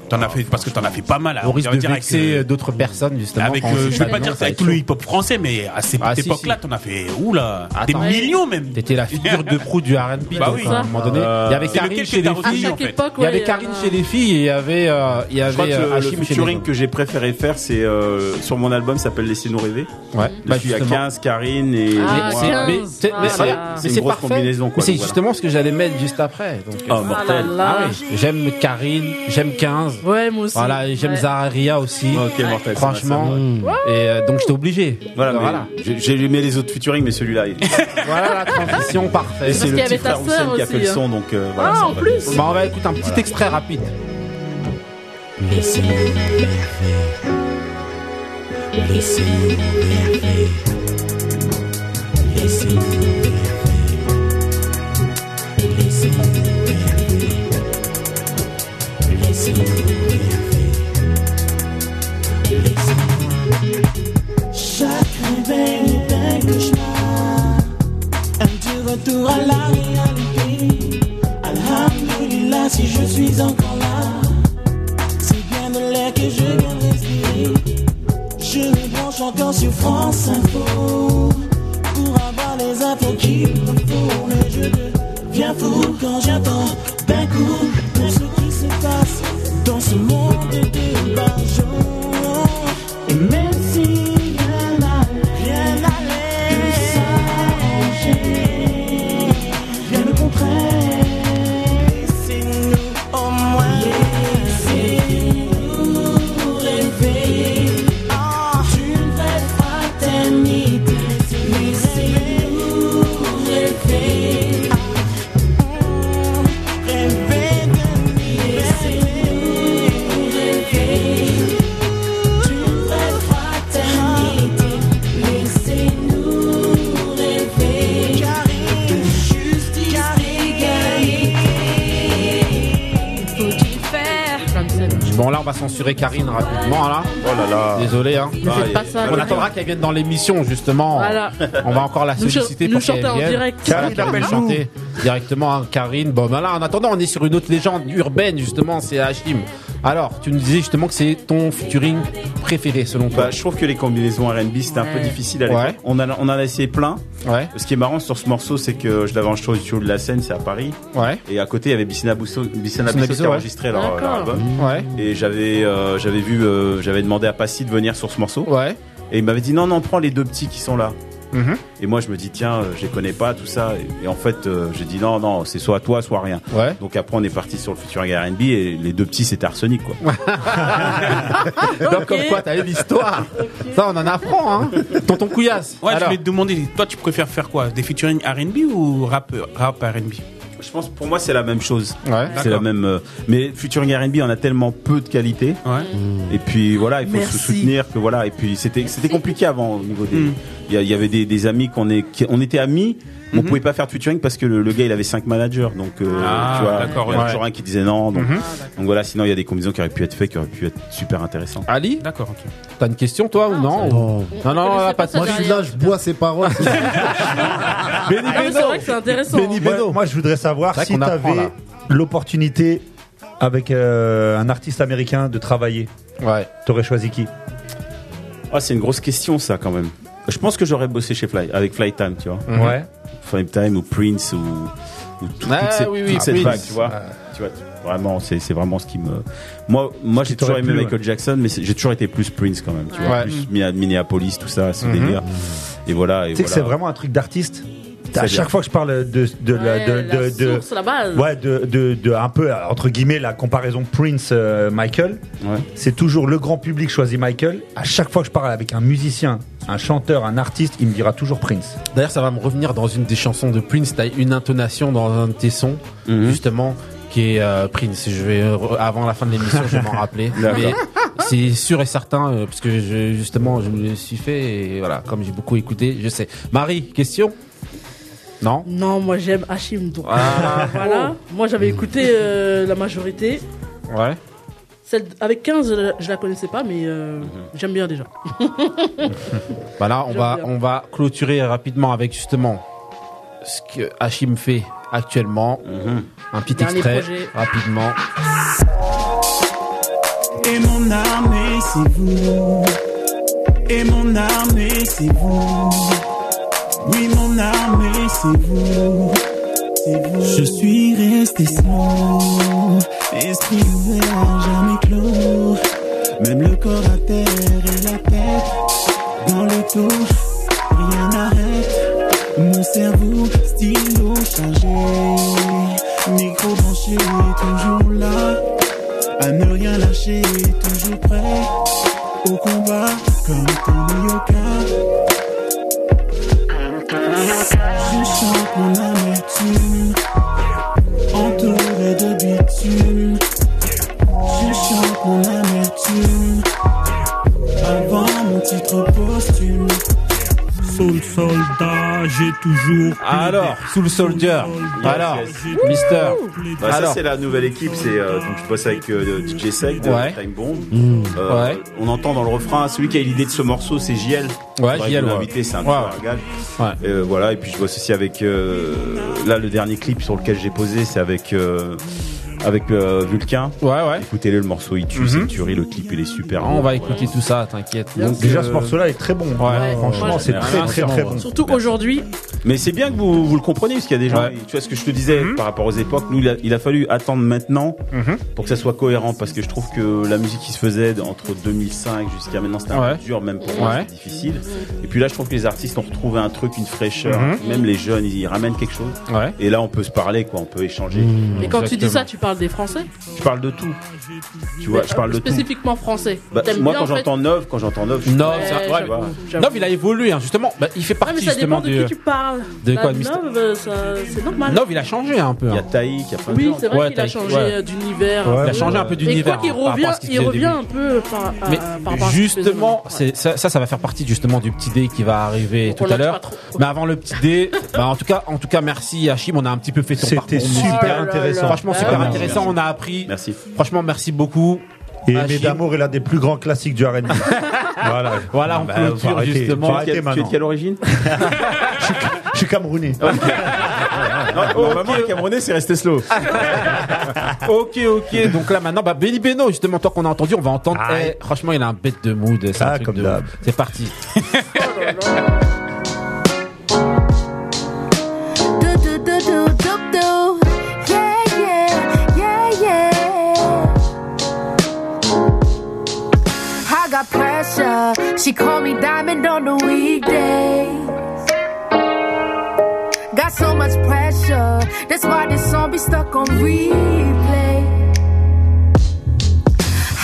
Speaker 8: T'en as fait, parce que t'en as fait pas mal. hein. à-
Speaker 1: On risque de
Speaker 8: dire avec,
Speaker 1: vexer
Speaker 8: euh,
Speaker 1: d'autres personnes, justement.
Speaker 8: Avec,
Speaker 1: quand on
Speaker 8: euh,
Speaker 1: cite
Speaker 8: je vais
Speaker 1: les
Speaker 8: pas
Speaker 1: noms,
Speaker 8: dire
Speaker 1: ça va
Speaker 8: avec
Speaker 1: être
Speaker 8: tout
Speaker 1: chaud.
Speaker 8: le hip-hop français, mais à cette
Speaker 1: Ah, si,
Speaker 8: époque-là,
Speaker 1: si.
Speaker 8: t'en as fait, oula, des
Speaker 1: Attends.
Speaker 8: millions même.
Speaker 1: T'étais la figure de proue du R&B.
Speaker 8: Bah
Speaker 1: donc,
Speaker 8: oui.
Speaker 1: à un moment donné,
Speaker 6: Euh,
Speaker 1: il y avait
Speaker 8: C'est lequel
Speaker 1: Karine
Speaker 8: que
Speaker 1: chez
Speaker 8: t'as
Speaker 1: les
Speaker 8: retenu,
Speaker 1: filles.
Speaker 8: en fait
Speaker 1: il y avait Karine chez les filles et il y avait, euh, il y
Speaker 6: Je crois
Speaker 1: avait
Speaker 6: que
Speaker 1: euh,
Speaker 6: le, le
Speaker 1: Hachim chez les
Speaker 6: featuring
Speaker 1: hommes.
Speaker 6: que j'ai préféré faire, c'est euh, sur mon album s'appelle Laissez-nous rêver.
Speaker 1: Ouais. Bah,
Speaker 6: Dessus, il y a
Speaker 1: justement.
Speaker 6: 15, Karine et.
Speaker 1: Mais
Speaker 6: moi.
Speaker 1: c'est- mais
Speaker 6: Ah,
Speaker 1: c'est- mais c'est- mais
Speaker 6: une
Speaker 1: c'est
Speaker 6: grosse
Speaker 1: parfait.
Speaker 6: combinaison.
Speaker 1: Mais
Speaker 6: quoi,
Speaker 1: c'est
Speaker 6: donc voilà.
Speaker 1: justement ce que j'allais mettre juste après. Donc, euh,
Speaker 6: Ah, mortel.
Speaker 2: Ah là là.
Speaker 1: Ah oui. J'aime Karine, j'aime 15.
Speaker 2: Ouais, moi aussi.
Speaker 1: Voilà, et j'aime
Speaker 2: Ouais.
Speaker 1: Zaharia aussi.
Speaker 6: Ok, mortel, ça va, ça
Speaker 1: Franchement.
Speaker 6: va,
Speaker 1: Et euh, donc, j'étais obligé.
Speaker 6: Voilà, mais
Speaker 1: Voilà.
Speaker 6: j'ai- j'ai aimé les autres featuring, mais celui-là. il-
Speaker 1: Voilà la transition parfaite.
Speaker 6: Et c'est le petit frère Houssen qui a fait le son, donc euh, voilà. ça, on va dire.
Speaker 1: Bah, on va écouter un petit
Speaker 6: Voilà.
Speaker 1: extrait rapide.
Speaker 11: Laissez-nous rêver. Laissez-nous rêver. Laissez-nous rêver. Laissez-nous rêver. Laissez-nous rêver. Laissez-nous- Chaque réveil est un cauchemar. Un petit retour à la réalité. Alhamdulillah, si je suis encore là. C'est bien de l'air que je viens de respirer. Je me branche encore sur France Info pour avoir les infos qu'il me faut. Mais je deviens fou quand j'attends d'un coup tout ce qui se passe dans ce monde de l'argent. Et même si rien n'allait, rien n'allait, tout s'arrangeait. Rien ne comprenne. Laissez-nous au moins laissez-nous rêver. D'une vraie fraternité. Laissez-nous rêver.
Speaker 1: va censurer Karine rapidement là.
Speaker 6: Oh là là.
Speaker 1: Désolé hein.
Speaker 6: Ne faites pas ça,
Speaker 1: on
Speaker 6: Karine.
Speaker 1: attendra qu'elle vienne dans l'émission justement.
Speaker 6: Voilà.
Speaker 1: On va encore la
Speaker 6: Nous
Speaker 1: solliciter
Speaker 6: chan- nous
Speaker 1: pour qu'elle
Speaker 6: chanter en
Speaker 1: vienne.
Speaker 6: direct.
Speaker 1: Voilà,
Speaker 6: Karine,
Speaker 1: qu'elle vienne
Speaker 6: appelle-nous.
Speaker 1: chanter directement hein, Karine. Bon ben là en attendant on est sur une autre légende urbaine justement c'est Hachim. Alors tu nous disais justement que c'est ton featuring préféré selon toi.
Speaker 6: Bah, je trouve que les combinaisons RB c'était un peu
Speaker 1: Ouais.
Speaker 6: difficile à l'époque.
Speaker 1: Ouais.
Speaker 6: On, en a, on en a essayé plein.
Speaker 1: Ouais.
Speaker 6: Ce qui est marrant sur ce morceau, c'est que je l'avais enregistré au studio de la scène, c'est à Paris.
Speaker 1: Ouais.
Speaker 6: Et à côté, il y avait Bissina Bousso, Bissina
Speaker 1: Bissina
Speaker 6: Bissot
Speaker 1: Bissot,
Speaker 6: qui a
Speaker 1: ouais.
Speaker 6: enregistré leur, leur
Speaker 1: D'accord.
Speaker 6: album.
Speaker 1: Ouais.
Speaker 6: Et j'avais euh, j'avais vu, euh, j'avais demandé à Passy de venir sur ce morceau.
Speaker 1: Ouais.
Speaker 6: Et il m'avait dit non, non, prends les deux petits qui sont là.
Speaker 1: Mhm.
Speaker 6: Et moi, je me dis, tiens, euh, je les connais pas, tout ça. Et, et en fait, euh, j'ai dit, non, non, c'est soit toi, soit rien.
Speaker 1: Ouais.
Speaker 6: Donc après, on est parti sur le featuring RB et les deux petits, c'était Arsenic, quoi. Ah,
Speaker 1: Donc comme quoi t'as eu l'histoire. Ça on en apprend hein. Tonton Couillasse.
Speaker 8: Ouais,
Speaker 1: Alors.
Speaker 8: je vais te demander, toi, tu préfères faire quoi Des featuring RB ou rap, rap RB
Speaker 6: Je pense pour moi c'est la même chose. C'est
Speaker 8: D'accord.
Speaker 6: la même. euh, mais featuring R&B, on a tellement peu de qualité. Et puis voilà, il faut
Speaker 8: Merci.
Speaker 6: se soutenir que voilà. Et puis c'était c'était compliqué avant au niveau des.
Speaker 8: Mm.
Speaker 6: Il y a- il y, avait des, des amis qu'on est qui- on était amis. mais
Speaker 8: Mm-hmm.
Speaker 6: On pouvait pas faire de featuring parce que le, le gars il avait cinq managers donc euh,
Speaker 8: Ah,
Speaker 6: tu vois
Speaker 8: d'accord,
Speaker 6: il y en a
Speaker 8: ouais. Mm-hmm.
Speaker 6: toujours un qui disait non donc,
Speaker 1: Mhm.
Speaker 6: donc voilà sinon il y a des combinaisons qui auraient pu être faites qui auraient pu être super intéressantes
Speaker 1: Ali
Speaker 8: D'accord, ok.
Speaker 1: T'as une question toi ou Ah, non Non, non, non, là, pas de
Speaker 3: Moi, je suis là, je bois ses paroles.
Speaker 2: Ah, mais c'est vrai que c'est intéressant.
Speaker 5: Moi, moi, je voudrais savoir
Speaker 3: C'est vrai
Speaker 5: si
Speaker 3: qu'on
Speaker 5: tu
Speaker 3: apprend, là.
Speaker 5: avais l'opportunité avec euh, un artiste américain de travailler.
Speaker 1: Ouais.
Speaker 5: T'aurais choisi qui
Speaker 6: Ah, c'est une grosse question, ça, quand même. Je pense que j'aurais bossé chez Fly, avec Flytime, tu vois.
Speaker 5: Mhm. Ouais.
Speaker 6: Flytime ou Prince ou, ou tout-
Speaker 1: Ah,
Speaker 6: toute cette,
Speaker 1: oui,
Speaker 6: toute
Speaker 1: oui,
Speaker 6: cette
Speaker 1: Prince.
Speaker 6: vague, tu vois.
Speaker 5: Ah.
Speaker 6: Tu vois, vraiment, c'est c'est vraiment ce qui me. Moi, moi j'ai toujours
Speaker 1: t'aurait
Speaker 6: aimé
Speaker 1: plu,
Speaker 6: Michael Jackson, mais c'est- j'ai toujours été plus Prince quand même, tu vois.
Speaker 5: Ouais.
Speaker 6: Plus Minna- Minneapolis, tout ça, ce
Speaker 5: Mhm.
Speaker 6: délire. Et voilà. Et
Speaker 5: Tu sais que
Speaker 6: voilà.
Speaker 5: c'est vraiment un truc d'artiste à
Speaker 6: C'est-à-dire
Speaker 5: chaque fois que je parle de, de, la-
Speaker 2: Ouais,
Speaker 5: de,
Speaker 2: la
Speaker 5: de- de-
Speaker 2: source, la base.
Speaker 5: ouais, de, de- de- un peu euh, entre guillemets la comparaison Prince euh, Michael, c'est toujours le grand public choisit Michael. À chaque fois que je parle avec un musicien, un chanteur, un artiste, il me dira toujours Prince.
Speaker 1: D'ailleurs, ça va me revenir dans une des chansons de Prince. T'as une intonation dans un de tes sons,
Speaker 2: Mhm.
Speaker 1: justement, qui est euh, Prince. Je vais euh, re- avant la fin de l'émission, je vais m'en rappeler.
Speaker 6: D'accord.
Speaker 1: Mais c'est sûr et certain, euh, parce que je- justement, je me le suis fait. Et voilà, comme j'ai beaucoup écouté, je sais. Marie, question Non.
Speaker 2: Non, moi j'aime Hachim. Donc.
Speaker 1: Ah.
Speaker 2: voilà. Moi j'avais écouté euh, la majorité.
Speaker 1: Ouais.
Speaker 2: Celle d- avec 15, euh, je la connaissais pas, mais euh,
Speaker 1: Mhm.
Speaker 2: j'aime bien déjà.
Speaker 1: Bah là, on
Speaker 2: Je
Speaker 1: va,
Speaker 2: reviens.
Speaker 1: on va clôturer rapidement avec justement ce que Hachim fait actuellement. Un petit
Speaker 11: Dernier
Speaker 1: extrait
Speaker 11: projet.
Speaker 1: rapidement.
Speaker 11: Mm-hmm. Et mon armée, c'est vous. Et mon armée, c'est vous. Oui, mon armée, c'est vous. C'est vous. Je suis resté sourd. Esprit ouvert, à jamais clos. Même le corps à terre et la tête dans le tour. Rien n'arrête. Mon cerveau, stylo chargé. Micro branché, toujours là. À ne rien lâcher, toujours prêt au combat, comme ton yoga. Je chante mon amertume, entouré de bitume. Je chante mon amertume, avant mon titre posthume. Soul soldat, j'ai toujours.
Speaker 1: Alors, Soul Soldier.
Speaker 6: Yes,
Speaker 1: Alors,
Speaker 6: yes.
Speaker 1: Mister.
Speaker 6: Bah, ça
Speaker 1: Alors.
Speaker 6: c'est la nouvelle équipe, c'est euh, donc je bosse avec euh, le DJ Sec de
Speaker 1: Ouais.
Speaker 6: Time Bomb.
Speaker 1: Mmh.
Speaker 5: Ah.
Speaker 6: Euh,
Speaker 1: Ouais.
Speaker 6: On entend dans le refrain celui qui a eu l'idée de ce morceau, c'est JL. Faudrait que
Speaker 1: JL,
Speaker 6: vous
Speaker 1: ouais.
Speaker 6: l'invitez, c'est un
Speaker 1: Ouais.
Speaker 6: petit régal. Euh, voilà et puis je bosse aussi avec euh, là le dernier clip sur lequel j'ai posé, c'est avec euh, avec euh, Vulcain.
Speaker 1: Ouais ouais.
Speaker 6: Écoutez-le, le morceau il tue,
Speaker 1: Mhm.
Speaker 6: c'est une tuerie, le clip il est super.
Speaker 1: On
Speaker 6: beau.
Speaker 1: va écouter tout ça, t'inquiète.
Speaker 6: Donc,
Speaker 5: Déjà,
Speaker 6: euh,
Speaker 5: ce morceau-là est très bon.
Speaker 1: Ouais.
Speaker 5: Franchement, c'est
Speaker 6: Ouais.
Speaker 1: Ah,
Speaker 5: très,
Speaker 6: Ouais.
Speaker 5: très, très bon.
Speaker 2: Surtout aujourd'hui.
Speaker 6: Mais c'est bien que vous, vous le compreniez, parce qu'il y a des gens. Tu vois ce que je te disais par rapport aux époques, nous, il a, il a fallu attendre maintenant pour que ça soit cohérent, parce que je trouve que la musique qui se faisait entre 2005 jusqu'à maintenant, c'était un
Speaker 1: Ouais.
Speaker 6: peu dur, même pour moi,
Speaker 1: Ouais.
Speaker 6: c'était difficile. Et puis là, je trouve que les artistes ont retrouvé un truc, une fraîcheur.
Speaker 1: Mhm.
Speaker 6: Même les jeunes, ils ramènent quelque chose.
Speaker 1: Ouais.
Speaker 6: Et là, on peut se parler, quoi, on peut échanger.
Speaker 2: Et quand tu dis ça, tu parles des Français
Speaker 6: je parle de tout. Tu vois, je parle de tout.
Speaker 2: Spécifiquement français.
Speaker 6: Bah,
Speaker 2: T'aimes
Speaker 6: moi,
Speaker 2: bien,
Speaker 6: quand
Speaker 2: en fait
Speaker 6: j'entends Nov, quand j'entends Nov, je suis
Speaker 1: Nov,
Speaker 6: très-
Speaker 1: c'est- ouais,
Speaker 6: tu vois.
Speaker 1: Nov, il a évolué, hein, justement. Bah, il fait
Speaker 2: Ah,
Speaker 1: partie
Speaker 2: mais ça dépend
Speaker 1: justement
Speaker 2: de qui
Speaker 1: du.
Speaker 2: tu parles.
Speaker 1: de
Speaker 2: Bah,
Speaker 1: quoi, Mister-
Speaker 2: Nov, euh, ça- c'est normal.
Speaker 1: Nov, il a changé un peu. Il y a
Speaker 6: Taïk, il y a plein
Speaker 2: Oui, c'est vrai qu'il a
Speaker 1: Taïk,
Speaker 2: changé
Speaker 1: ouais.
Speaker 2: euh, d'univers.
Speaker 1: Ouais,
Speaker 2: un
Speaker 1: il a
Speaker 2: peu.
Speaker 1: changé un peu d'univers,
Speaker 2: Et quoi qu'il
Speaker 1: hein, par rapport
Speaker 2: revient,
Speaker 1: à ce qu'il
Speaker 2: il
Speaker 1: faisait au
Speaker 2: revient
Speaker 1: début.
Speaker 2: un peu euh, par, à-
Speaker 1: Mais
Speaker 2: par rapport à ce qu'il faisait
Speaker 1: justement, c'est- ça, ça, ça va faire partie justement du petit dé qui va arriver
Speaker 2: Qu'on
Speaker 1: tout à
Speaker 2: lâche pas
Speaker 1: l'heure. Mais avant le petit dé, bah, en tout cas, en tout cas, merci Hachim, on a un petit peu fait ton
Speaker 5: C'était
Speaker 1: parcours
Speaker 5: super
Speaker 1: musical.
Speaker 5: intéressant.
Speaker 1: Ah, Franchement, super
Speaker 5: Vraiment.
Speaker 1: intéressant. On a appris.
Speaker 6: Merci.
Speaker 1: Franchement, merci beaucoup.
Speaker 5: Et Aimé d'amour est l'un des plus grands classiques du RB. voilà,
Speaker 6: Voilà, on
Speaker 5: peut
Speaker 6: clôture justement.
Speaker 5: Bah, Faut
Speaker 6: Tu es- tu
Speaker 5: arrêter
Speaker 6: es de
Speaker 5: maintenant.
Speaker 6: quelle origine
Speaker 5: Je suis Camerounais.
Speaker 6: Normalement, le Camerounais, c'est resté slow.
Speaker 1: ok, ok. Donc là maintenant, bah, Benny Beno, justement, tant qu'on a entendu, on va entendre.
Speaker 2: Ah,
Speaker 1: Eh, franchement, il a un bête de mood. c'est un
Speaker 5: Ah,
Speaker 1: truc de ouf. C'est parti.
Speaker 16: do do do do do do. Yeah yeah yeah yeah. I got pressure. She called me diamond on the weekday. Got so much pressure. That's why this song be stuck on replay.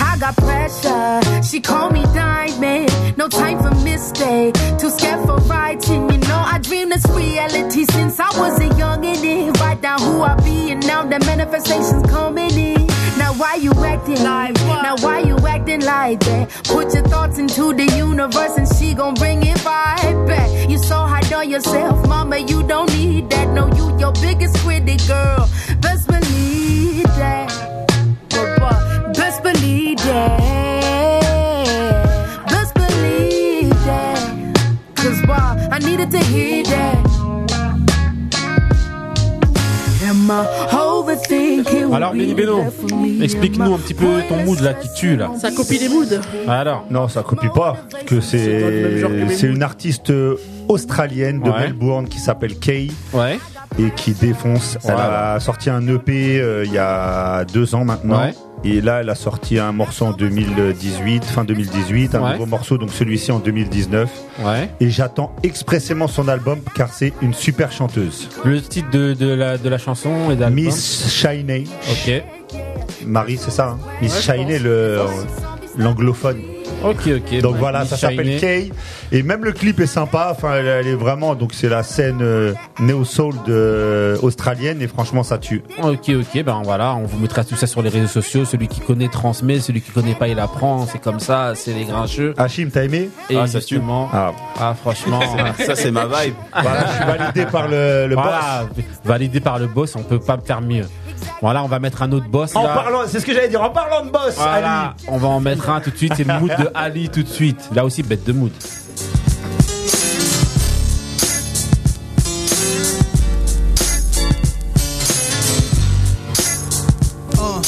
Speaker 16: I got pressure. She called me diamond. No time for mistake. Too scared for writing. You know, I dream this reality since I was a youngin'. And write down who I be. And now the manifestation's coming in. Now why you acting like Now why you acting like that? Put your thoughts into the universe and she gon' bring it right back. You so hard on yourself, mama, you don't need that. No, you your biggest critic, girl. Best believe that. Best believe that. Best believe that. Cause why? I needed to hear that. Am I overthinking?
Speaker 1: Alors, Benny Beno, explique-nous un petit peu ton mood là qui tue là. Ah,
Speaker 2: Ça copie les moods.
Speaker 1: Alors
Speaker 5: Non, ça copie pas. Que
Speaker 2: même genre que
Speaker 5: c'est
Speaker 2: mes
Speaker 5: c'est
Speaker 2: moods.
Speaker 5: une artiste euh, australienne de
Speaker 1: Ouais.
Speaker 5: Melbourne qui s'appelle Kay.
Speaker 1: Ouais.
Speaker 5: Et qui défonce. Elle a sorti un EP euh, il y a deux ans maintenant.
Speaker 1: Ouais.
Speaker 5: Et là, elle a sorti un morceau en 2018, fin 2018, un
Speaker 1: Ouais.
Speaker 5: nouveau morceau, donc celui-ci en 2019. Et j'attends expressément son album car c'est une super chanteuse.
Speaker 1: Le titre de, de la, de la chanson et de l'album
Speaker 5: Miss Shiney.
Speaker 1: Ok.
Speaker 5: Marie, c'est ça. hein Miss
Speaker 1: Ouais, je
Speaker 5: Shiney,
Speaker 1: pense.
Speaker 5: le- l'anglophone.
Speaker 1: Ok, ok.
Speaker 5: Donc
Speaker 1: Ouais,
Speaker 5: voilà,
Speaker 1: Miss
Speaker 5: ça s'appelle
Speaker 1: Shiney.
Speaker 5: Kay. Et même le clip est sympa. Enfin, elle, elle est vraiment. Donc c'est la scène euh, néo soul euh, australienne et franchement ça tue.
Speaker 1: Ok, ok, ben voilà, on vous mettra tout ça sur les réseaux sociaux. Celui qui connaît transmet, celui qui connaît pas il apprend. C'est comme ça, c'est les grincheux.
Speaker 5: Hachim, t'as aimé
Speaker 1: Et
Speaker 6: Ah, ça tue.
Speaker 1: justement, ah. franchement,
Speaker 6: Ça, c'est ma vibe.
Speaker 5: Voilà, je suis validé par le, le
Speaker 1: Voilà, validé par le boss, on peut pas faire mieux. Voilà, on va mettre un autre boss.
Speaker 5: En
Speaker 1: là.
Speaker 5: parlant, c'est ce que j'allais dire. En parlant de boss,
Speaker 1: Voilà,
Speaker 5: Ali.
Speaker 1: on va en mettre un tout de suite. C'est le mood de Ali tout de suite. Là aussi, bête de mood.
Speaker 17: Uh,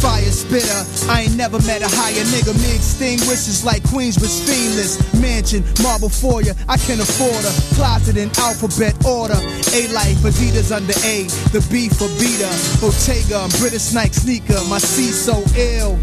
Speaker 17: fire spitter. I ain't never met a higher nigga. Me extinguishes like Queens with stainless mansion, marble foyer. I can afford her. Closet in alphabet order. A life, Adidas under A. The B for Beta, Bottega, and British Nike sneaker. My C so ill.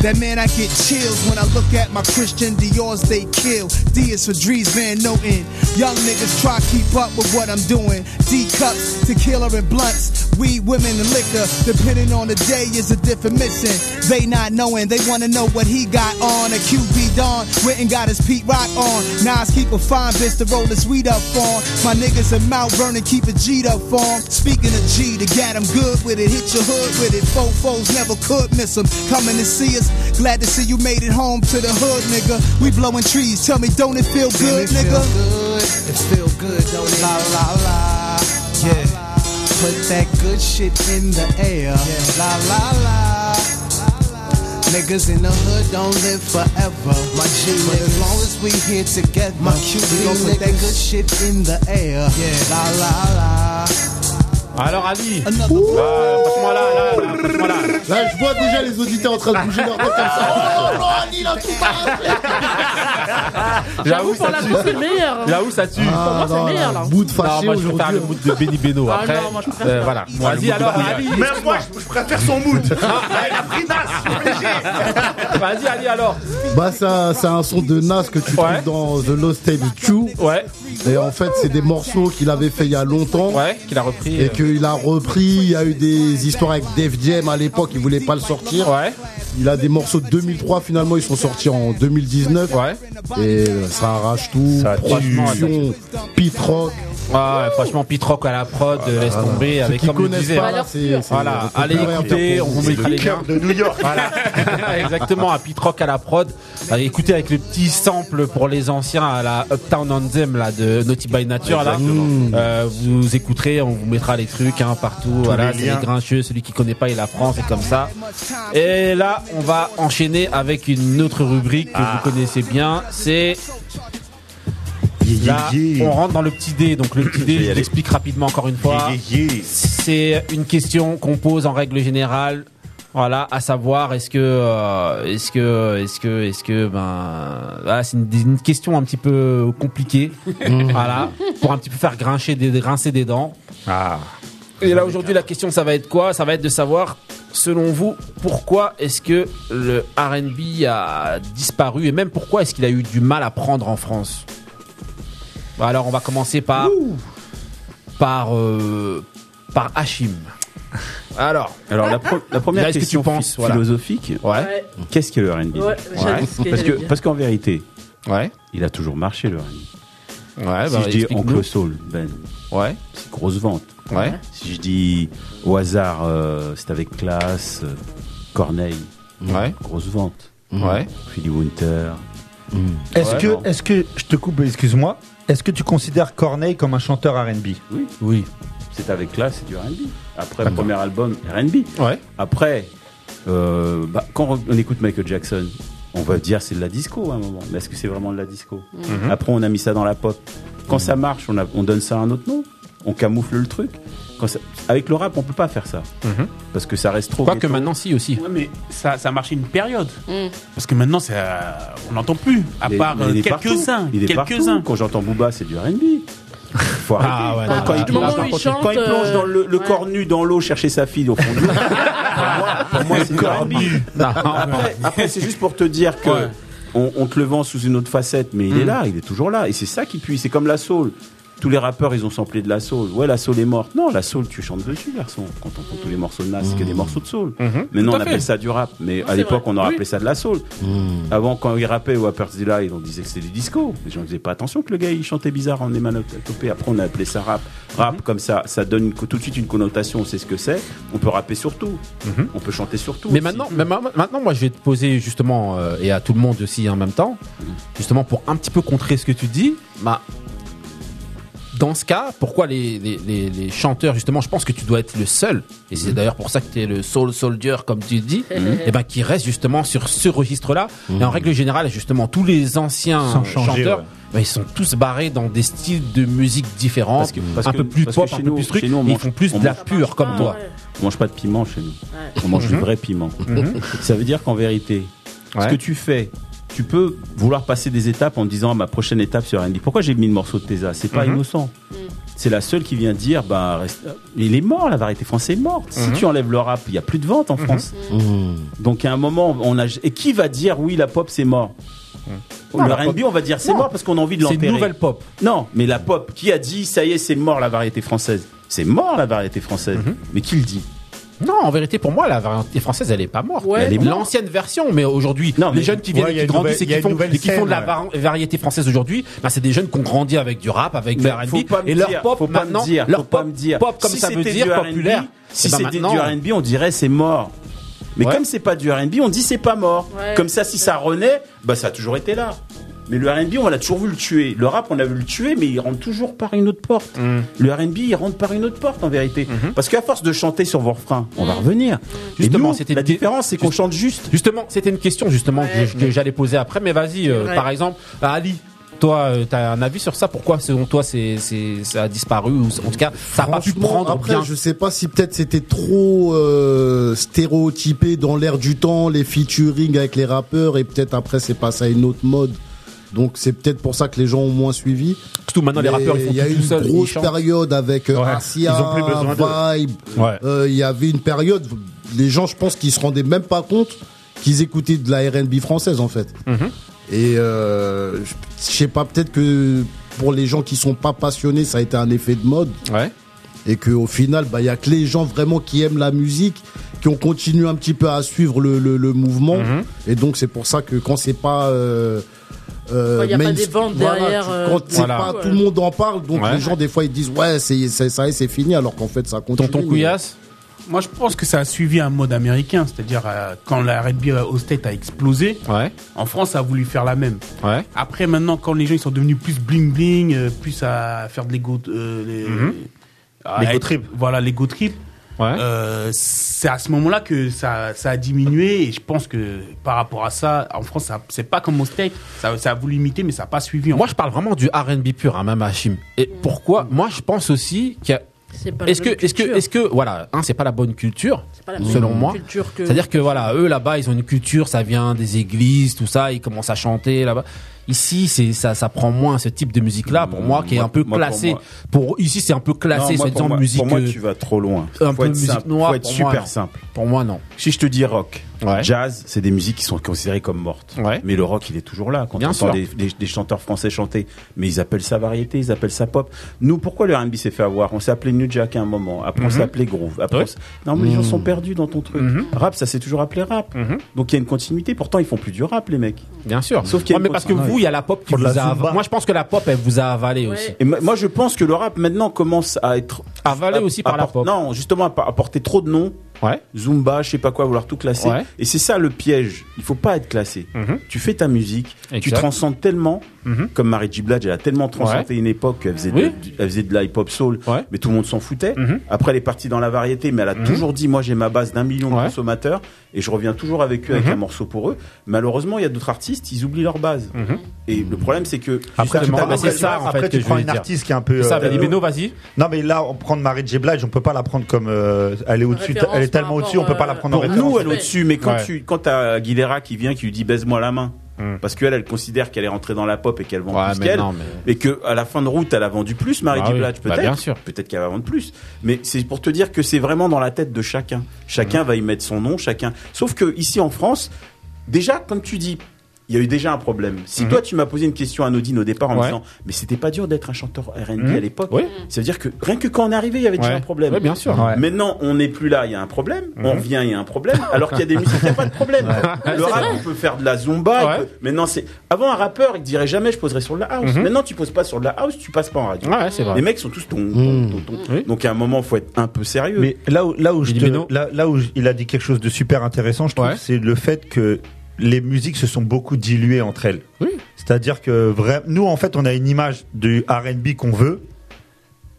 Speaker 17: That man, I get chills when I look at my Christian Dior's they kill. D is for Dries Van Noten. Young niggas try keep up with what I'm doing. D cups, tequila and blunts, weed, women and liquor. Depending on the day is a different mission. They not knowing, they wanna know what he got on. A QB Don went and got his Pete Rock on. Nas keep a fine bitch to roll his weed up on. My niggas in Mount Vernon keep a G'd up on. Speaking of G, the gat I'm good with it. Hit your hood with it. Four foes never could miss them. Coming to see us. Glad to see you made it home to the hood, nigga. We blowing trees. Tell me, don't it feel good, nigga?
Speaker 11: It feel good, don't it? La la la. Yeah. Put that good shit in the air. La la la. Niggas in the hood don't live forever. My G, but as long as we here together, my Q, we gon' put that good shit in the air. Yeah. La la la.
Speaker 1: Alors Ali, Ah, franchement là, là, là, franchement, là.
Speaker 3: Là, je vois déjà les auditeurs en train de bouger leur tête comme
Speaker 5: Ah,
Speaker 3: ça.
Speaker 1: J'avoue,
Speaker 2: pour
Speaker 1: ça
Speaker 2: la
Speaker 1: tue.
Speaker 2: bouffe, c'est le meilleur, hein.
Speaker 1: J'avoue, ça tue.
Speaker 2: Pour moi, c'est le non, meilleur, là. là.
Speaker 1: Mood
Speaker 3: fâché
Speaker 1: moi, je préfère
Speaker 3: aujourd'hui,
Speaker 1: le mood de Benny Beno.
Speaker 2: Ah,
Speaker 1: Après,
Speaker 2: non, moi, je préfère
Speaker 1: Euh,
Speaker 2: ça.
Speaker 1: voilà.
Speaker 5: Moi, le
Speaker 1: Vas-y,
Speaker 5: mood de
Speaker 1: alors,
Speaker 5: Benny.
Speaker 1: Ali.
Speaker 5: Même moi, je, je préfère son mood.
Speaker 3: Ah,
Speaker 1: Vas-y, Ali, alors.
Speaker 3: Bah ça, c'est un son de Nas que tu trouves dans The Lost Tapes 2.
Speaker 1: Ouais.
Speaker 3: Et en fait, c'est des morceaux qu'il avait fait il y a longtemps.
Speaker 1: Ouais, qu'il a repris.
Speaker 3: Et qu'il a repris. Il y a eu des histoires avec Def Jam à l'époque, il voulait pas le sortir.
Speaker 1: Ouais.
Speaker 3: Il a des morceaux de 2003 finalement, ils sont sortis en 2019. Ouais. Et euh, ça arrache tout.
Speaker 1: Ça tue.
Speaker 3: production, pit rock.
Speaker 1: Ah, ouais, franchement, Pitrock à la prod, euh, laisse tomber.
Speaker 3: Ah, Ceux
Speaker 1: Avec,
Speaker 3: qui
Speaker 1: comme je
Speaker 3: connaissent
Speaker 1: disais,
Speaker 5: hein,
Speaker 3: pas, là, c'est- c'est-
Speaker 1: voilà.
Speaker 3: c'est
Speaker 1: Allez
Speaker 3: complémentaire
Speaker 1: écouter,
Speaker 3: pour
Speaker 1: on vous
Speaker 3: vous.
Speaker 1: mettra
Speaker 3: C'est
Speaker 1: les
Speaker 3: le
Speaker 1: liens.
Speaker 3: cœur de New York.
Speaker 1: Voilà. Exactement. à Pitrock à la prod. Euh, Écoutez avec le petit sample pour les anciens à la Uptown Anthem là, de Naughty by Nature. Là.
Speaker 6: Exactement.
Speaker 1: Euh, vous écouterez, on vous mettra les trucs hein, partout. voilà,
Speaker 6: les
Speaker 1: c'est les
Speaker 6: liens.
Speaker 1: grincheux. Celui qui connaît pas, il apprend, c'est comme ça. Et là, on va enchaîner avec une autre rubrique que
Speaker 6: Ah.
Speaker 1: vous connaissez bien. C'est Là, on rentre dans le petit dé. Donc le petit dé, je l'explique rapidement encore une fois. C'est une question qu'on pose en règle générale. Voilà, à savoir, est-ce que, euh, est-ce que, est-ce que, est-ce que, ben, voilà, c'est une, une question un petit peu compliquée, voilà, pour un petit peu faire grincher des, rincer des dents.
Speaker 2: Ah.
Speaker 1: Et là aujourd'hui, la question, ça va être quoi Ça va être de savoir, selon vous, pourquoi est-ce que le R&B a disparu et même pourquoi est-ce qu'il a eu du mal à prendre en France Bon, Alors, on va commencer par. Par. euh, par Hachim. Alors.
Speaker 6: Alors la, pro- la première
Speaker 1: Là, est-ce que
Speaker 6: question
Speaker 1: tu penses,
Speaker 6: phi-
Speaker 1: voilà.
Speaker 6: philosophique,
Speaker 1: Ouais.
Speaker 6: qu'est-ce que le R&B
Speaker 2: Ouais, j'allais ce que
Speaker 6: Parce que
Speaker 2: j'allais dire.
Speaker 6: parce qu'en vérité, il a toujours marché le R&B.
Speaker 1: Ouais,
Speaker 6: si
Speaker 1: bah,
Speaker 6: je dis
Speaker 1: explique-nous.
Speaker 6: Oncle Soul, ben,
Speaker 1: ouais,
Speaker 6: c'est grosse vente.
Speaker 1: Ouais.
Speaker 6: Si je dis au hasard, euh, c'est avec classe, euh, Corneille,
Speaker 1: ouais,
Speaker 6: grosse vente.
Speaker 1: Ouais.
Speaker 6: Philly Winter.
Speaker 5: Est-ce
Speaker 6: Ouais,
Speaker 5: que,
Speaker 6: non.
Speaker 5: est-ce que, je te coupe, excuse-moi, est-ce que tu considères Corneille comme un chanteur R&B
Speaker 6: Oui.
Speaker 1: Oui.
Speaker 6: C'est avec classe, c'est du R&B. Après,
Speaker 5: D'accord.
Speaker 6: premier album, R&B.
Speaker 1: Ouais.
Speaker 6: Après, euh, bah, quand on écoute Michael Jackson, on va dire c'est de la disco à un moment. Mais est-ce que c'est vraiment de la disco
Speaker 5: Mhm.
Speaker 6: Après, on a mis ça dans la pop. Quand ça marche, on, a- on donne ça un autre nom. On camoufle le truc. Quand ça- avec le rap, on peut pas faire ça. Parce que ça reste trop.
Speaker 1: Quoique maintenant, si aussi.
Speaker 8: Ouais, mais ça, ça a marché une période. Parce que maintenant, ça, on n'entend plus. À part euh, quelques-uns. Quelques-uns.
Speaker 6: Quand j'entends Booba, c'est du RB. Faut arrêter.
Speaker 1: Ah ouais,
Speaker 6: quand,
Speaker 1: non,
Speaker 6: quand
Speaker 1: là,
Speaker 6: il plonge,
Speaker 1: là, par
Speaker 6: quand
Speaker 1: contre,
Speaker 6: il
Speaker 1: euh,
Speaker 6: plonge dans le, le corps nu dans l'eau chercher sa fille au fond de l'eau, pour moi, pour moi, c'est du R&B.
Speaker 8: Ah, bah,
Speaker 6: Après, après, c'est juste pour te dire que on, on te le vend sous une autre facette, mais il est
Speaker 8: Mm.
Speaker 6: là, il est toujours là. Et c'est ça qui pue. C'est comme la soul. Tous les rappeurs, ils ont samplé de la soul. Ouais, la soul est morte. Non, la soul, tu chantes dessus, garçon. Quand on prend tous les morceaux de Nas, c'est que des morceaux de soul. Mm-hmm. Maintenant,
Speaker 8: Mhm. Tout à
Speaker 6: on
Speaker 8: fait.
Speaker 6: appelle ça du rap. Mais à
Speaker 8: c'est
Speaker 6: l'époque,
Speaker 8: vrai.
Speaker 6: on aurait
Speaker 8: Oui.
Speaker 6: appelé ça de la soul. Avant, quand ils rappaient ou Upper Live, on disait que c'était du disco. Les gens disaient pas attention que le gars il chantait bizarre en émanotopée. Après, on a appelé ça rap. Rap,
Speaker 8: Mhm.
Speaker 6: comme ça, ça donne une co- tout de suite une connotation, on sait ce que c'est. On peut rapper sur tout.
Speaker 8: Mhm.
Speaker 6: On peut chanter sur tout.
Speaker 1: Mais
Speaker 6: aussi.
Speaker 1: maintenant, mais ma- maintenant, moi, je vais te poser justement, euh, et à tout le monde aussi en même temps, justement pour un petit peu contrer ce que tu dis, bah, dans ce cas, pourquoi les, les- les- les chanteurs, justement, je pense que tu dois être le seul, et
Speaker 6: Mhm.
Speaker 1: c'est d'ailleurs pour ça que tu es le soul soldier, comme tu dis,
Speaker 2: Mhm.
Speaker 1: et ben qui reste justement sur ce registre-là.
Speaker 6: Mhm.
Speaker 1: Et en règle générale, justement, tous les anciens
Speaker 5: Sans changer,
Speaker 1: chanteurs.
Speaker 5: ouais.
Speaker 1: bah, ils sont tous barrés dans des styles de musique différents,
Speaker 6: Parce que- parce
Speaker 1: un
Speaker 6: que-
Speaker 1: peu plus
Speaker 6: parce
Speaker 1: pop,
Speaker 6: que
Speaker 1: un
Speaker 6: chez
Speaker 1: peu
Speaker 6: nous-
Speaker 1: plus truc,
Speaker 6: chez nous, on
Speaker 1: et ils
Speaker 6: mange-
Speaker 1: font plus
Speaker 6: on
Speaker 1: de la
Speaker 6: mange- Ah,
Speaker 1: pure comme toi.
Speaker 6: On mange pas de piment chez nous.
Speaker 2: Ouais.
Speaker 6: On mange du
Speaker 1: Mhm.
Speaker 6: vrai piment.
Speaker 1: Mhm.
Speaker 6: Ça veut dire qu'en vérité,
Speaker 1: Ouais.
Speaker 6: ce que tu fais, tu peux vouloir passer des étapes en disant ma prochaine étape sur R&B. Pourquoi j'ai mis le morceau de Tesa C'est
Speaker 8: Mm-hmm.
Speaker 6: pas
Speaker 5: Mhm.
Speaker 6: innocent. C'est la seule qui vient dire bah reste- il est mort, la variété française est morte. Si
Speaker 5: Mhm.
Speaker 6: tu enlèves le rap, il y a plus de vente en
Speaker 1: Mhm.
Speaker 6: France. Donc à un moment, on a et qui va dire oui la pop c'est mort
Speaker 1: Non,
Speaker 6: Le
Speaker 1: la
Speaker 6: R&B,
Speaker 1: pop-
Speaker 6: on va dire c'est
Speaker 1: Non.
Speaker 6: mort parce qu'on a envie de
Speaker 1: C'est une
Speaker 6: l'enterrer.
Speaker 1: nouvelle pop.
Speaker 6: Non, mais la pop, qui a dit ça y est, c'est mort la variété française C'est mort la variété française. Mais qui le dit
Speaker 1: Mhm. Non, en vérité, pour moi, la variété française, elle est pas morte.
Speaker 6: Ouais.
Speaker 1: Elle est
Speaker 6: Non.
Speaker 1: l'ancienne version, mais aujourd'hui, les jeunes qui viennent,
Speaker 6: Ouais,
Speaker 1: et
Speaker 6: il y a
Speaker 1: qui
Speaker 6: une
Speaker 1: grandissent
Speaker 6: nouvelle- il y a
Speaker 1: et
Speaker 6: une
Speaker 1: qui font,
Speaker 6: nouvelle
Speaker 1: et qui font de la
Speaker 6: scène,
Speaker 1: var- variété française aujourd'hui, bah, c'est des jeunes qui ont grandi avec du rap, avec du
Speaker 6: Mais
Speaker 1: R&B,
Speaker 6: faut pas me
Speaker 1: et leur
Speaker 6: dire,
Speaker 1: pop
Speaker 6: faut pas me
Speaker 1: maintenant,
Speaker 6: dire,
Speaker 1: leur
Speaker 6: faut pas
Speaker 1: pop,
Speaker 6: me dire.
Speaker 1: pop comme
Speaker 6: Si
Speaker 1: ça veut
Speaker 6: c'était
Speaker 1: dire
Speaker 6: du R&B,
Speaker 1: populaire.
Speaker 6: Si
Speaker 1: eh ben
Speaker 6: c'était
Speaker 1: maintenant-
Speaker 6: du R&B, on dirait c'est mort. Mais comme c'est pas du R&B, on dit c'est pas mort.
Speaker 2: Ouais.
Speaker 6: Comme ça, si ça renaît, bah ça a toujours été là. Mais le R&B, on l'a toujours vu le tuer. Le rap, on l'a vu le tuer, mais il rentre toujours par une autre porte.
Speaker 1: Mm.
Speaker 6: Le R&B, il rentre par une autre porte en vérité. Parce qu'à force de chanter sur vos refrains, on va revenir. Et
Speaker 1: Mm-hmm. Justement,
Speaker 6: nous,
Speaker 1: c'était
Speaker 6: la
Speaker 1: une que-
Speaker 6: différence, c'est qu'on
Speaker 1: juste-
Speaker 6: chante juste.
Speaker 1: Justement, c'était une question justement que je- que j'allais poser après, mais vas-y, euh,
Speaker 6: Ouais.
Speaker 1: par exemple, Ali. Toi, tu t'as un avis sur ça Pourquoi, selon toi, c'est, c'est, ça a disparu ou en tout cas, ça a pas pu
Speaker 3: Franchement,
Speaker 1: prendre
Speaker 3: après,
Speaker 1: bien
Speaker 3: je sais pas si peut-être c'était trop euh, stéréotypé dans l'air du temps, les featuring avec les rappeurs, et peut-être après c'est passé à une autre mode. Donc c'est peut-être pour ça que les gens ont moins suivi.
Speaker 1: Surtout maintenant, les
Speaker 3: Mais
Speaker 1: rappeurs, ils font
Speaker 3: Il y a
Speaker 1: tout
Speaker 3: eu
Speaker 1: tout
Speaker 3: une
Speaker 1: seuls, ils
Speaker 3: grosse
Speaker 1: chantent.
Speaker 3: période avec euh,
Speaker 1: Ouais,
Speaker 3: Asia,
Speaker 1: ils ont plus besoin d'eux.
Speaker 3: Vibe.
Speaker 1: Ouais.
Speaker 3: Euh, Il y avait une période, les gens, je pense, qu'ils se rendaient même pas compte qu'ils écoutaient de la R&B française en fait.
Speaker 1: Mhm.
Speaker 3: Et euh, je je sais pas, peut-être que pour les gens qui sont pas passionnés, ça a été un effet de mode. Et qu'au final, bah, il y a que les gens vraiment qui aiment la musique, qui ont continué un petit peu à suivre le, le- le mouvement.
Speaker 1: Mhm.
Speaker 3: Et donc, c'est pour ça que quand c'est pas. euh, euh,
Speaker 2: Quand il y a pas
Speaker 3: mainst-
Speaker 2: des ventes
Speaker 3: voilà,
Speaker 2: derrière,
Speaker 3: tu-
Speaker 2: euh,
Speaker 3: quand c'est
Speaker 1: Voilà.
Speaker 3: pas tout le monde en parle, donc
Speaker 1: Ouais.
Speaker 3: les gens des fois ils disent ouais c'est c'est- ça y est, c'est fini alors qu'en fait ça continue.
Speaker 1: Tonton Couillasse
Speaker 8: Moi, je pense que ça a suivi un mode américain, c'est-à-dire euh, quand la Red Beer au State a explosé, en France, ça a voulu faire la même. Après, maintenant, quand les gens ils sont devenus plus bling bling, euh, plus à faire de l'ego, euh, les,
Speaker 5: Mhm.
Speaker 8: à
Speaker 5: L'ego
Speaker 8: être-
Speaker 5: trip.
Speaker 8: Voilà, l'ego trip. Euh, c'est à ce moment-là que ça, ça a diminué et je pense que par rapport à ça, en France, ça- c'est pas comme au steak. Ça, ça a voulu imiter, mais ça n'a pas suivi. en
Speaker 1: Moi, je parle vraiment du R&B pur, hein, même Hachim. Et pourquoi Moi, je pense aussi qu'il y a.
Speaker 2: C'est pas la
Speaker 1: Est-ce que,
Speaker 2: bonne
Speaker 1: est-ce que,
Speaker 2: culture.
Speaker 1: est-ce que, voilà, hein, c'est pas la bonne culture,
Speaker 2: pas la
Speaker 1: selon
Speaker 2: bonne
Speaker 1: moi.
Speaker 2: culture que-
Speaker 1: C'est-à-dire que voilà, eux là-bas, ils ont une culture, ça vient des églises, tout ça, ils commencent à chanter là-bas. Ici, c'est ça, ça prend moins ce type de musique-là pour moi, qui est
Speaker 6: moi-
Speaker 1: un peu
Speaker 6: moi, pour
Speaker 1: classé.
Speaker 6: moi.
Speaker 1: Pour, ici, c'est un peu classé,
Speaker 6: Non, moi,
Speaker 1: soit
Speaker 6: pour,
Speaker 1: disant
Speaker 6: moi,
Speaker 1: musique.
Speaker 6: pour moi,
Speaker 1: euh,
Speaker 6: tu vas trop loin.
Speaker 1: un
Speaker 6: Faut
Speaker 1: peu
Speaker 6: être
Speaker 1: musique
Speaker 6: simple,
Speaker 1: noire,
Speaker 6: Faut être
Speaker 1: pour moi,
Speaker 6: super
Speaker 1: non.
Speaker 6: simple.
Speaker 1: Pour moi, non.
Speaker 6: Si je te dis rock, jazz, c'est des musiques qui sont considérées comme mortes. Mais le rock, il est toujours là. Quand
Speaker 1: Bien
Speaker 6: on entend
Speaker 1: sûr.
Speaker 6: des, des- des chanteurs français chanter, mais ils appellent ça variété, ils appellent ça pop. Nous, pourquoi le R&B s'est fait avoir On s'est appelé New Jack à un moment. Après, on
Speaker 1: Mhm.
Speaker 6: s'appelait groove. Après,
Speaker 1: Ouais.
Speaker 6: on s- non, mais les gens
Speaker 1: Mhm.
Speaker 6: sont perdus dans ton truc. Rap, ça s'est toujours appelé rap. Donc il y a une continuité. Pourtant, ils font plus du rap, les mecs.
Speaker 1: Bien sûr.
Speaker 6: Sauf qu'il y a
Speaker 1: Ouais,
Speaker 6: une
Speaker 1: mais parce que
Speaker 6: continuité.
Speaker 1: vous, il y a la pop qui
Speaker 6: Pour de
Speaker 1: vous
Speaker 6: la
Speaker 1: a
Speaker 6: Zumba.
Speaker 1: avalé. Moi, je pense que la pop, elle vous a avalé aussi.
Speaker 6: Et moi- moi, je pense que le rap maintenant commence à être
Speaker 1: avalé aussi par la pop.
Speaker 6: Non, justement, à pa- à porter trop de noms. Zumba, je sais pas quoi, vouloir tout classer.
Speaker 1: Ouais. Mm-hmm.
Speaker 6: Et c'est ça le piège. Il faut pas être classé. Tu fais ta musique, tu
Speaker 1: Exact. Mm-hmm.
Speaker 6: transcendes tellement. Comme Marie J. Blige, elle a tellement transcendé une époque qu'elle faisait,
Speaker 1: Oui. Mm-hmm.
Speaker 6: de, du- elle faisait de la hip-hop soul, mais tout le monde s'en foutait. Après, elle est partie dans la variété, mais elle a toujours dit Moi, j'ai ma base d'un million de consommateurs et je reviens toujours avec eux avec
Speaker 1: Mm-hmm.
Speaker 5: Mhm.
Speaker 6: un morceau pour eux. Malheureusement, il y a d'autres artistes, ils oublient leur base.
Speaker 1: Mm-hmm.
Speaker 6: Et le problème, c'est que.
Speaker 5: Après, tu,
Speaker 6: justement, Ah,
Speaker 5: prends- après, tu prends- après, tu prends une artiste qui est un peu. euh,
Speaker 1: vas-y.
Speaker 5: Non, mais là, on prend Marie J. Blige, on peut pas la prendre comme. euh, elle est au-dessus,
Speaker 6: référence
Speaker 5: elle est tellement
Speaker 6: par euh,
Speaker 5: au-dessus, on peut pas la prendre en
Speaker 6: Pour
Speaker 5: référence.
Speaker 6: nous, elle est au-dessus, mais quand
Speaker 5: Ouais.
Speaker 6: tu, quand t'as Aguilera qui vient, qui lui dit baise-moi la main.
Speaker 1: Hmm.
Speaker 6: Parce qu'elle, elle considère qu'elle est rentrée dans la pop et qu'elle vend
Speaker 1: Ouais,
Speaker 6: plus
Speaker 1: mais
Speaker 6: qu'elle.
Speaker 1: non, mais-
Speaker 6: Et que, à la fin de route, elle a vendu plus, Marie
Speaker 1: Ah
Speaker 6: J.
Speaker 1: oui.
Speaker 6: Blige,
Speaker 1: Bah,
Speaker 6: peut-être.
Speaker 1: bien sûr.
Speaker 6: Peut-être qu'elle va vendre plus. Mais c'est pour te dire que c'est vraiment dans la tête de chacun.
Speaker 1: Hmm.
Speaker 6: Chacun va y mettre son nom, chacun. Sauf que, ici, en France, déjà, comme tu dis, il y a eu déjà un problème. Si toi, tu m'as posé une question à Nodine au départ en me
Speaker 1: Hmm. Ouais.
Speaker 6: disant, mais c'était pas dur d'être un chanteur R&B
Speaker 1: Mhm.
Speaker 6: à l'époque.
Speaker 1: Oui.
Speaker 6: Ça veut dire que rien que quand on est arrivé, il y avait déjà
Speaker 1: Ouais.
Speaker 6: un problème.
Speaker 1: Ouais, bien sûr.
Speaker 6: Mhm.
Speaker 1: Ouais.
Speaker 6: Maintenant, on n'est plus là, il y a un problème.
Speaker 1: Mhm.
Speaker 6: On revient, il y a un problème. Alors qu'il y a des musiques, il n'y a pas de problème. Le rap, on peut faire de la zumba. il peut- Maintenant, c'est. Avant, un rappeur, il dirait jamais, je poserai sur de la house.
Speaker 1: Mhm.
Speaker 6: Maintenant, tu poses pas sur de la house, tu passes pas en radio.
Speaker 1: Ouais, c'est vrai.
Speaker 6: Les mecs sont tous ton. ton- ton- ton- Donc, à un moment, faut être un peu sérieux.
Speaker 5: Mais là où, là où, je
Speaker 6: Billy
Speaker 5: te-
Speaker 6: Bino.
Speaker 5: là, là où je- il a dit quelque chose de super intéressant, je trouve, c'est le fait que les musiques se sont beaucoup diluées entre elles. C'est-à-dire que vrai, nous, en fait, on a une image du RB qu'on veut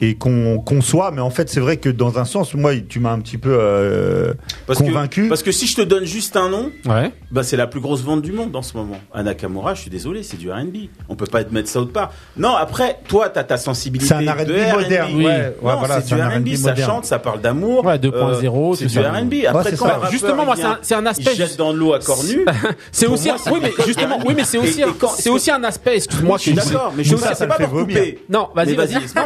Speaker 5: et qu'on conçoit, mais en fait, c'est vrai que dans un sens, moi, tu m'as un petit peu euh,
Speaker 6: que-
Speaker 5: convaincu.
Speaker 6: parce que si je te donne juste un nom,
Speaker 1: Ouais.
Speaker 6: bah c'est la plus grosse vente du monde en ce moment. Anna Kamura, je suis désolé, c'est du R&B. On peut pas mettre ça autre part. Non, après, toi, t'as ta sensibilité.
Speaker 5: C'est un
Speaker 6: de
Speaker 5: R&B moderne,
Speaker 6: R&B.
Speaker 5: ouais, ouais,
Speaker 6: Non,
Speaker 5: voilà,
Speaker 6: c'est du
Speaker 5: c'est un
Speaker 6: R&B,
Speaker 5: R&B
Speaker 6: ça
Speaker 5: moderne.
Speaker 6: chante, ça parle d'amour. Euh,
Speaker 1: Ouais, 2.0,
Speaker 6: c'est
Speaker 1: tout
Speaker 6: du
Speaker 1: ça.
Speaker 6: R&B.
Speaker 1: Ouais,
Speaker 6: Après,
Speaker 1: c'est
Speaker 6: quand
Speaker 1: ça.
Speaker 6: le rappeur,
Speaker 1: Justement, moi,
Speaker 6: il vient,
Speaker 1: c'est un- c'est un aspect-
Speaker 6: Il jette dans de l'eau à cornu.
Speaker 1: C'est
Speaker 6: Pour
Speaker 1: aussi,
Speaker 6: moi,
Speaker 1: un-
Speaker 6: c'est
Speaker 1: oui,
Speaker 6: pas
Speaker 1: mais
Speaker 6: du
Speaker 1: justement,
Speaker 6: R&B.
Speaker 1: oui, mais c'est aussi,
Speaker 6: Et-
Speaker 1: un-
Speaker 6: et quand-
Speaker 1: c'est aussi un aspect. Excuse-moi,
Speaker 6: Je suis d'accord, mais je
Speaker 1: c'est
Speaker 6: trouve
Speaker 1: aussi-
Speaker 6: que ça me fait vomir.
Speaker 1: Non, vas-y,
Speaker 6: Mais
Speaker 1: vas-y.
Speaker 6: vas-y,
Speaker 1: Non,
Speaker 6: explique.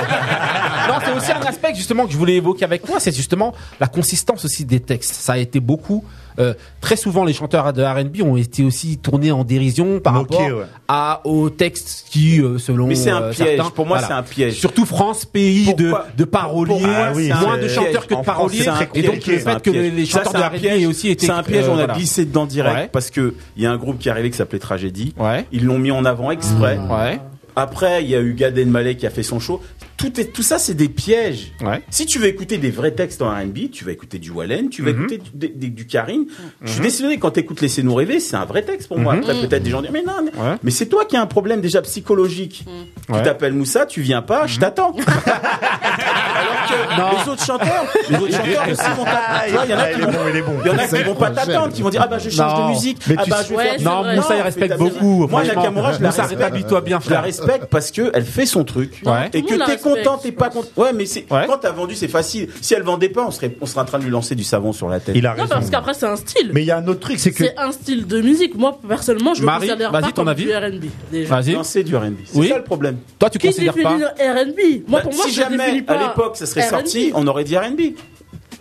Speaker 1: Non, non, c'est aussi un aspect justement que je voulais évoquer avec toi, c'est justement la consistance aussi des textes. Ça a été beaucoup. euh, très souvent, les chanteurs de R&B ont été aussi tournés en dérision par
Speaker 5: Moqués,
Speaker 1: rapport
Speaker 5: ouais.
Speaker 1: à aux textes qui, euh, selon
Speaker 6: Mais c'est un
Speaker 1: euh,
Speaker 6: piège.
Speaker 1: certains-
Speaker 6: Pour moi,
Speaker 1: voilà.
Speaker 6: c'est un piège.
Speaker 1: Surtout France, pays
Speaker 8: Euh,
Speaker 1: de, de paroliers,
Speaker 6: Ah oui,
Speaker 1: moins
Speaker 6: c'est-
Speaker 1: de chanteurs que de
Speaker 6: en France,
Speaker 1: paroliers,
Speaker 6: c'est un
Speaker 1: et
Speaker 6: piège.
Speaker 1: donc le
Speaker 6: C'est un
Speaker 1: fait que les,
Speaker 6: piège.
Speaker 1: les
Speaker 6: Ça,
Speaker 1: chanteurs
Speaker 6: c'est
Speaker 1: de
Speaker 6: un
Speaker 1: R&B
Speaker 6: piège.
Speaker 1: aient aussi été
Speaker 6: C'est un piège,
Speaker 1: euh,
Speaker 6: on a
Speaker 1: voilà.
Speaker 6: glissé dedans direct.
Speaker 1: Ouais.
Speaker 6: Parce qu'il y a un groupe qui est arrivé qui s'appelait Tragédie. Ils l'ont mis en avant exprès.
Speaker 1: Mmh.
Speaker 6: Après, il y a eu Gad Elmaleh qui a fait son show. Tout, est, tout ça, c'est des pièges. Si tu veux écouter des vrais textes en R&B, tu vas écouter du Wallen, tu
Speaker 1: Mmh.
Speaker 6: vas écouter du, des- des- du Karine. Je suis désolé, quand t'écoutes Laissez-nous rêver, c'est un vrai texte pour moi.
Speaker 1: Mhm.
Speaker 6: Après,
Speaker 1: Mhm.
Speaker 6: peut-être des gens disent, mais non, mais, mais c'est toi qui as un problème déjà psychologique.
Speaker 1: Ouais. Mmh.
Speaker 6: Tu t'appelles Moussa, tu viens pas, je t'attends.
Speaker 1: Non.
Speaker 6: Les autres chanteurs, les autres chanteurs aussi vont
Speaker 1: Ah,
Speaker 6: pas. Tu vois, Il y en a
Speaker 1: il
Speaker 6: qui
Speaker 1: est
Speaker 6: vont,
Speaker 1: bon, il est bon.
Speaker 6: il y en a qui
Speaker 1: C'est
Speaker 6: vont pas
Speaker 1: vrai,
Speaker 6: t'attendre,
Speaker 1: j'aime.
Speaker 6: qui vont dire ah bah je change
Speaker 1: Non.
Speaker 6: de musique.
Speaker 1: Mais
Speaker 6: ah
Speaker 1: tu
Speaker 6: bah,
Speaker 1: sais-
Speaker 6: je vais faire-
Speaker 1: Non, Moussa, il
Speaker 6: fais
Speaker 1: respecte
Speaker 6: ta
Speaker 1: beaucoup,
Speaker 6: musique. Moi, la
Speaker 1: franchement.
Speaker 6: Camorra, je la
Speaker 1: Moussa,
Speaker 6: respecte.
Speaker 1: respecte-toi bien,
Speaker 6: Je la
Speaker 1: frère.
Speaker 6: respecte parce que elle fait son truc
Speaker 1: Ouais.
Speaker 6: et
Speaker 1: Tout
Speaker 6: que t'es
Speaker 1: le monde la respecte,
Speaker 6: content, t'es pas content. Ouais, mais c'est quand t'as vendu, c'est facile. Si elle vendait pas, on serait on serait en train de lui lancer du savon sur la tête.
Speaker 5: Il a
Speaker 2: Non, parce qu'après, c'est un style.
Speaker 5: Mais il y a un autre truc, c'est que
Speaker 2: C'est un style de musique. Moi, personnellement, je ne
Speaker 6: Marie,
Speaker 2: considère
Speaker 6: vas-y,
Speaker 2: pas
Speaker 6: ton
Speaker 2: comme
Speaker 6: avis
Speaker 2: du R&B. déjà.
Speaker 6: Vas-y. Non, c'est du R&B. C'est ça le problème.
Speaker 1: Toi, tu
Speaker 2: Qui définit le R&B
Speaker 6: Bah,
Speaker 2: Moi, pour moi,
Speaker 6: si
Speaker 2: je
Speaker 6: jamais
Speaker 2: définis pas
Speaker 6: à l'époque ça serait
Speaker 2: R&B.
Speaker 6: sorti, on aurait dit R&B.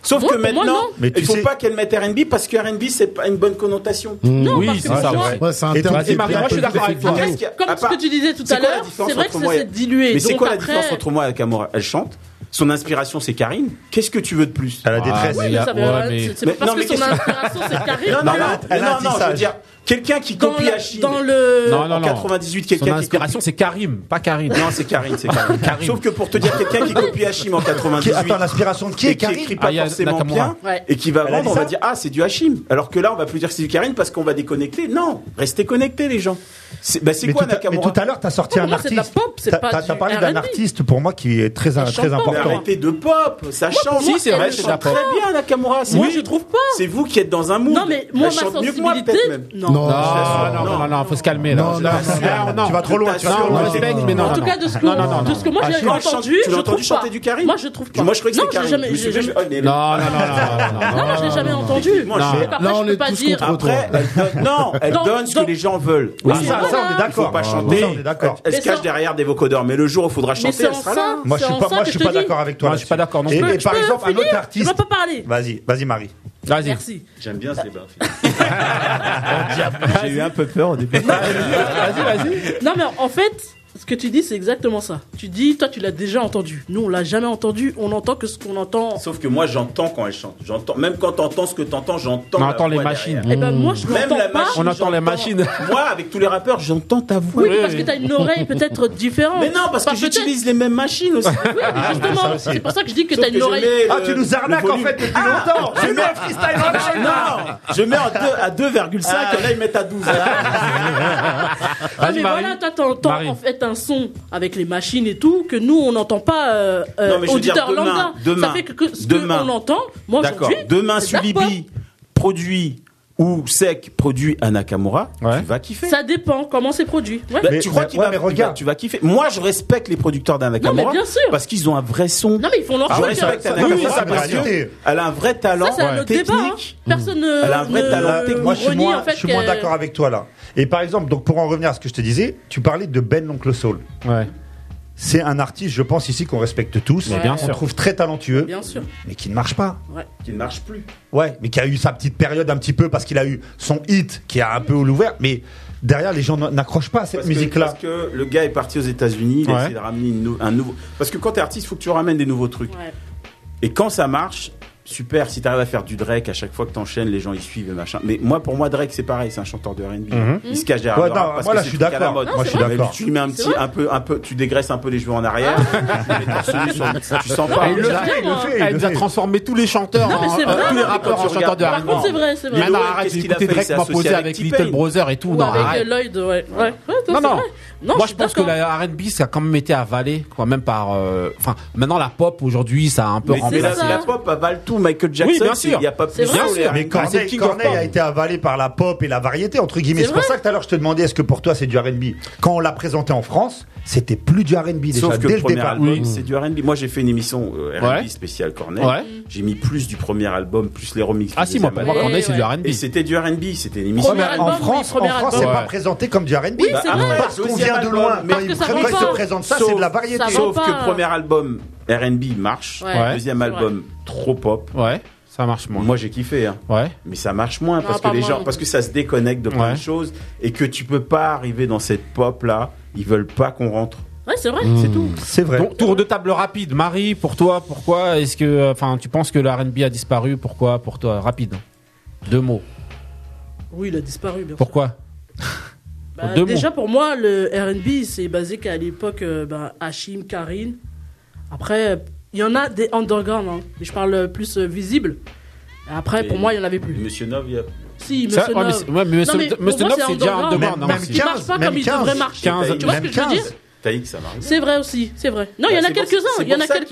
Speaker 6: Sauf
Speaker 2: Moi,
Speaker 6: que
Speaker 2: pour moi,
Speaker 6: maintenant,
Speaker 2: non. Mais
Speaker 6: il
Speaker 2: tu
Speaker 6: faut
Speaker 2: sais- Mm.
Speaker 6: pas qu'elle mette R&B parce que R&B c'est pas une bonne connotation.
Speaker 1: Non, Oui, parce que c'est ça, moi- ouais. Ouais, c'est un terme qui est un peu défectueux.
Speaker 2: Comme ce que tu disais tout
Speaker 6: C'est
Speaker 2: à
Speaker 6: quoi la
Speaker 2: l'heure,
Speaker 6: différence
Speaker 2: c'est vrai
Speaker 6: entre
Speaker 2: que ça
Speaker 6: moi et-
Speaker 2: s'est dilué.
Speaker 6: Mais c'est
Speaker 2: Donc
Speaker 6: quoi la
Speaker 2: après-
Speaker 6: différence entre moi et Camora Elle chante. Son inspiration, c'est Karine. Qu'est-ce que tu veux de plus À
Speaker 5: la
Speaker 2: Ah détresse. oui, mais ça veut- c'est- c'est parce que son inspiration, c'est Karine.
Speaker 6: Non, non,
Speaker 2: Elle a-
Speaker 6: non,
Speaker 2: elle a
Speaker 6: non,
Speaker 2: dit
Speaker 6: non,
Speaker 2: ça.
Speaker 6: je veux dire, Quelqu'un qui
Speaker 2: Dans
Speaker 6: copie
Speaker 2: le-
Speaker 6: Achille.
Speaker 2: dans le-
Speaker 6: Non, non, en 98, quelqu'un
Speaker 1: Son
Speaker 6: qui copie.
Speaker 1: inspiration, c'est Karim, pas Karine.
Speaker 6: Non, c'est Karine, c'est Karim.
Speaker 1: Karim.
Speaker 6: Sauf que pour te dire, quelqu'un qui copie Hachim en 98.
Speaker 1: Qui- attends, l'inspiration de qui
Speaker 6: et
Speaker 1: est Karim
Speaker 6: écrit pas
Speaker 1: Aya
Speaker 6: forcément
Speaker 1: Nakamura.
Speaker 6: bien.
Speaker 1: Ouais.
Speaker 6: Et qui va
Speaker 1: Elle a
Speaker 6: vendre,
Speaker 1: dit
Speaker 6: on va
Speaker 1: ça
Speaker 6: dire, ah, c'est du Hachim. Alors que là, on va plus dire que c'est du Karine parce qu'on va déconnecter. Non, restez connectés, les gens. C'est bah, c'est
Speaker 5: Mais
Speaker 6: quoi
Speaker 5: tout à-
Speaker 6: Nakamura
Speaker 5: mais tout à l'heure, t'as sorti Pour un moi, c'est de la artiste. pop, c'est T'as- pas t'as- du t'as parlé d'un R&B. artiste, pour moi, qui est très- Elle très chante pas. important.
Speaker 6: Mais arrêtez de pop, ça
Speaker 5: Moi, pour
Speaker 6: change.
Speaker 5: moi, Si, c'est vrai,
Speaker 6: Elle
Speaker 5: c'est de
Speaker 6: chante
Speaker 5: la pop.
Speaker 6: très bien, Nakamura. C'est
Speaker 2: Moi,
Speaker 6: vous-
Speaker 2: je trouve pas.
Speaker 6: C'est vous qui êtes dans un mood.
Speaker 2: Non, mais moi,
Speaker 6: Elle
Speaker 2: ma
Speaker 6: chante mieux que moi,
Speaker 2: sensibilité-
Speaker 6: peut-être même.
Speaker 2: Non. Non,
Speaker 1: Non, Ah, non, non, non, non, faut se calmer là.
Speaker 6: Non, non,
Speaker 1: Ah, non.
Speaker 6: tu vas trop loin, tu vas
Speaker 1: Non,
Speaker 6: trop
Speaker 1: on
Speaker 6: loin.
Speaker 1: respecte, mais non,
Speaker 2: en
Speaker 1: non,
Speaker 2: tout
Speaker 1: non.
Speaker 2: cas, de ce que,
Speaker 1: Non, non, non,
Speaker 2: de ce que moi
Speaker 1: non. Ah,
Speaker 2: j'ai entendu,
Speaker 6: Ah, tu
Speaker 2: je
Speaker 6: l'as entendu
Speaker 2: trouve
Speaker 6: chanter
Speaker 2: pas.
Speaker 6: du Karim
Speaker 2: Moi je trouve pas.
Speaker 6: Moi, je croyais que
Speaker 2: non,
Speaker 6: c'était Karim.
Speaker 2: j'ai jamais,
Speaker 6: Je me
Speaker 2: j'ai
Speaker 6: souviens,
Speaker 2: jamais-
Speaker 6: je- oh, mais-
Speaker 1: Non, non, non,
Speaker 2: Non, non, je l'ai jamais entendu.
Speaker 6: Techniquement,
Speaker 2: Non.
Speaker 6: je-
Speaker 2: Donc, après, Là, on je peux est pas tous dire. contre
Speaker 6: Après,
Speaker 1: toi.
Speaker 6: elle donne, Euh, non, elle
Speaker 2: Dans-
Speaker 6: donne ce que les gens veulent.
Speaker 5: Oui,
Speaker 6: Ah,
Speaker 5: ça,
Speaker 6: voilà.
Speaker 5: ça, on est d'accord.
Speaker 6: Faut pas
Speaker 5: Ah,
Speaker 6: chanter.
Speaker 5: ça, on est d'accord.
Speaker 6: Elle
Speaker 5: Mais
Speaker 6: se cache
Speaker 5: ça-
Speaker 6: derrière des vocodeurs, mais le jour où il faudra
Speaker 2: Mais
Speaker 6: chanter,
Speaker 2: c'est
Speaker 6: elle
Speaker 2: en
Speaker 6: sera
Speaker 2: ça,
Speaker 6: là.
Speaker 5: Moi, je suis
Speaker 2: en
Speaker 5: pas,
Speaker 2: ça
Speaker 5: moi,
Speaker 2: que
Speaker 5: je suis
Speaker 2: je
Speaker 5: pas
Speaker 2: te dis.
Speaker 5: d'accord avec toi.
Speaker 1: Moi, je suis pas d'accord non
Speaker 5: Et,
Speaker 1: plus.
Speaker 5: et par
Speaker 1: Je peux
Speaker 5: exemple, un
Speaker 1: finir
Speaker 5: autre
Speaker 1: Tu
Speaker 5: artiste.
Speaker 1: vas
Speaker 2: pas parler.
Speaker 5: Vas-y, vas-y, Marie.
Speaker 1: Vas-y.
Speaker 2: Merci.
Speaker 6: J'aime bien ce débat. J'ai eu un peu peur au début.
Speaker 2: Vas-y, vas-y. Non, mais en fait, ce que tu dis, c'est exactement ça. Tu dis, toi, tu l'as déjà entendu. Nous, on l'a jamais entendu. On entend que ce qu'on entend.
Speaker 6: Sauf que moi, j'entends quand elle chante. J'entends, même quand t'entends ce que t'entends, j'entends.
Speaker 1: On
Speaker 6: la
Speaker 1: entend les
Speaker 6: voix
Speaker 1: machines.
Speaker 6: derrière.
Speaker 1: Eh ben, moi, je
Speaker 6: Même
Speaker 1: l'entends
Speaker 6: la
Speaker 1: pas.
Speaker 6: machine,
Speaker 1: On entend les
Speaker 6: j'entends.
Speaker 1: machines.
Speaker 6: Moi, avec tous les rappeurs, j'entends ta voix.
Speaker 2: Oui, parce que t'as une oreille peut-être différente.
Speaker 6: Mais non, parce que j'utilise les mêmes machines aussi. Ah,
Speaker 2: Oui, mais
Speaker 6: Ça
Speaker 2: justement,
Speaker 6: aussi.
Speaker 2: c'est pour ça que je dis que
Speaker 6: Sauf
Speaker 2: t'as une
Speaker 6: je
Speaker 2: oreille.
Speaker 6: mets
Speaker 5: Ah,
Speaker 6: euh, le-
Speaker 5: tu nous arnaques,
Speaker 6: le
Speaker 5: en fait,
Speaker 6: volume.
Speaker 5: depuis
Speaker 6: Ah,
Speaker 5: longtemps.
Speaker 6: Je
Speaker 5: Tu
Speaker 6: mets
Speaker 5: mets un freestyle en enchaînant.
Speaker 6: Non, je mets en deux- à 2,5 et là, ils mettent à 12.
Speaker 2: Ah, mais voilà, toi, t'entends en fait un son avec les machines et tout que nous, on n'entend pas euh, euh,
Speaker 6: Non, mais je veux dire,
Speaker 2: auditeur
Speaker 6: demain,
Speaker 2: lambda.
Speaker 6: demain,
Speaker 2: ça fait que, que ce
Speaker 6: demain.
Speaker 2: qu'on entend, moi
Speaker 6: D'accord.
Speaker 2: aujourd'hui.
Speaker 6: Demain,
Speaker 2: c'est de la
Speaker 6: Sulibi produit ou Sec produit à Nakamura, tu vas kiffer.
Speaker 2: pop. Ça dépend comment c'est produit. Ouais.
Speaker 6: Mais tu crois qu'il va, il va- tu vas kiffer. Moi, je respecte les producteurs
Speaker 2: Non,
Speaker 6: d'Anakamura
Speaker 2: mais bien sûr.
Speaker 6: parce qu'ils ont un vrai son.
Speaker 2: Non, mais ils font
Speaker 5: Ah
Speaker 2: leur
Speaker 6: Je
Speaker 2: truc,
Speaker 6: respecte
Speaker 2: hein.
Speaker 6: Anakamura
Speaker 2: Oui, oui, ça,
Speaker 6: parce
Speaker 2: bien sûr.
Speaker 6: que elle a un vrai talent
Speaker 2: Ça, c'est un autre
Speaker 6: technique.
Speaker 2: débat. hein.
Speaker 5: Mmh.
Speaker 2: Personne ne.
Speaker 6: Elle a un vrai
Speaker 2: ne-
Speaker 6: talent
Speaker 2: ne
Speaker 5: Moi, je suis
Speaker 2: renie,
Speaker 5: moins,
Speaker 2: en fait,
Speaker 5: je suis moins
Speaker 2: que-
Speaker 5: d'accord avec toi là. Et par exemple, donc pour en revenir à ce que je te disais, tu parlais de Ben l'oncle Soul. C'est un artiste, je pense ici qu'on respecte tous,
Speaker 6: Mais bien
Speaker 5: on
Speaker 6: sûr.
Speaker 5: trouve très talentueux,
Speaker 2: Bien sûr.
Speaker 5: mais qui ne marche pas.
Speaker 2: Ouais.
Speaker 6: Qui ne marche plus.
Speaker 5: Ouais, mais qui a eu sa petite période un petit peu parce qu'il a eu son hit qui a un peu l'ouvert, mais derrière les gens n- n'accrochent pas à cette
Speaker 6: Parce que-
Speaker 5: musique là.
Speaker 6: Parce que le gars est parti aux États-Unis, il a
Speaker 5: Ouais.
Speaker 6: essayé de ramener une nou- un nouveau. Parce que quand t'es artiste, faut que tu ramènes des nouveaux trucs. Et quand ça marche, super. Si t'arrives à faire du Drake à chaque fois que t'enchaînes, les gens ils suivent et machin. Mais moi, pour moi, Drake c'est pareil, c'est un chanteur de R&B.
Speaker 5: Mhm.
Speaker 6: Il se cache derrière.
Speaker 5: Ouais,
Speaker 6: le
Speaker 5: non,
Speaker 6: rap parce
Speaker 5: moi,
Speaker 6: que
Speaker 5: là,
Speaker 6: c'est
Speaker 5: je suis
Speaker 6: le truc à la
Speaker 5: d'accord.
Speaker 6: mode.
Speaker 5: Moi, je suis
Speaker 6: Mais
Speaker 5: d'accord.
Speaker 6: Tu lui mets un petit, un peu, un peu, tu dégraisses un peu les cheveux en arrière. tu les mets torse nu sur le- tu sens pas.
Speaker 1: Elle Ah, le fait, Elle nous a transformé tous les chanteurs,
Speaker 6: Non, mais
Speaker 1: en-
Speaker 6: c'est
Speaker 1: euh,
Speaker 6: vrai.
Speaker 1: tous les
Speaker 6: Quand
Speaker 1: rappeurs
Speaker 6: tu
Speaker 1: en chanteurs
Speaker 6: regardes-
Speaker 1: de
Speaker 6: Par
Speaker 1: R&B.
Speaker 6: contre, c'est vrai, c'est vrai.
Speaker 1: Mais non,
Speaker 6: Lil Wayne,
Speaker 1: arrête,
Speaker 6: qu'est-ce
Speaker 1: j'ai
Speaker 6: qu'il a
Speaker 1: écouté
Speaker 6: fait
Speaker 1: Drake
Speaker 6: Il s'est
Speaker 1: m'imposer
Speaker 6: associé
Speaker 1: avec
Speaker 6: avec
Speaker 1: Little
Speaker 6: T-Pain.
Speaker 1: Brother et tout.
Speaker 2: Ou
Speaker 1: Non,
Speaker 2: avec euh,
Speaker 1: arrête.
Speaker 2: Lloyd, ouais. Ouais, ouais, ça,
Speaker 1: Non,
Speaker 2: c'est
Speaker 1: non.
Speaker 2: vrai. Non,
Speaker 1: Moi,
Speaker 2: je
Speaker 1: je
Speaker 2: suis
Speaker 1: pense que
Speaker 2: d'accord.
Speaker 1: la RB, ça a quand même été avalé, quoi. Même par. euh, Enfin, maintenant, la pop aujourd'hui, ça a un peu
Speaker 6: Mais c'est
Speaker 1: remplacé.
Speaker 6: la, la pop avale tout, Michael Jackson.
Speaker 1: Oui, bien
Speaker 6: c'est-
Speaker 1: sûr.
Speaker 6: Il n'y a pas
Speaker 1: C'est
Speaker 6: plus
Speaker 1: vrai.
Speaker 6: de-
Speaker 1: Bien sûr.
Speaker 5: Mais
Speaker 1: Ah,
Speaker 5: Corneille,
Speaker 1: c'est King
Speaker 5: Corneille
Speaker 1: of
Speaker 5: a
Speaker 1: Pop.
Speaker 5: été avalé par la pop et la variété, entre guillemets.
Speaker 1: C'est
Speaker 5: C'est pour
Speaker 1: vrai.
Speaker 5: ça que tout à l'heure, je te demandais est-ce que pour toi c'est du RB Quand on l'a présenté en France, c'était plus du RB déjà,
Speaker 6: Sauf que
Speaker 5: dès
Speaker 6: le
Speaker 5: le
Speaker 6: premier
Speaker 5: départ.
Speaker 6: album, c'est du R&B. Moi, j'ai fait une émission euh, R&B
Speaker 5: Ouais.
Speaker 6: spéciale Corneille.
Speaker 5: Ouais.
Speaker 6: J'ai mis plus du premier album, plus les remix.
Speaker 5: Ah
Speaker 6: du
Speaker 5: si, moi,
Speaker 6: deuxième
Speaker 5: pour moi,
Speaker 6: album.
Speaker 5: Corneille, c'est du R&B.
Speaker 6: Et c'était du R&B, c'était une émission.
Speaker 5: Ouais, mais en France, en France, c'est pas
Speaker 6: Ouais.
Speaker 5: présenté comme du R&B.
Speaker 6: Oui, c'est
Speaker 5: Bah,
Speaker 6: vrai.
Speaker 5: Parce qu'on
Speaker 6: Deuxième
Speaker 5: vient de
Speaker 6: album,
Speaker 5: loin.
Speaker 6: mais
Speaker 5: Quand
Speaker 6: parce
Speaker 5: ils
Speaker 6: que ça
Speaker 5: quand
Speaker 6: vend
Speaker 5: ils te
Speaker 6: pas.
Speaker 5: présentent ça, c'est de la variété.
Speaker 6: Sauf que premier album R&B marche,
Speaker 1: Ouais.
Speaker 6: deuxième
Speaker 1: Ouais.
Speaker 6: album trop pop.
Speaker 1: Ouais, ça marche moins.
Speaker 6: Moi j'ai kiffé, hein.
Speaker 1: Ouais.
Speaker 6: mais ça marche moins
Speaker 1: Non,
Speaker 6: parce
Speaker 1: pas
Speaker 6: que les
Speaker 1: moins.
Speaker 6: gens, parce que ça se déconnecte de plein
Speaker 1: Ouais.
Speaker 6: de choses et que tu peux pas arriver dans cette pop là. Ils veulent pas qu'on rentre.
Speaker 2: Ouais, c'est vrai.
Speaker 1: Hmm.
Speaker 6: C'est tout.
Speaker 5: C'est vrai.
Speaker 1: Donc, tour de table rapide. Marie, pour toi, pourquoi est-ce que. euh, Enfin, tu penses que le RB a disparu Pourquoi Pour toi, rapide. Deux mots.
Speaker 2: Oui, il a disparu, bien sûr.
Speaker 1: Pourquoi
Speaker 2: Bah,
Speaker 1: Deux mots.
Speaker 2: déjà, pour moi, le RB, c'est basé qu'à l'époque, euh, bah, Hachim, Karine. Après, euh, il y en a des underground, hein, mais je parle euh, plus euh, visible. Après, pour moi, il y en avait plus.
Speaker 6: Monsieur Nov, il y a.
Speaker 2: Si,
Speaker 1: Ça,
Speaker 2: Monsieur
Speaker 1: ouais, mais
Speaker 2: Nov.
Speaker 1: c'est- ouais, mais
Speaker 2: Non,
Speaker 1: Monsieur-
Speaker 2: pour
Speaker 1: Monsieur
Speaker 2: moi,
Speaker 1: Nov, c'est déjà
Speaker 2: underground.
Speaker 1: underground, Même- hein, même aussi.
Speaker 2: Il marche pas
Speaker 1: 15,
Speaker 2: comme il
Speaker 1: même
Speaker 2: devrait
Speaker 1: 15.
Speaker 2: marcher. Tu vois ce que je veux dire
Speaker 6: Taïk, ça marche.
Speaker 2: C'est vrai aussi, c'est vrai. Non, il
Speaker 6: Bah,
Speaker 2: y en a quelques-uns, il y en a quelques-uns. Il y en a
Speaker 6: ça marche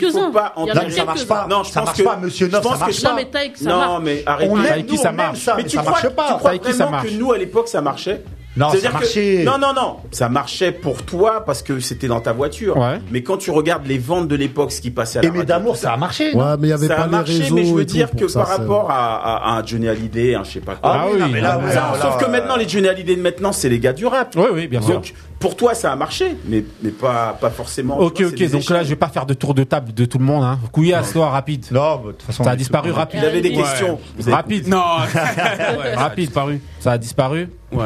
Speaker 6: pas.
Speaker 2: quelques-uns.
Speaker 6: Non, je
Speaker 5: Ça
Speaker 6: pense
Speaker 5: marche
Speaker 6: que-
Speaker 5: pas, monsieur
Speaker 6: je
Speaker 5: Neuf,
Speaker 6: pense
Speaker 5: ça
Speaker 6: que-
Speaker 5: marche pas.
Speaker 2: Non, mais Taïk, ça
Speaker 6: non,
Speaker 2: marche.
Speaker 6: mais arrête.
Speaker 5: On aime,
Speaker 6: Taïk,
Speaker 5: nous, on
Speaker 6: ça
Speaker 5: aime
Speaker 6: marche.
Speaker 5: ça,
Speaker 6: mais
Speaker 5: mais
Speaker 6: tu
Speaker 5: ça
Speaker 6: crois,
Speaker 5: marche pas.
Speaker 6: Tu crois
Speaker 5: Taïk, ça
Speaker 6: vraiment
Speaker 5: marche.
Speaker 6: que nous à l'époque ça marchait
Speaker 5: Non, ça
Speaker 6: C'est-à-dire que-
Speaker 5: marchait.
Speaker 6: Non, non, non. Ça marchait pour toi parce que c'était dans ta voiture.
Speaker 5: Ouais.
Speaker 6: Mais quand tu regardes les ventes de l'époque, ce qui passait à la
Speaker 5: Aimé
Speaker 6: radio,
Speaker 5: d'amour,
Speaker 6: tout
Speaker 5: ça a marché,
Speaker 6: Ça
Speaker 5: non Ouais, mais il y avait pas
Speaker 6: a
Speaker 5: les
Speaker 6: marché,
Speaker 5: réseaux
Speaker 6: mais je veux
Speaker 5: et tout
Speaker 6: dire que
Speaker 5: pour ça,
Speaker 6: par
Speaker 5: c'est-
Speaker 6: rapport à, à- à un Johnny Hallyday, un je sais pas quoi.
Speaker 5: Ah oui, non, mais là, ouais,
Speaker 6: Ça,
Speaker 5: là,
Speaker 6: Sauf que
Speaker 5: ouais.
Speaker 6: maintenant, les Johnny Hallyday de maintenant, c'est les gars du rap.
Speaker 1: Oui, oui, bien sûr.
Speaker 6: Donc, pour toi, ça a marché, mais, mais pas, pas forcément. tu
Speaker 1: Ok,
Speaker 6: vois, c'est
Speaker 1: ok,
Speaker 6: des
Speaker 1: donc là, je vais pas faire de tour de table de tout le monde. Hein. Couilla, soir rapide.
Speaker 5: Non, bah, de toute façon.
Speaker 1: Ça a disparu
Speaker 6: tout-
Speaker 1: rapide.
Speaker 6: Il avait des questions.
Speaker 1: Ouais.
Speaker 6: Vous avez-
Speaker 1: Rapide.
Speaker 6: Non.
Speaker 8: Ouais, ça a
Speaker 1: rapide. Ça a disparu
Speaker 8: Ouais.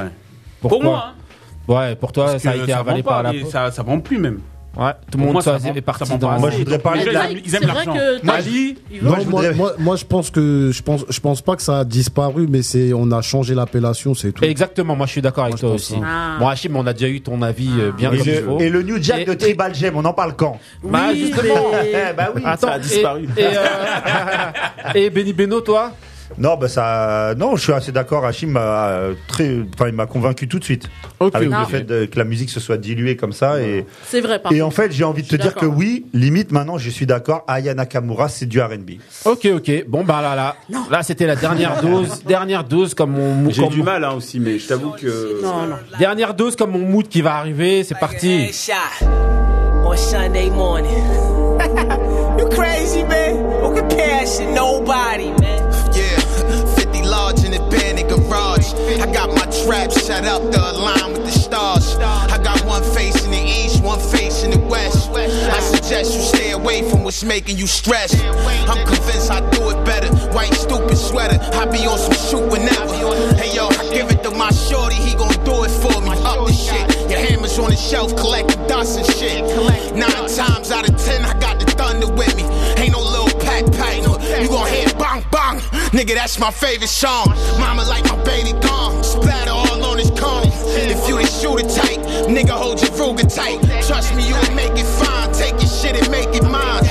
Speaker 1: Pourquoi
Speaker 8: Pour moi, hein.
Speaker 1: Ouais, pour toi,
Speaker 8: Parce
Speaker 1: ça a
Speaker 8: que
Speaker 1: été
Speaker 8: vend
Speaker 1: avalé
Speaker 8: pas,
Speaker 1: par la
Speaker 8: et
Speaker 1: pop.
Speaker 8: Ça, ça vend plus même.
Speaker 1: Ouais, tout le
Speaker 8: Pour
Speaker 1: monde
Speaker 8: moi,
Speaker 1: ça
Speaker 8: ça
Speaker 1: est
Speaker 8: prend-
Speaker 1: parti
Speaker 8: ça prend
Speaker 1: dans.
Speaker 8: pas Moi, je voudrais assez. parler de la- Ils aiment l'argent. Mali, ils
Speaker 3: Non,
Speaker 8: veulent-
Speaker 3: moi,
Speaker 8: voudrais-
Speaker 3: moi- moi, je pense que je pense je pense pas que ça a disparu, mais c'est on a changé l'appellation, c'est tout.
Speaker 1: Exactement, moi je suis d'accord avec toi aussi.
Speaker 3: ça.
Speaker 1: Bon, Hachim, on a déjà eu ton avis euh, bien
Speaker 5: et,
Speaker 1: comme
Speaker 5: le-
Speaker 1: il faut.
Speaker 5: et le New Jack de Tribal Gem, on en parle quand
Speaker 1: Bah, justement.
Speaker 5: Eh, bah oui,
Speaker 1: Attends,
Speaker 5: ça a disparu.
Speaker 1: Et, et, euh, et Benny Beno, toi
Speaker 5: Non, bah ça, non, je suis assez d'accord. Hachim m'a euh, très, enfin, il m'a convaincu tout de suite
Speaker 1: Ok,
Speaker 5: avec
Speaker 2: ok.
Speaker 5: le fait de- que la musique se soit diluée comme ça. Et
Speaker 2: C'est vrai, par
Speaker 5: et en
Speaker 2: contre.
Speaker 5: fait, j'ai envie de
Speaker 2: Je
Speaker 5: te
Speaker 2: suis
Speaker 5: dire que
Speaker 2: d'accord.
Speaker 5: oui, limite maintenant, je suis d'accord. Aya Nakamura, c'est du R&B.
Speaker 1: Ok, ok. Bon, bah là, là. Là, c'était la dernière dose. dernière dose, comme mon.
Speaker 6: J'ai
Speaker 1: comme
Speaker 6: du
Speaker 1: mon-
Speaker 6: mal hein, aussi, mais je t'avoue que.
Speaker 1: Dernière dose, comme mon mood qui va arriver. C'est parti.
Speaker 4: Headshot on Sunday morning. you crazy, man? Don't compare us to nobody, man.
Speaker 18: Yeah, 50 large in the bandit garage. I got my trap shut up to align with the stars. I got one face in the east, one face in the west. I suggest you stay away from what's making you stress. I'm convinced I do it better. White stupid sweater, I be on some shoot whenever. Hey yo, I give it to my shorty, he gon' do it for me. Up the shit, your hammers on the shelf, collecting dust and shit. Nine times out of ten, I got the thunder with me. Ain't no little pack pack. You gon' hear bang bang. Nigga, that's my favorite song. Mama like my baby gone. Splatter all on his cone. If you the shooter tight, nigga, hold your Ruger tight. Trust me, you'll make it fine. Take your shit and make it mine.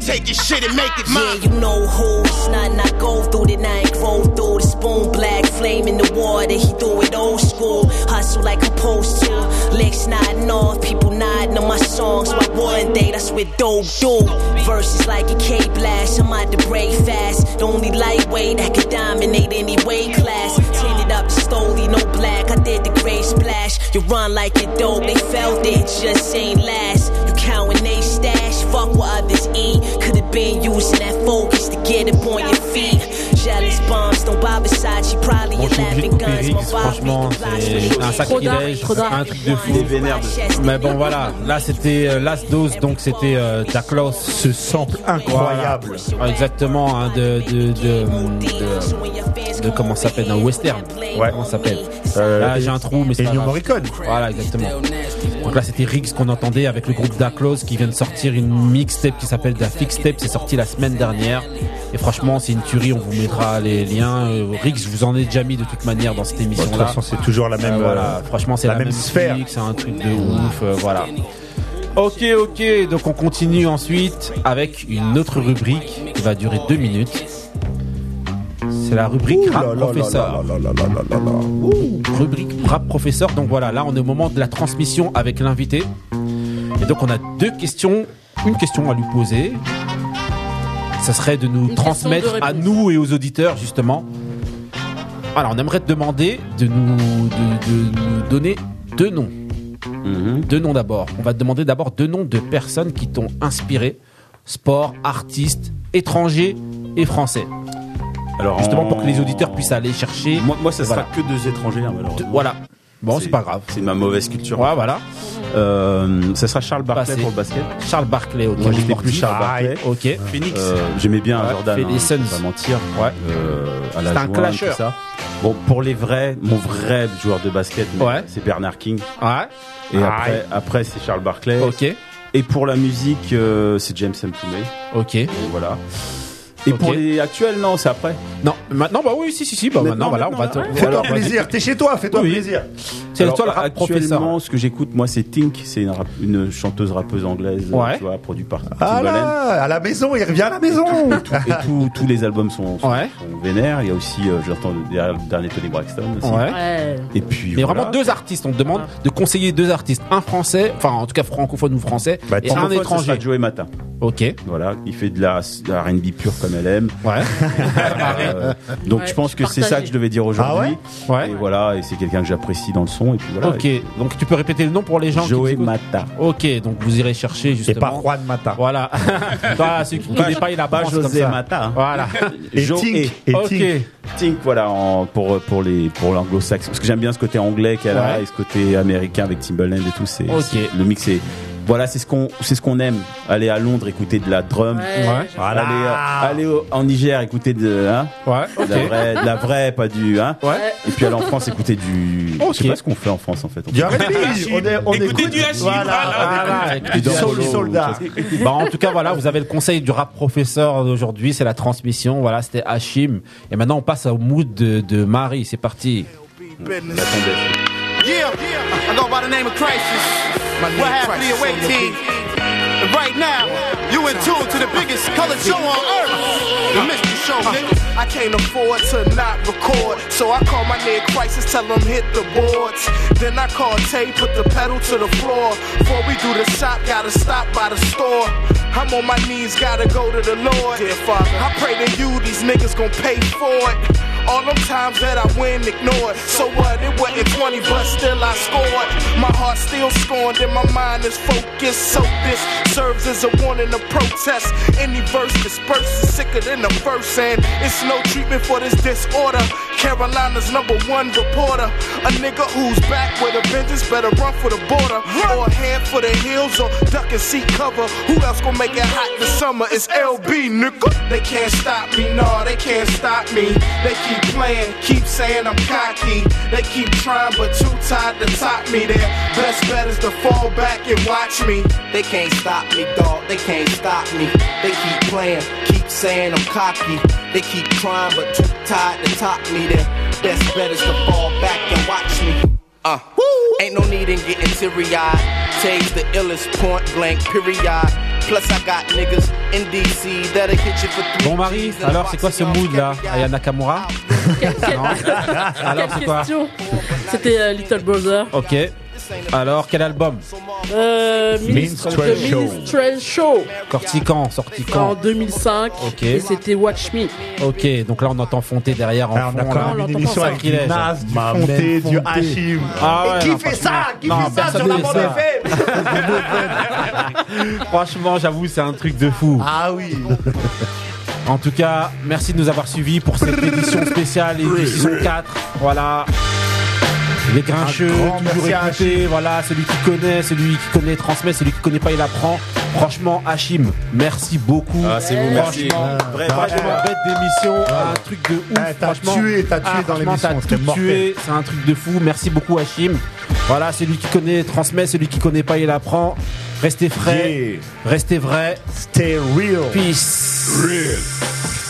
Speaker 18: Take your shit and make it mine.
Speaker 19: Yeah, you know who. It's nothing I go through that I ain't grow through. The spoon black flame in the water. He threw it old school. Hustle like I'm supposed to. Legs nodding off. People nodding on my songs. My one day, that's what dope do. Verses like a K blast. I'm out to break fast. The only lightweight that could dominate any weight class. Tinted up the stoley, no black. I did the gray splash. You run like a dope. They felt it, just ain't last. You counting they stash. Fuck what others eat. Could have been using that focus to get up on your feet. Jealous bombs, don't buy beside you. Probably
Speaker 1: Bon,
Speaker 19: your
Speaker 1: je suis obligé
Speaker 19: laughing guns.
Speaker 1: de couper Riggs, franchement, c'est un sacrilège, un truc de fou. Mais bon, voilà, là c'était euh, Last Dose, donc c'était euh, Daklos. Ce sample
Speaker 5: incroyable.
Speaker 1: Exactement, hein, de, de, de, de- de- Comment ça s'appelle D'un western. Ouais. Comment ça s'appelle
Speaker 6: Euh,
Speaker 1: Là j'ai un trou, mais c'est.
Speaker 5: Ennio
Speaker 1: pas grave. Voilà, exactement. Donc là c'était Riggs qu'on entendait avec le groupe Daklos qui vient de sortir une mixtape qui s'appelle Da Fixtape. C'est sorti la semaine dernière. Et franchement, c'est une tuerie, on vous mettra les liens. Euh, Riggs, je vous en ai déjà mis de toute manière dans cette émission.
Speaker 5: De toute façon, c'est toujours la même,
Speaker 1: Euh, voilà.
Speaker 5: euh,
Speaker 1: Franchement, c'est la,
Speaker 5: la même sphère.
Speaker 1: musique, C'est un truc de ouf. euh, voilà. Ok, ok. Donc on continue ensuite avec une autre rubrique qui va durer deux minutes. C'est la rubrique rap professeur. Rubrique rap professeur. Donc voilà, là on est au moment de la transmission avec l'invité. Et donc on a deux questions, une question à lui poser. Ça serait de nous
Speaker 2: Une question de
Speaker 1: transmettre
Speaker 2: réponse.
Speaker 1: à nous et aux auditeurs justement. Alors on aimerait te demander de nous, de- de nous donner deux noms. Deux noms d'abord. On va te demander d'abord deux noms de personnes qui t'ont inspiré. Sport, artistes, étrangers et français.
Speaker 6: Alors,
Speaker 1: Justement
Speaker 6: en-
Speaker 1: pour que les auditeurs puissent aller chercher.
Speaker 6: Moi, moi ça sera
Speaker 1: Voilà.
Speaker 6: que deux étrangers, hein, malheureusement.
Speaker 1: Voilà. Bon, c'est pas grave.
Speaker 6: C'est ma mauvaise culture.
Speaker 1: Ouais, voilà.
Speaker 6: Euh, ça sera Charles Barclay
Speaker 1: Passé.
Speaker 6: pour le basket.
Speaker 1: Charles Barclay, ok.
Speaker 6: Moi, j'étais
Speaker 1: Sportif.
Speaker 6: plus Charles Barclay.
Speaker 1: Ah, ok. Phoenix.
Speaker 6: Euh, J'aimais bien
Speaker 1: Ouais,
Speaker 6: Jordan.
Speaker 1: fait des
Speaker 6: hein,
Speaker 1: Suns.
Speaker 6: faut Pas mentir. euh,
Speaker 1: Ouais.
Speaker 6: à la
Speaker 1: C'est un
Speaker 6: Juin,
Speaker 1: clasheur.
Speaker 6: tout ça. Bon, pour les vrais, mon vrai joueur de basket, mais c'est Bernard King. Et après, après c'est Charles Barclay.
Speaker 1: Ok.
Speaker 6: Et pour la musique, euh, c'est James M. Toomey.
Speaker 1: Ok.
Speaker 6: voilà. Et
Speaker 1: Ok.
Speaker 6: pour les actuels, non, c'est après.
Speaker 1: Non, maintenant, bah oui, si, si, si, bah maintenant, voilà, on va te-
Speaker 5: Fais-toi
Speaker 6: Alors, bah,
Speaker 5: plaisir. T'es chez toi. Fais-toi
Speaker 6: Oui.
Speaker 5: plaisir.
Speaker 1: C'est
Speaker 6: Alors, ah,
Speaker 1: toi le rap
Speaker 6: actuellement,
Speaker 1: professeur.
Speaker 6: ce que j'écoute, moi, c'est Tink, c'est une, rap- une chanteuse rappeuse anglaise, euh,
Speaker 5: Ouais.
Speaker 6: tu vois, produite par Timbaland.
Speaker 5: Ah là, à la maison, il revient à la maison.
Speaker 6: Et tout- tous les albums sont, sont, sont vénères. Il y a aussi, euh, je l'entends derrière le dernier Tony Braxton. aussi.
Speaker 1: Ouais.
Speaker 6: Et puis.
Speaker 1: Mais
Speaker 6: voilà. Ah.
Speaker 1: vraiment deux artistes, on te demande de conseiller deux artistes, un français, enfin en tout cas francophone ou français,
Speaker 6: Bah,
Speaker 1: et un
Speaker 6: francophone, ce
Speaker 1: étranger.
Speaker 6: sera Joey Matin.
Speaker 1: Ok.
Speaker 6: Voilà, il fait de la, de la R&B pure comme elle aime. Euh,
Speaker 1: Ouais.
Speaker 6: donc
Speaker 1: Ouais,
Speaker 6: je pense que
Speaker 1: partagé.
Speaker 6: c'est ça que je devais dire aujourd'hui.
Speaker 1: Ah ouais
Speaker 6: Et voilà, et c'est quelqu'un que j'apprécie dans le son. Et puis voilà.
Speaker 1: Ok, donc tu peux répéter le nom pour les gens qui
Speaker 6: Joey
Speaker 1: nous écoutent
Speaker 6: Mata.
Speaker 1: Ok, donc vous irez chercher justement.
Speaker 6: pas
Speaker 1: Juan
Speaker 5: Mata.
Speaker 1: Voilà. Toi, ceux qui ne connaissent pas, il a
Speaker 6: Pas
Speaker 1: prononcé
Speaker 6: José
Speaker 1: comme ça.
Speaker 6: Mata. hein.
Speaker 1: Voilà.
Speaker 6: Et Tink.
Speaker 1: Ok.
Speaker 6: Tink, voilà, en- pour, pour les, pour l'anglo-saxon. Parce que j'aime bien ce côté anglais qu'elle a
Speaker 1: Ouais.
Speaker 6: et ce côté américain avec Timbaland et tout. C'est,
Speaker 1: Ok.
Speaker 6: c'est- le mix est, Voilà, c'est ce qu'on c'est ce qu'on aime. Aller à Londres, écouter de la drum.
Speaker 1: Ouais.
Speaker 6: Voilà. Aller, euh, aller au- en Niger, écouter de, hein, de la
Speaker 1: ok.
Speaker 6: vraie, de la vraie, pas du, hein. Et puis aller en France, écouter du.
Speaker 1: Ok.
Speaker 6: Je sais pas ce qu'on fait en France en fait.
Speaker 1: Du R&B, on est- on Écoutez Ah, écoute-
Speaker 6: du
Speaker 1: Hachim,
Speaker 6: Ah,
Speaker 1: voilà, voilà, écoutez du Soul Soldat. Bah, en tout cas, voilà, vous avez le conseil du rap professeur d'aujourd'hui, c'est la transmission. Voilà, c'était Hachim. Et maintenant, on passe au mood de, de Marie. C'est parti.
Speaker 20: Yeah, I go by the name of Crisis. what happened to your weight team? And right now, you in tune to the biggest color show on earth. The Mr. Show, nigga.
Speaker 21: I can't afford to not record, so I call my nigga Crisis, tell him hit the boards. Then I call Tay, put the pedal to the floor. Before we do the shop, gotta stop by the store. I'm on my knees, gotta go to the Lord. I pray to you, these niggas gon' pay for it. All them times that I win ignored. So what? It wasn't 20, but still I scored. My heart still scorned and my mind is focused. So this serves as a warning to protest. Any verse dispersed is sicker than the first, and it's no treatment for this disorder. Carolina's number one reporter. A nigga who's back with a vengeance better run for the border. Or head for the hills or duck and seek cover. Who else gonna make it hot this summer? It's LB, nigga. They can't stop me, no, they can't stop me. They keep playing, keep saying I'm cocky. They keep trying, but too tired to top me. Their best bet is to fall back and watch me.
Speaker 22: They can't stop me, dog. They can't stop me. They keep playing, keep saying I'm cocky. They keep trying, but too tired to top me. Their best bet is to fall back and watch me. Uh, ain't no need in getting teary eyed. Taves the illest point blank, period. Plus, I got niggas in DC that'll hit you for three.
Speaker 1: Bon Marie,
Speaker 22: G's and a
Speaker 1: alors c'est quoi ce mood là Aya Nakamura Non. Alors c'est
Speaker 2: Quelle
Speaker 1: quoi
Speaker 2: question C'était euh, Little Brother.
Speaker 1: Ok. Alors quel album
Speaker 2: Euh,
Speaker 1: Minstrel Show.
Speaker 2: Minstrel Show.
Speaker 1: Sorti quand Sorti
Speaker 2: En
Speaker 1: quand
Speaker 2: 2005.
Speaker 1: Ok.
Speaker 2: Et c'était Watch Me.
Speaker 1: Ok, donc là on entend Fonté derrière en
Speaker 2: Alors, Ah, on a
Speaker 1: fond,
Speaker 2: quand même
Speaker 1: là.
Speaker 2: une Non, on émission l'entend avec pas. du
Speaker 5: Nas, du
Speaker 1: Ma
Speaker 5: Fonté,
Speaker 1: même
Speaker 5: du Hachim.
Speaker 1: Ah ouais,
Speaker 5: Et qui
Speaker 1: non,
Speaker 5: fait
Speaker 1: franchement,
Speaker 5: ça Qui
Speaker 1: non,
Speaker 5: fait ça
Speaker 1: personne
Speaker 5: sur la
Speaker 1: fait
Speaker 5: bande
Speaker 1: ça. Franchement, j'avoue, c'est un truc de fou.
Speaker 5: Ah oui.
Speaker 1: En tout cas, merci de nous avoir suivis pour cette édition spéciale, édition 4. Voilà. Les grincheux,
Speaker 5: grand
Speaker 1: toujours
Speaker 5: merci à
Speaker 1: écoutés. Voilà, celui qui connaît, celui qui connaît transmet, celui qui connaît pas, il apprend. Franchement, Hachim, merci beaucoup.
Speaker 6: Ah, c'est vous, merci.
Speaker 1: Franchement,
Speaker 6: Ouais.
Speaker 1: vrai-
Speaker 6: Ouais.
Speaker 1: franchement, bête d'émission, un truc de ouf.
Speaker 8: Eh,
Speaker 5: Eh, t'as
Speaker 1: franchement.
Speaker 5: tué, t'as tué
Speaker 1: Ah,
Speaker 5: dans
Speaker 1: franchement,
Speaker 5: l'émission,
Speaker 1: T'as
Speaker 5: c'était
Speaker 1: tout
Speaker 5: mortel.
Speaker 1: tué, c'est un truc de fou. Merci beaucoup, Hachim. Voilà, celui qui connaît transmet, celui qui connaît pas, il apprend. Restez frais, restez vrai.
Speaker 5: Stay real.
Speaker 1: Peace.
Speaker 5: Real.